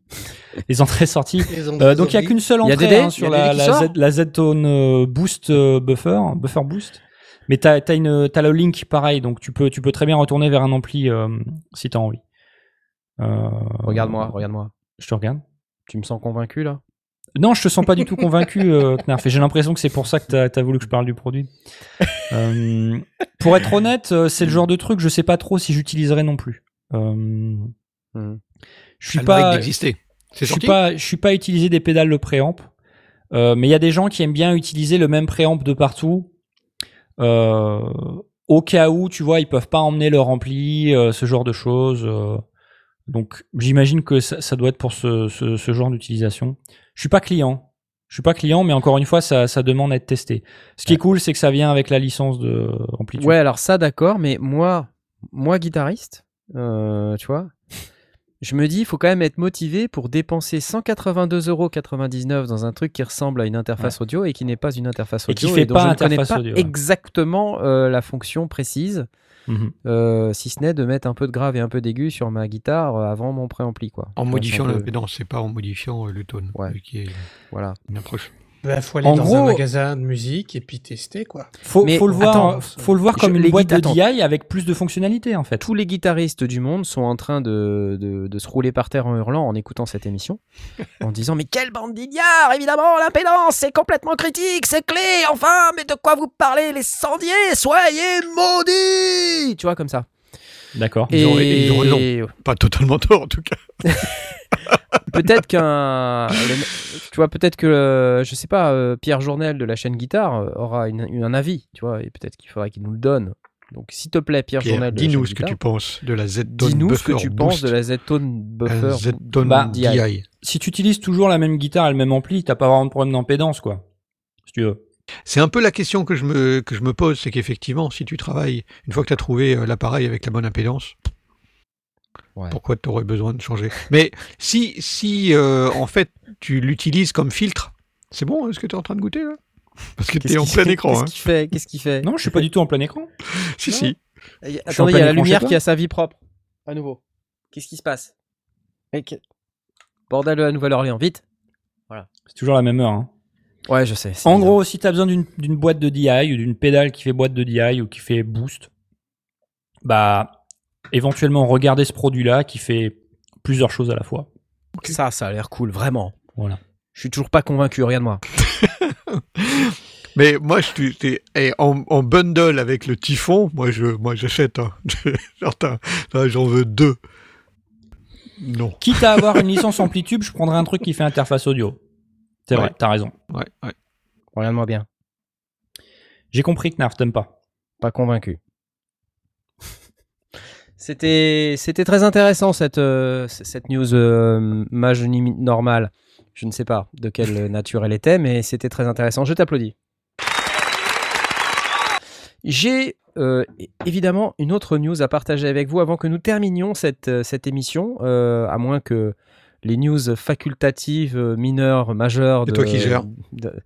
[SPEAKER 3] Les ondes ressorties.
[SPEAKER 4] Ils ont
[SPEAKER 3] Euh, donc il n'y a
[SPEAKER 4] des
[SPEAKER 3] qu'une seule
[SPEAKER 1] Il y a
[SPEAKER 3] entrée
[SPEAKER 1] Dédé
[SPEAKER 3] hein, sur
[SPEAKER 1] Il y a Dédé
[SPEAKER 3] la,
[SPEAKER 1] qui
[SPEAKER 3] la
[SPEAKER 1] sort
[SPEAKER 3] Z- la Z-Tone euh, Boost euh, Buffer, hein, Buffer Boost. Mais tu as, le link pareil, donc tu peux, tu peux très bien retourner vers un ampli euh, si tu as envie. Euh,
[SPEAKER 1] Regarde-moi, regarde-moi.
[SPEAKER 3] Je te regarde.
[SPEAKER 1] Tu me sens convaincu là
[SPEAKER 3] Non, je te sens pas du tout
[SPEAKER 1] (laughs)
[SPEAKER 3] convaincu, euh, Knarf, et j'ai l'impression que c'est pour ça que t'as as voulu que je parle du produit. Euh, pour être honnête, euh, c'est le genre de truc, je sais pas trop si j'utiliserais non plus. Euh,
[SPEAKER 1] Hmm.
[SPEAKER 3] je suis
[SPEAKER 2] Elle mérite
[SPEAKER 3] pas, je
[SPEAKER 2] d'exister. C'est
[SPEAKER 3] suis
[SPEAKER 2] sorti
[SPEAKER 3] pas, je suis pas utilisé des pédales de préamp, euh, mais il y a des gens qui aiment bien utiliser le même préamp de partout. Euh, au cas où, tu vois, ils peuvent pas emmener leur ampli, euh, ce genre de choses. euh. donc, j'imagine que ça, ça doit être pour ce, ce- ce genre d'utilisation. Je suis pas client. Je suis pas client, mais encore une fois, ça, ça demande à être testé. Ce qui est cool, c'est que ça vient avec la licence de Amplitude.
[SPEAKER 1] Ouais, alors ça, d'accord, mais moi, moi guitariste, euh, tu vois, je me dis, il faut quand même être motivé pour dépenser 182,99€ dans un truc qui ressemble à une interface audio et qui n'est pas une interface
[SPEAKER 3] Et qui
[SPEAKER 1] audio
[SPEAKER 3] fait
[SPEAKER 1] dont
[SPEAKER 3] pas
[SPEAKER 1] je ne connais
[SPEAKER 3] interface
[SPEAKER 1] pas
[SPEAKER 3] audio, ouais.
[SPEAKER 1] exactement euh, la fonction précise,
[SPEAKER 3] Mhm.
[SPEAKER 1] euh, si ce n'est de mettre un peu de grave et un peu d'aigu sur ma guitare euh, avant mon préampli, quoi. Tu vois,
[SPEAKER 2] en
[SPEAKER 1] c'est un
[SPEAKER 2] modifiant
[SPEAKER 1] peu-
[SPEAKER 2] l'impédance, c'est pas en modifiant euh, le tone,
[SPEAKER 1] Ouais.
[SPEAKER 2] qui est
[SPEAKER 1] Voilà.
[SPEAKER 2] une approche.
[SPEAKER 4] Bah, faut aller
[SPEAKER 3] En
[SPEAKER 4] dans
[SPEAKER 3] gros-
[SPEAKER 4] un magasin de musique et puis tester, quoi.
[SPEAKER 3] Faut,
[SPEAKER 1] Mais
[SPEAKER 3] faut le voir,
[SPEAKER 1] attends,
[SPEAKER 3] euh, faut le voir
[SPEAKER 1] je-
[SPEAKER 3] comme
[SPEAKER 1] les
[SPEAKER 3] une boîte de
[SPEAKER 1] guitares-
[SPEAKER 3] DI avec plus de fonctionnalités en fait.
[SPEAKER 1] Tous les guitaristes du monde sont en train de, de- de se rouler par terre en hurlant en écoutant cette
[SPEAKER 2] (laughs)
[SPEAKER 1] émission, en disant Mais quelle bande d'ignares Évidemment, l'impédance, c'est complètement critique, c'est clé, enfin, mais de quoi vous parlez, les sandiers Soyez maudits Tu vois, comme ça.
[SPEAKER 3] D'accord.
[SPEAKER 2] Ils ont- ils ont raison.
[SPEAKER 1] Et
[SPEAKER 2] Pas totalement (laughs) tort, en tout cas.
[SPEAKER 1] peut-être qu'un. le- Tu vois, peut-être que, euh, je sais pas, euh, Pierre Journel de la chaîne Guitare euh, aura une- une- un avis, tu vois, et peut-être qu'il faudrait qu'il nous le donne. Donc, s'il te plaît, Pierre,
[SPEAKER 2] Pierre,
[SPEAKER 1] Journel de la
[SPEAKER 2] dis-nous
[SPEAKER 1] chaîne
[SPEAKER 2] ce que
[SPEAKER 1] Guitare,
[SPEAKER 2] tu penses de la Z-Tone
[SPEAKER 1] Dis-nous ce que
[SPEAKER 2] Buffer
[SPEAKER 1] tu penses
[SPEAKER 2] Boost,
[SPEAKER 1] de la Z-Tone
[SPEAKER 2] la
[SPEAKER 1] Buffer.
[SPEAKER 2] Z-Tone
[SPEAKER 3] Bah,
[SPEAKER 2] DI.
[SPEAKER 3] Si tu utilises toujours la même guitare et le même ampli, t'as pas vraiment de problème d'impédance quoi. Si tu veux.
[SPEAKER 2] C'est un peu la question que je me, que je me pose, c'est qu'effectivement, si tu travailles, une fois que tu as trouvé euh, l'appareil avec la bonne impédance,
[SPEAKER 1] Ouais.
[SPEAKER 2] pourquoi tu aurais besoin de changer Mais si, si euh, en fait, tu l'utilises comme filtre, c'est bon hein, ce que tu es en train de goûter là Parce que tu
[SPEAKER 1] Qu'est-ce
[SPEAKER 2] es en
[SPEAKER 1] qu'il
[SPEAKER 2] plein
[SPEAKER 1] fait
[SPEAKER 2] écran.
[SPEAKER 1] Qu'est-ce qu'il fait Qu'est-ce qu'il fait
[SPEAKER 3] Non, je suis pas du tout en plein écran.
[SPEAKER 2] hein. Si,
[SPEAKER 1] Non.
[SPEAKER 2] si.
[SPEAKER 1] Et-
[SPEAKER 3] Je
[SPEAKER 1] Attendez, il y
[SPEAKER 3] suis en
[SPEAKER 1] a
[SPEAKER 3] plein
[SPEAKER 1] la
[SPEAKER 3] écran chez
[SPEAKER 1] lumière
[SPEAKER 3] toi.
[SPEAKER 1] qui a sa vie propre. À nouveau. Qu'est-ce qui se passe Mais que- Bordel de la Nouvelle-Orléans, vite
[SPEAKER 3] C'est toujours la même heure. hein.
[SPEAKER 1] Ouais, je sais. c'est
[SPEAKER 3] En
[SPEAKER 1] bizarre.
[SPEAKER 3] gros, si t'as besoin d'une d'une boîte de DI ou d'une pédale qui fait boîte de DI ou qui fait boost, bah éventuellement regarder ce produit-là qui fait plusieurs choses à la fois.
[SPEAKER 1] ça, ça a l'air cool, vraiment.
[SPEAKER 3] Voilà.
[SPEAKER 1] Je suis toujours pas convaincu, regarde-moi.
[SPEAKER 2] Mais moi, je, suis- t'es- eh, en, en bundle avec le typhon, moi je, moi j'achète. Hein. (laughs) Genre, t'as- là, j'en veux deux. Non.
[SPEAKER 3] Quitte à avoir une licence amplitude, je prendrais un truc qui fait interface audio. C'est
[SPEAKER 2] Ouais.
[SPEAKER 3] vrai, t'as raison.
[SPEAKER 2] Ouais, ouais.
[SPEAKER 1] Regarde-moi bien.
[SPEAKER 3] J'ai compris que Narf t'aime pas.
[SPEAKER 1] Pas convaincu. C'était, c'était très intéressant cette, euh, c- cette news euh, mage ni- normale. Je ne sais pas de quelle (laughs) nature elle était, mais c'était très intéressant. Je t'applaudis. J'ai euh, é- évidemment une autre news à partager avec vous avant que nous terminions cette, euh, cette émission, euh, à moins que les news facultatives euh, mineures, majeures.
[SPEAKER 2] C'est toi qui gères.
[SPEAKER 1] de-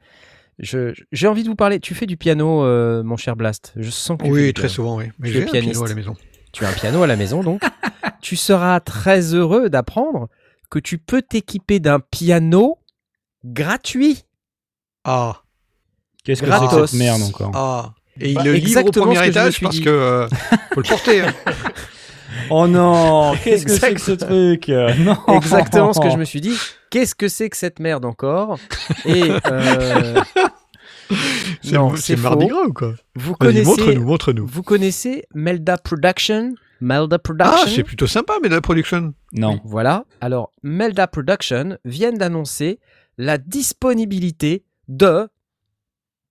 [SPEAKER 1] je- j'ai envie de vous parler. Tu fais du piano, euh, mon cher Blast. Je sens que tu fais
[SPEAKER 2] Oui,
[SPEAKER 1] du
[SPEAKER 2] très
[SPEAKER 1] piano.
[SPEAKER 2] souvent, oui.
[SPEAKER 1] Tu
[SPEAKER 2] Mais
[SPEAKER 1] es
[SPEAKER 2] j'ai un piano
[SPEAKER 1] pianiste.
[SPEAKER 2] à la maison.
[SPEAKER 1] Tu as un piano à la maison,
[SPEAKER 2] (laughs)
[SPEAKER 1] donc tu seras très heureux d'apprendre que tu peux t'équiper d'un piano gratuit.
[SPEAKER 2] Ah.
[SPEAKER 3] Qu'est-ce que c'est que
[SPEAKER 1] Gratos.
[SPEAKER 3] cette merde encore
[SPEAKER 2] Ah. Et il
[SPEAKER 1] Bah,
[SPEAKER 2] le livre au
[SPEAKER 1] exactement ce
[SPEAKER 2] premier
[SPEAKER 1] que je me
[SPEAKER 2] étage
[SPEAKER 1] suis
[SPEAKER 2] parce
[SPEAKER 1] dit. (laughs)
[SPEAKER 2] que euh, faut le porter. hein.
[SPEAKER 3] Oh
[SPEAKER 1] (laughs)
[SPEAKER 3] non, qu'est-ce que c'est que ce truc Euh, (laughs) Non.
[SPEAKER 1] Exactement ce que je me suis
[SPEAKER 3] (laughs)
[SPEAKER 1] dit. Qu'est-ce que c'est que cette merde encore Et euh,
[SPEAKER 2] (laughs) C'est
[SPEAKER 1] non, (laughs) c'est
[SPEAKER 2] c'est mardi
[SPEAKER 1] faux.
[SPEAKER 2] gras ou quoi
[SPEAKER 1] Vous
[SPEAKER 2] Vas-y,
[SPEAKER 1] connaissez,
[SPEAKER 2] montre-nous, montre-nous.
[SPEAKER 1] vous connaissez Melda Production. Melda Production.
[SPEAKER 2] Ah, c'est plutôt sympa, mais de la production.
[SPEAKER 3] Non.
[SPEAKER 1] Voilà. Alors, Melda Production viennent d'annoncer la disponibilité de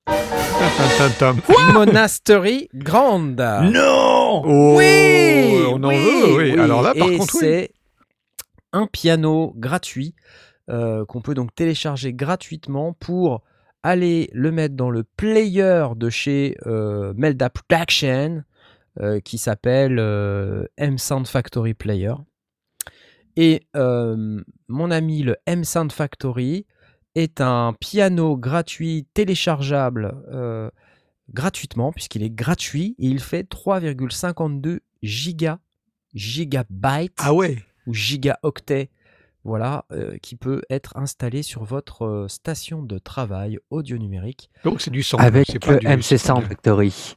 [SPEAKER 2] Tam, tam, tam, tam.
[SPEAKER 1] Monastery Grande.
[SPEAKER 3] Non
[SPEAKER 2] Oh,
[SPEAKER 1] Ah. oui,
[SPEAKER 2] on en
[SPEAKER 1] oui,
[SPEAKER 2] veut, oui.
[SPEAKER 1] oui.
[SPEAKER 2] Alors là, par
[SPEAKER 1] Et
[SPEAKER 2] contre, oui.
[SPEAKER 1] c'est un piano gratuit euh, qu'on peut donc télécharger gratuitement pour aller le mettre dans le player de chez euh, Melda Production euh, qui s'appelle euh, M Sound Factory Player. Et euh, mon ami le M Sound Factory est un piano gratuit téléchargeable euh, gratuitement puisqu'il est gratuit et il fait 3,52 giga gigabytes
[SPEAKER 2] Ah ouais.
[SPEAKER 1] ou gigaoctets voilà euh, qui peut être installé sur votre euh, station de travail audio numérique
[SPEAKER 2] Donc c'est du sang.
[SPEAKER 6] Avec
[SPEAKER 1] euh,
[SPEAKER 6] euh,
[SPEAKER 2] c'est pas
[SPEAKER 6] le
[SPEAKER 2] du-
[SPEAKER 6] MC
[SPEAKER 2] c'est pas
[SPEAKER 6] Sound
[SPEAKER 2] du-
[SPEAKER 6] Factory.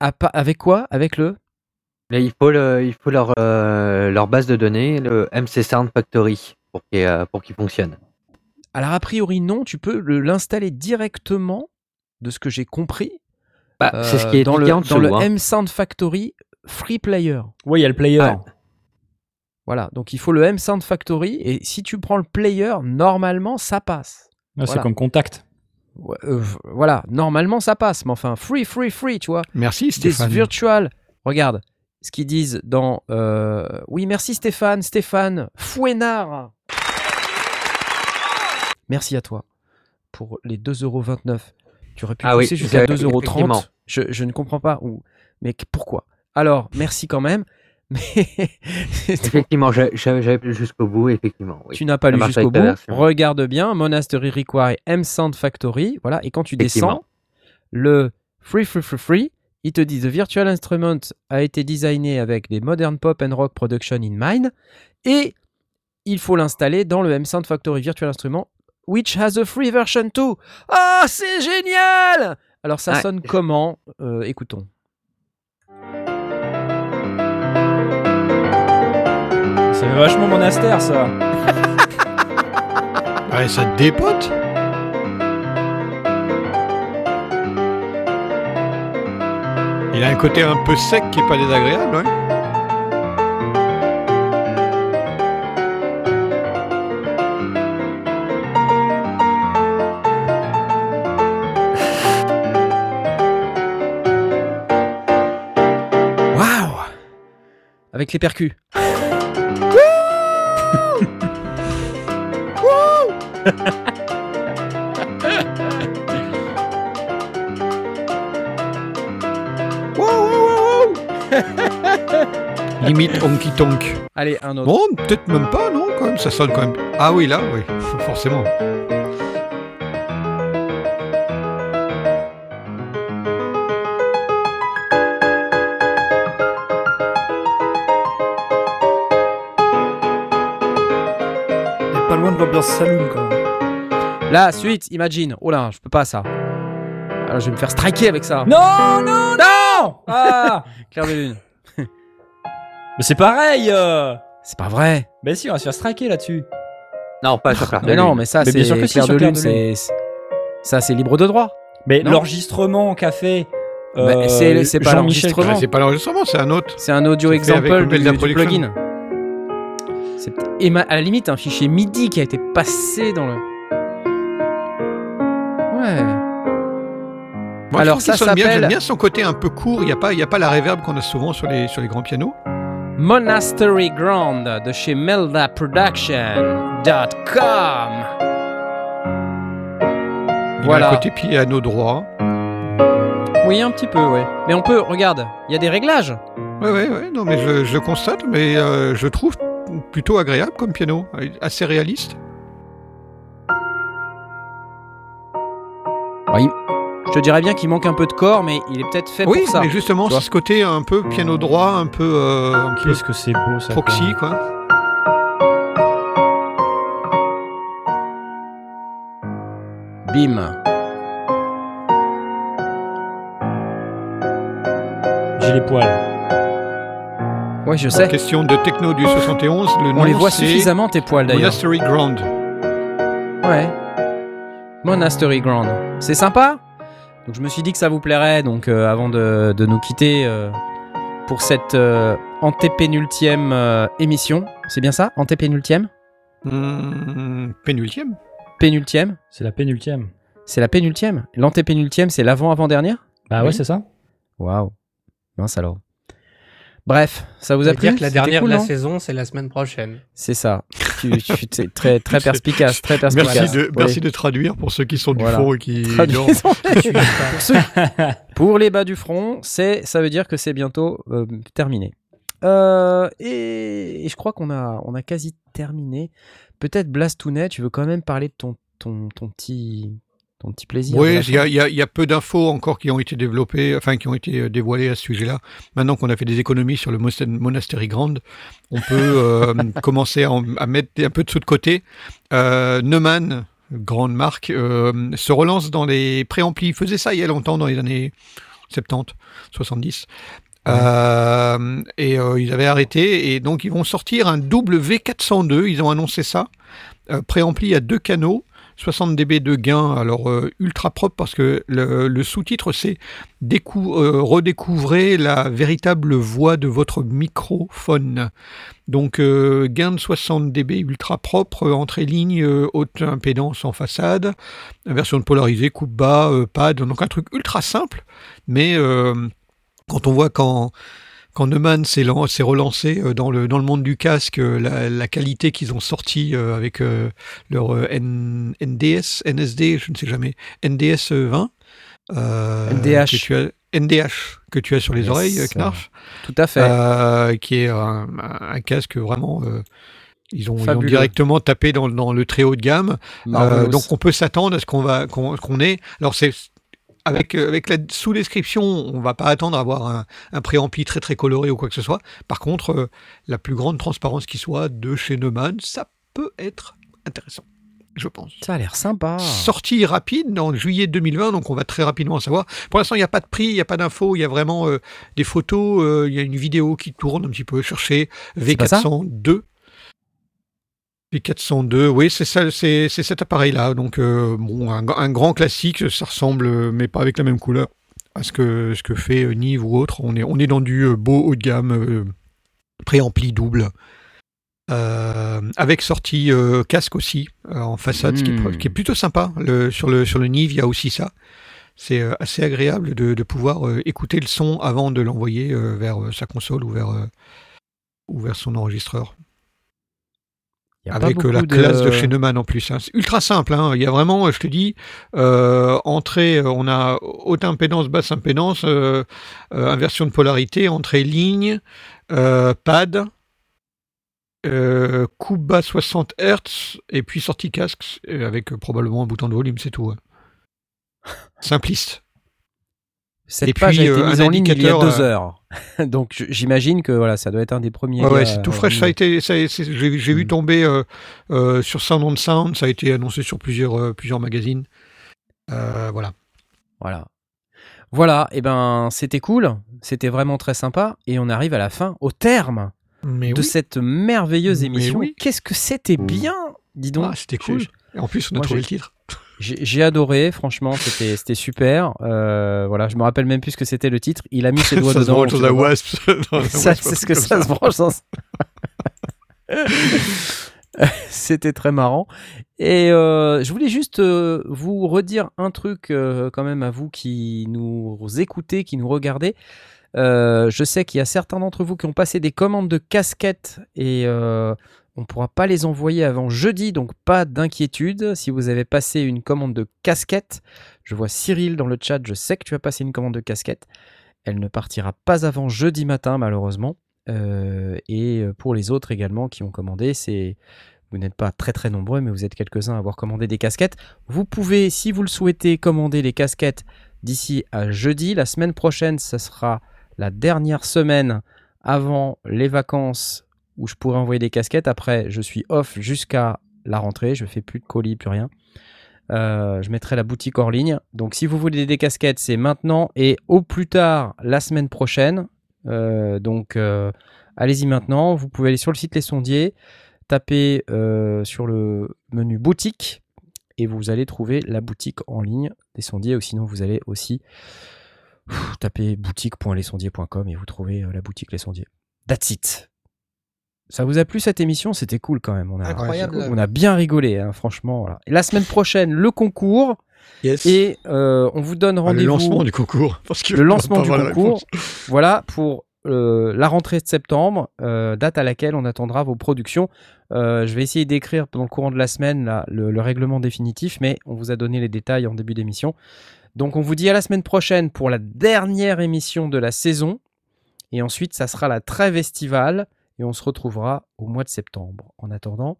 [SPEAKER 1] À pa- avec quoi avec le
[SPEAKER 6] Mais il faut, le- il faut leur, euh, leur base de données, le MC Sound Factory, pour qu'il euh, pour qu'il fonctionne.
[SPEAKER 1] Alors, a priori, non, tu peux le- l'installer directement, de ce que j'ai compris,
[SPEAKER 6] Bah, c'est ce
[SPEAKER 1] euh,
[SPEAKER 6] qui est
[SPEAKER 1] dans le,
[SPEAKER 6] indiqué en dessous.
[SPEAKER 1] dans le
[SPEAKER 6] hein.
[SPEAKER 1] M-Sound Factory Free Player.
[SPEAKER 3] Oui, il y a le player.
[SPEAKER 6] Ah.
[SPEAKER 1] Voilà, donc il faut le M-Sound Factory, et si tu prends le player, normalement, ça passe.
[SPEAKER 3] Ah, C'est
[SPEAKER 1] Voilà.
[SPEAKER 3] comme contact.
[SPEAKER 1] Ouais, euh, voilà, normalement, ça passe, mais enfin, free, free, free, tu vois.
[SPEAKER 2] Merci
[SPEAKER 1] Des
[SPEAKER 2] Stéphane.
[SPEAKER 1] virtual. Regarde ce qu'ils disent dans. euh, Oui, merci Stéphane, Stéphane, Fouenard. Merci à toi pour les 2,29€. Tu aurais pu
[SPEAKER 6] Ah oui,
[SPEAKER 1] pousser jusqu'à
[SPEAKER 6] c'est- effectivement.
[SPEAKER 1] 2,30€. Je, je ne comprends pas. Où... Mais que- pourquoi Alors, merci quand même. Mais (laughs)
[SPEAKER 6] Effectivement, j'a- j'a- j'avais plus jusqu'au bout, effectivement. oui.
[SPEAKER 1] tu n'as pas
[SPEAKER 6] Ça
[SPEAKER 1] lu
[SPEAKER 6] marche
[SPEAKER 1] jusqu'au
[SPEAKER 6] avec ta
[SPEAKER 1] bout.
[SPEAKER 6] version.
[SPEAKER 1] Regarde bien Monastery Require M Sound Factory. Voilà, et quand tu descends,
[SPEAKER 6] Effectivement.
[SPEAKER 1] le Free Free Free Free, il te dit The Virtual Instrument a été designé avec des Modern Pop and Rock Production in mind et il faut l'installer dans le M-Sound Factory Virtual Instrument which has a free version too. Ah, c'est génial Alors ça
[SPEAKER 6] Ouais.
[SPEAKER 1] sonne comment Euh, Écoutons.
[SPEAKER 3] Ça fait vachement monastère, ça.
[SPEAKER 2] Ouais, Ah, ça te dépote. Il a un côté un peu sec qui est pas désagréable. hein. ouais.
[SPEAKER 1] Waouh Avec les percus.
[SPEAKER 2] Limite honky tonk.
[SPEAKER 1] Allez, un autre.
[SPEAKER 2] Bon, peut-être même pas, non quand même. Ça sonne quand même. Ah oui, là, oui, (laughs) forcément.
[SPEAKER 5] Il est pas loin de l'ambiance saloon, quand même.
[SPEAKER 1] La suite, imagine. Oh là, je peux pas ça. Alors, je vais me faire striker avec ça.
[SPEAKER 3] Non, non, non Ah (laughs)
[SPEAKER 1] Claire de lune.
[SPEAKER 3] Mais c'est pareil euh
[SPEAKER 1] C'est pas vrai.
[SPEAKER 3] Ben si, on va se faire striker là-dessus.
[SPEAKER 6] Non, pas sur Claire
[SPEAKER 1] Mais
[SPEAKER 6] de
[SPEAKER 1] non,
[SPEAKER 6] Lune.
[SPEAKER 1] mais ça,
[SPEAKER 3] Mais
[SPEAKER 1] c'est
[SPEAKER 3] bien sûr que si,
[SPEAKER 1] Claire
[SPEAKER 3] sur
[SPEAKER 1] de
[SPEAKER 3] Claire
[SPEAKER 1] lune.
[SPEAKER 3] de
[SPEAKER 1] c'est-
[SPEAKER 3] Lune.
[SPEAKER 1] c'est- Ça, c'est libre de droit.
[SPEAKER 3] Mais
[SPEAKER 1] Non.
[SPEAKER 3] l'enregistrement qu'a fait euh,
[SPEAKER 1] Bah, c'est- c'est pas
[SPEAKER 3] Jean-Michel
[SPEAKER 1] l'enregistrement.
[SPEAKER 2] Ouais, Ah, c'est pas l'enregistrement, c'est un autre.
[SPEAKER 1] C'est un audio
[SPEAKER 2] C'est fait avec
[SPEAKER 1] example
[SPEAKER 2] le Bell
[SPEAKER 1] du,
[SPEAKER 2] de la
[SPEAKER 1] du
[SPEAKER 2] production.
[SPEAKER 1] plugin. C'est peut- et ma- à la limite un fichier MIDI qui a été passé dans le. Ouais.
[SPEAKER 2] Moi,
[SPEAKER 1] Alors,
[SPEAKER 2] je trouve
[SPEAKER 1] ça
[SPEAKER 2] qu'il sonne bien.
[SPEAKER 1] s'appelle-
[SPEAKER 2] J'aime bien son côté un peu court. Il n'y a pas, il y a pas la reverb qu'on a souvent sur les sur les grands pianos.
[SPEAKER 1] Monastery Ground de chez MeldaProduction.com.
[SPEAKER 2] Il
[SPEAKER 1] Voilà.
[SPEAKER 2] a un côté piano droit.
[SPEAKER 1] Oui, un petit peu, ouais. Mais on peut, regarde, il y a des réglages.
[SPEAKER 2] Ouais, ouais, ouais. Non, mais je, je le constate, mais euh, je trouve plutôt agréable comme piano, assez réaliste.
[SPEAKER 1] Je te dirais bien qu'il manque un peu de corps, mais il est peut-être fait
[SPEAKER 2] Oui,
[SPEAKER 1] pour ça.
[SPEAKER 2] mais justement,
[SPEAKER 1] tu vois.
[SPEAKER 2] c'est ce côté un peu piano droit, un peu, euh, un peu
[SPEAKER 3] Qu'est-ce que c'est beau ça.
[SPEAKER 2] proxy, quoi.
[SPEAKER 1] Bim.
[SPEAKER 3] J'ai les poils.
[SPEAKER 1] Ouais, je sais.
[SPEAKER 2] Question de techno du 71. Le
[SPEAKER 1] On
[SPEAKER 2] nom,
[SPEAKER 1] les voit
[SPEAKER 2] c'est
[SPEAKER 1] suffisamment tes poils d'ailleurs.
[SPEAKER 2] Monastery Ground.
[SPEAKER 1] Ouais. Monastery Ground. C'est sympa Donc je me suis dit que ça vous plairait, donc euh, avant de, de nous quitter euh, pour cette euh, antépénultième euh, émission. C'est bien ça Antépénultième
[SPEAKER 2] Hmm, pénultième.
[SPEAKER 1] Pénultième
[SPEAKER 3] C'est la pénultième.
[SPEAKER 1] C'est la pénultième L'antépénultième, c'est l'avant-avant-dernière
[SPEAKER 3] Bah
[SPEAKER 1] ouais,
[SPEAKER 3] ouais, c'est ça.
[SPEAKER 1] Waouh. Mince alors. Bref, ça vous
[SPEAKER 4] Ça
[SPEAKER 1] a
[SPEAKER 4] veut
[SPEAKER 1] plu
[SPEAKER 4] dire que la
[SPEAKER 1] C'était
[SPEAKER 4] dernière
[SPEAKER 1] cool,
[SPEAKER 4] de la
[SPEAKER 1] non
[SPEAKER 4] saison, c'est la semaine prochaine.
[SPEAKER 1] C'est ça. tu, tu- t'es très,
[SPEAKER 2] (laughs)
[SPEAKER 1] très perspicace, très perspicace.
[SPEAKER 2] Merci de,
[SPEAKER 1] Oui.
[SPEAKER 2] merci de traduire pour ceux qui sont du
[SPEAKER 1] Voilà.
[SPEAKER 2] fond et qui.
[SPEAKER 1] Traduisons.
[SPEAKER 2] non.
[SPEAKER 1] (laughs) pour, ceux- pour les bas du front, c'est ça veut dire que c'est bientôt euh, terminé. Euh, et, et je crois qu'on a, on a quasi terminé. Peut-être Blastounet, tu veux quand même parler de ton, ton, ton petit, ton petit plaisir. de
[SPEAKER 2] Oui,
[SPEAKER 1] la
[SPEAKER 2] il y, a- il y a- il y a peu d'infos encore qui ont été développées, enfin qui ont été euh, dévoilées à ce sujet-là. Maintenant qu'on a fait des économies sur le mos- Monastery Grande, on peut euh, (laughs) commencer à, en- à mettre un peu de sous de côté. Euh, Neumann, grande marque, euh, se relance dans les préamplis. Il faisait ça il y a longtemps, dans les années 70, 70. Euh, et euh, ils avaient arrêté. Et donc, ils vont sortir un double V402. Ils ont annoncé ça. euh, préampli à deux canaux. 60 dB de gain, alors euh, ultra propre parce que le, le sous-titre c'est décou- euh, redécouvrez la véritable voix de votre microphone. Donc euh, gain de 60 dB ultra propre, euh, entrée ligne, euh, haute impédance en façade, version de polarisée, coupe bas, euh, pad, donc un truc ultra simple, mais euh, quand on voit quand quand Neumann s'est lan- s'est relancé euh, dans le, dans le monde du casque, euh, la, la qualité qu'ils ont sortie euh, avec euh, leur euh, N- NDS, NSD, je ne sais jamais, NDS 20, euh,
[SPEAKER 1] NDH.
[SPEAKER 2] que tu as, NDH que tu as sur les
[SPEAKER 1] Yes.
[SPEAKER 2] oreilles, euh, Knarf,
[SPEAKER 1] Tout à fait.
[SPEAKER 2] euh, qui est un, un casque vraiment. euh, ils, ont, ils ont
[SPEAKER 1] Fabuleux.
[SPEAKER 2] directement tapé dans, dans le très haut de gamme.
[SPEAKER 1] Marvelous.
[SPEAKER 2] Euh, donc on peut s'attendre à ce qu'on va qu'on qu'on ait. Alors c'est avec euh, avec la sous-description, on va pas attendre à avoir un, un préampli très très coloré ou quoi que ce soit. Par contre, euh, la plus grande transparence qui soit de chez Neumann, ça peut être intéressant, je pense.
[SPEAKER 1] Ça a l'air sympa.
[SPEAKER 2] Sortie rapide en juillet 2020, donc on va très rapidement savoir. Pour l'instant, il n'y a pas de prix, il n'y a pas d'infos, il y a vraiment euh, des photos, euh, il y a une vidéo qui tourne un petit peu. Cherchez
[SPEAKER 1] C'est pas ça
[SPEAKER 2] V402. V402, oui, c'est ça, c'est c'est cet appareil-là. Donc, euh, bon, un, un grand classique, ça ressemble, euh, mais pas avec la même couleur, à ce que, ce que fait euh, Nive ou autre. On est, on est dans du euh, beau haut de gamme, euh, préampli double. Euh, avec sortie euh, casque aussi euh, en façade, ce qui est,
[SPEAKER 1] Hmm.
[SPEAKER 2] qui est plutôt sympa. Le, sur, le, sur le Nive, il y a aussi ça. C'est euh, assez agréable de, de pouvoir euh, écouter le son avant de l'envoyer euh, vers euh, sa console ou vers, euh, ou vers son enregistreur.
[SPEAKER 1] Y a pas
[SPEAKER 2] Avec euh, la
[SPEAKER 1] beaucoup
[SPEAKER 2] classe de chez Neumann en plus. hein. C'est ultra simple. hein. Il y a vraiment, euh, je te dis, euh, entrée, euh, on a haute impédance, basse impédance, euh, euh, inversion de polarité, entrée ligne, euh, pad, euh, coupe bas 60 Hz, et puis sortie casque, euh, avec euh, probablement un bouton de volume, c'est tout. hein.
[SPEAKER 1] (laughs)
[SPEAKER 2] Simpliste.
[SPEAKER 1] Cette
[SPEAKER 2] Et
[SPEAKER 1] page
[SPEAKER 2] puis,
[SPEAKER 1] a été
[SPEAKER 2] euh,
[SPEAKER 1] mise
[SPEAKER 2] un
[SPEAKER 1] en ligne il y a
[SPEAKER 2] indicateur,
[SPEAKER 1] deux heures. (laughs) Donc j- j'imagine que voilà, ça doit être un des premiers.
[SPEAKER 2] Ouais, ouais,
[SPEAKER 1] gars,
[SPEAKER 2] c'est tout
[SPEAKER 1] euh,
[SPEAKER 2] fraîche. Ça a été, ça a- c'est- j'ai j'ai vu
[SPEAKER 1] Mm.
[SPEAKER 2] tomber euh, euh, sur Sound on Sound. Ça a été annoncé sur plusieurs, euh, plusieurs magazines. Euh, voilà.
[SPEAKER 1] Voilà. Voilà, et ben c'était cool, c'était vraiment très sympa, et on arrive à la fin, au terme
[SPEAKER 2] Mais
[SPEAKER 1] de
[SPEAKER 2] oui.
[SPEAKER 1] cette merveilleuse
[SPEAKER 2] Mais
[SPEAKER 1] émission.
[SPEAKER 2] oui.
[SPEAKER 1] Qu'est-ce que c'était bien, dis donc.
[SPEAKER 2] Ah, c'était cool.
[SPEAKER 1] j'ai-
[SPEAKER 2] Et en plus, on a
[SPEAKER 1] Moi,
[SPEAKER 2] trouvé
[SPEAKER 1] j'ai-
[SPEAKER 2] le titre.
[SPEAKER 1] J'ai j'ai adoré, franchement, c'était c'était super. Euh, voilà, je me rappelle même plus ce que c'était le titre. Il a mis
[SPEAKER 2] (laughs)
[SPEAKER 1] ses doigts
[SPEAKER 2] ça se
[SPEAKER 1] dedans.
[SPEAKER 2] branche
[SPEAKER 1] tu
[SPEAKER 2] dans la
[SPEAKER 1] vois.
[SPEAKER 2] Wasp.
[SPEAKER 1] (laughs)
[SPEAKER 2] dans la
[SPEAKER 1] ça,
[SPEAKER 2] Wasp, un
[SPEAKER 1] c'est ce
[SPEAKER 2] truc
[SPEAKER 1] que
[SPEAKER 2] comme
[SPEAKER 1] ça (laughs) se branche dans. C'était très marrant. Et euh, je voulais juste euh, vous redire un truc euh, quand même à vous qui nous écoutez, qui nous regardez. Euh, je sais qu'il y a certains d'entre vous qui ont passé des commandes de casquettes et euh, on ne pourra pas les envoyer avant jeudi, donc pas d'inquiétude. Si vous avez passé une commande de casquette, je vois Cyril dans le chat, je sais que tu as passé une commande de casquette. Elle ne partira pas avant jeudi matin, malheureusement. Euh, et euh, pour les autres également qui ont commandé, c'est vous n'êtes pas très très nombreux, mais vous êtes quelques-uns à avoir commandé des casquettes. Vous pouvez, si vous le souhaitez, commander les casquettes d'ici à jeudi. La semaine prochaine, ce sera la dernière semaine avant les vacances où je pourrai envoyer des casquettes. Après, je suis off jusqu'à la rentrée. Je fais plus de colis, plus rien. Euh, je mettrai la boutique hors ligne. Donc si vous voulez des casquettes, c'est maintenant et au plus tard la semaine prochaine. Euh, donc euh, allez-y maintenant. Vous pouvez aller sur le site Les Sondiers, taper euh, sur le menu boutique et vous allez trouver la boutique en ligne des sondiers. Ou sinon, vous allez aussi pff, taper boutique.lesondiers.com et vous trouvez euh, la boutique Les Sondiers. That's it. Ça vous a plu cette émission C'était cool quand même. On a,
[SPEAKER 4] Incroyable.
[SPEAKER 1] on a bien rigolé, hein, franchement. voilà. Et la semaine prochaine, le concours.
[SPEAKER 2] Yes.
[SPEAKER 1] Et euh, on vous donne
[SPEAKER 2] Ah, le
[SPEAKER 1] rendez-vous.
[SPEAKER 2] lancement du concours. (laughs) Parce que
[SPEAKER 1] le lancement
[SPEAKER 2] on va
[SPEAKER 1] du
[SPEAKER 2] avoir la
[SPEAKER 1] concours.
[SPEAKER 2] réponse. (laughs)
[SPEAKER 1] Voilà, pour euh, la rentrée de septembre, euh, date à laquelle on attendra vos productions. Euh, je vais essayer d'écrire dans le courant de la semaine là, le, le règlement définitif, mais on vous a donné les détails en début d'émission. Donc on vous dit à la semaine prochaine pour la dernière émission de la saison. Et ensuite, ça sera la trêve estivale. Et on se retrouvera au mois de septembre. En attendant,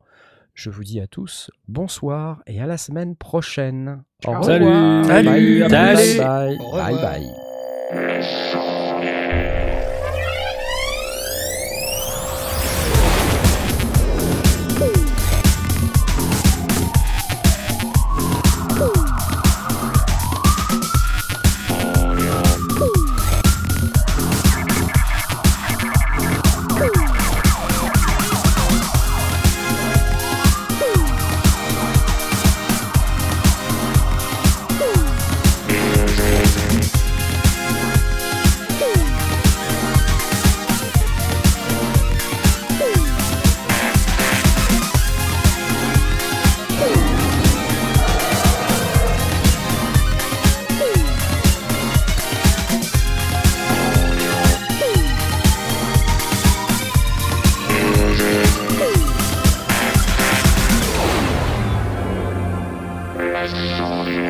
[SPEAKER 1] je vous dis à tous bonsoir et à la semaine prochaine. Au revoir.
[SPEAKER 3] Salut.
[SPEAKER 1] Bye
[SPEAKER 5] Salut.
[SPEAKER 3] Salut.
[SPEAKER 1] bye.
[SPEAKER 4] Au
[SPEAKER 1] Bye
[SPEAKER 4] revoir.
[SPEAKER 1] bye.
[SPEAKER 8] Thank Podcast Audio.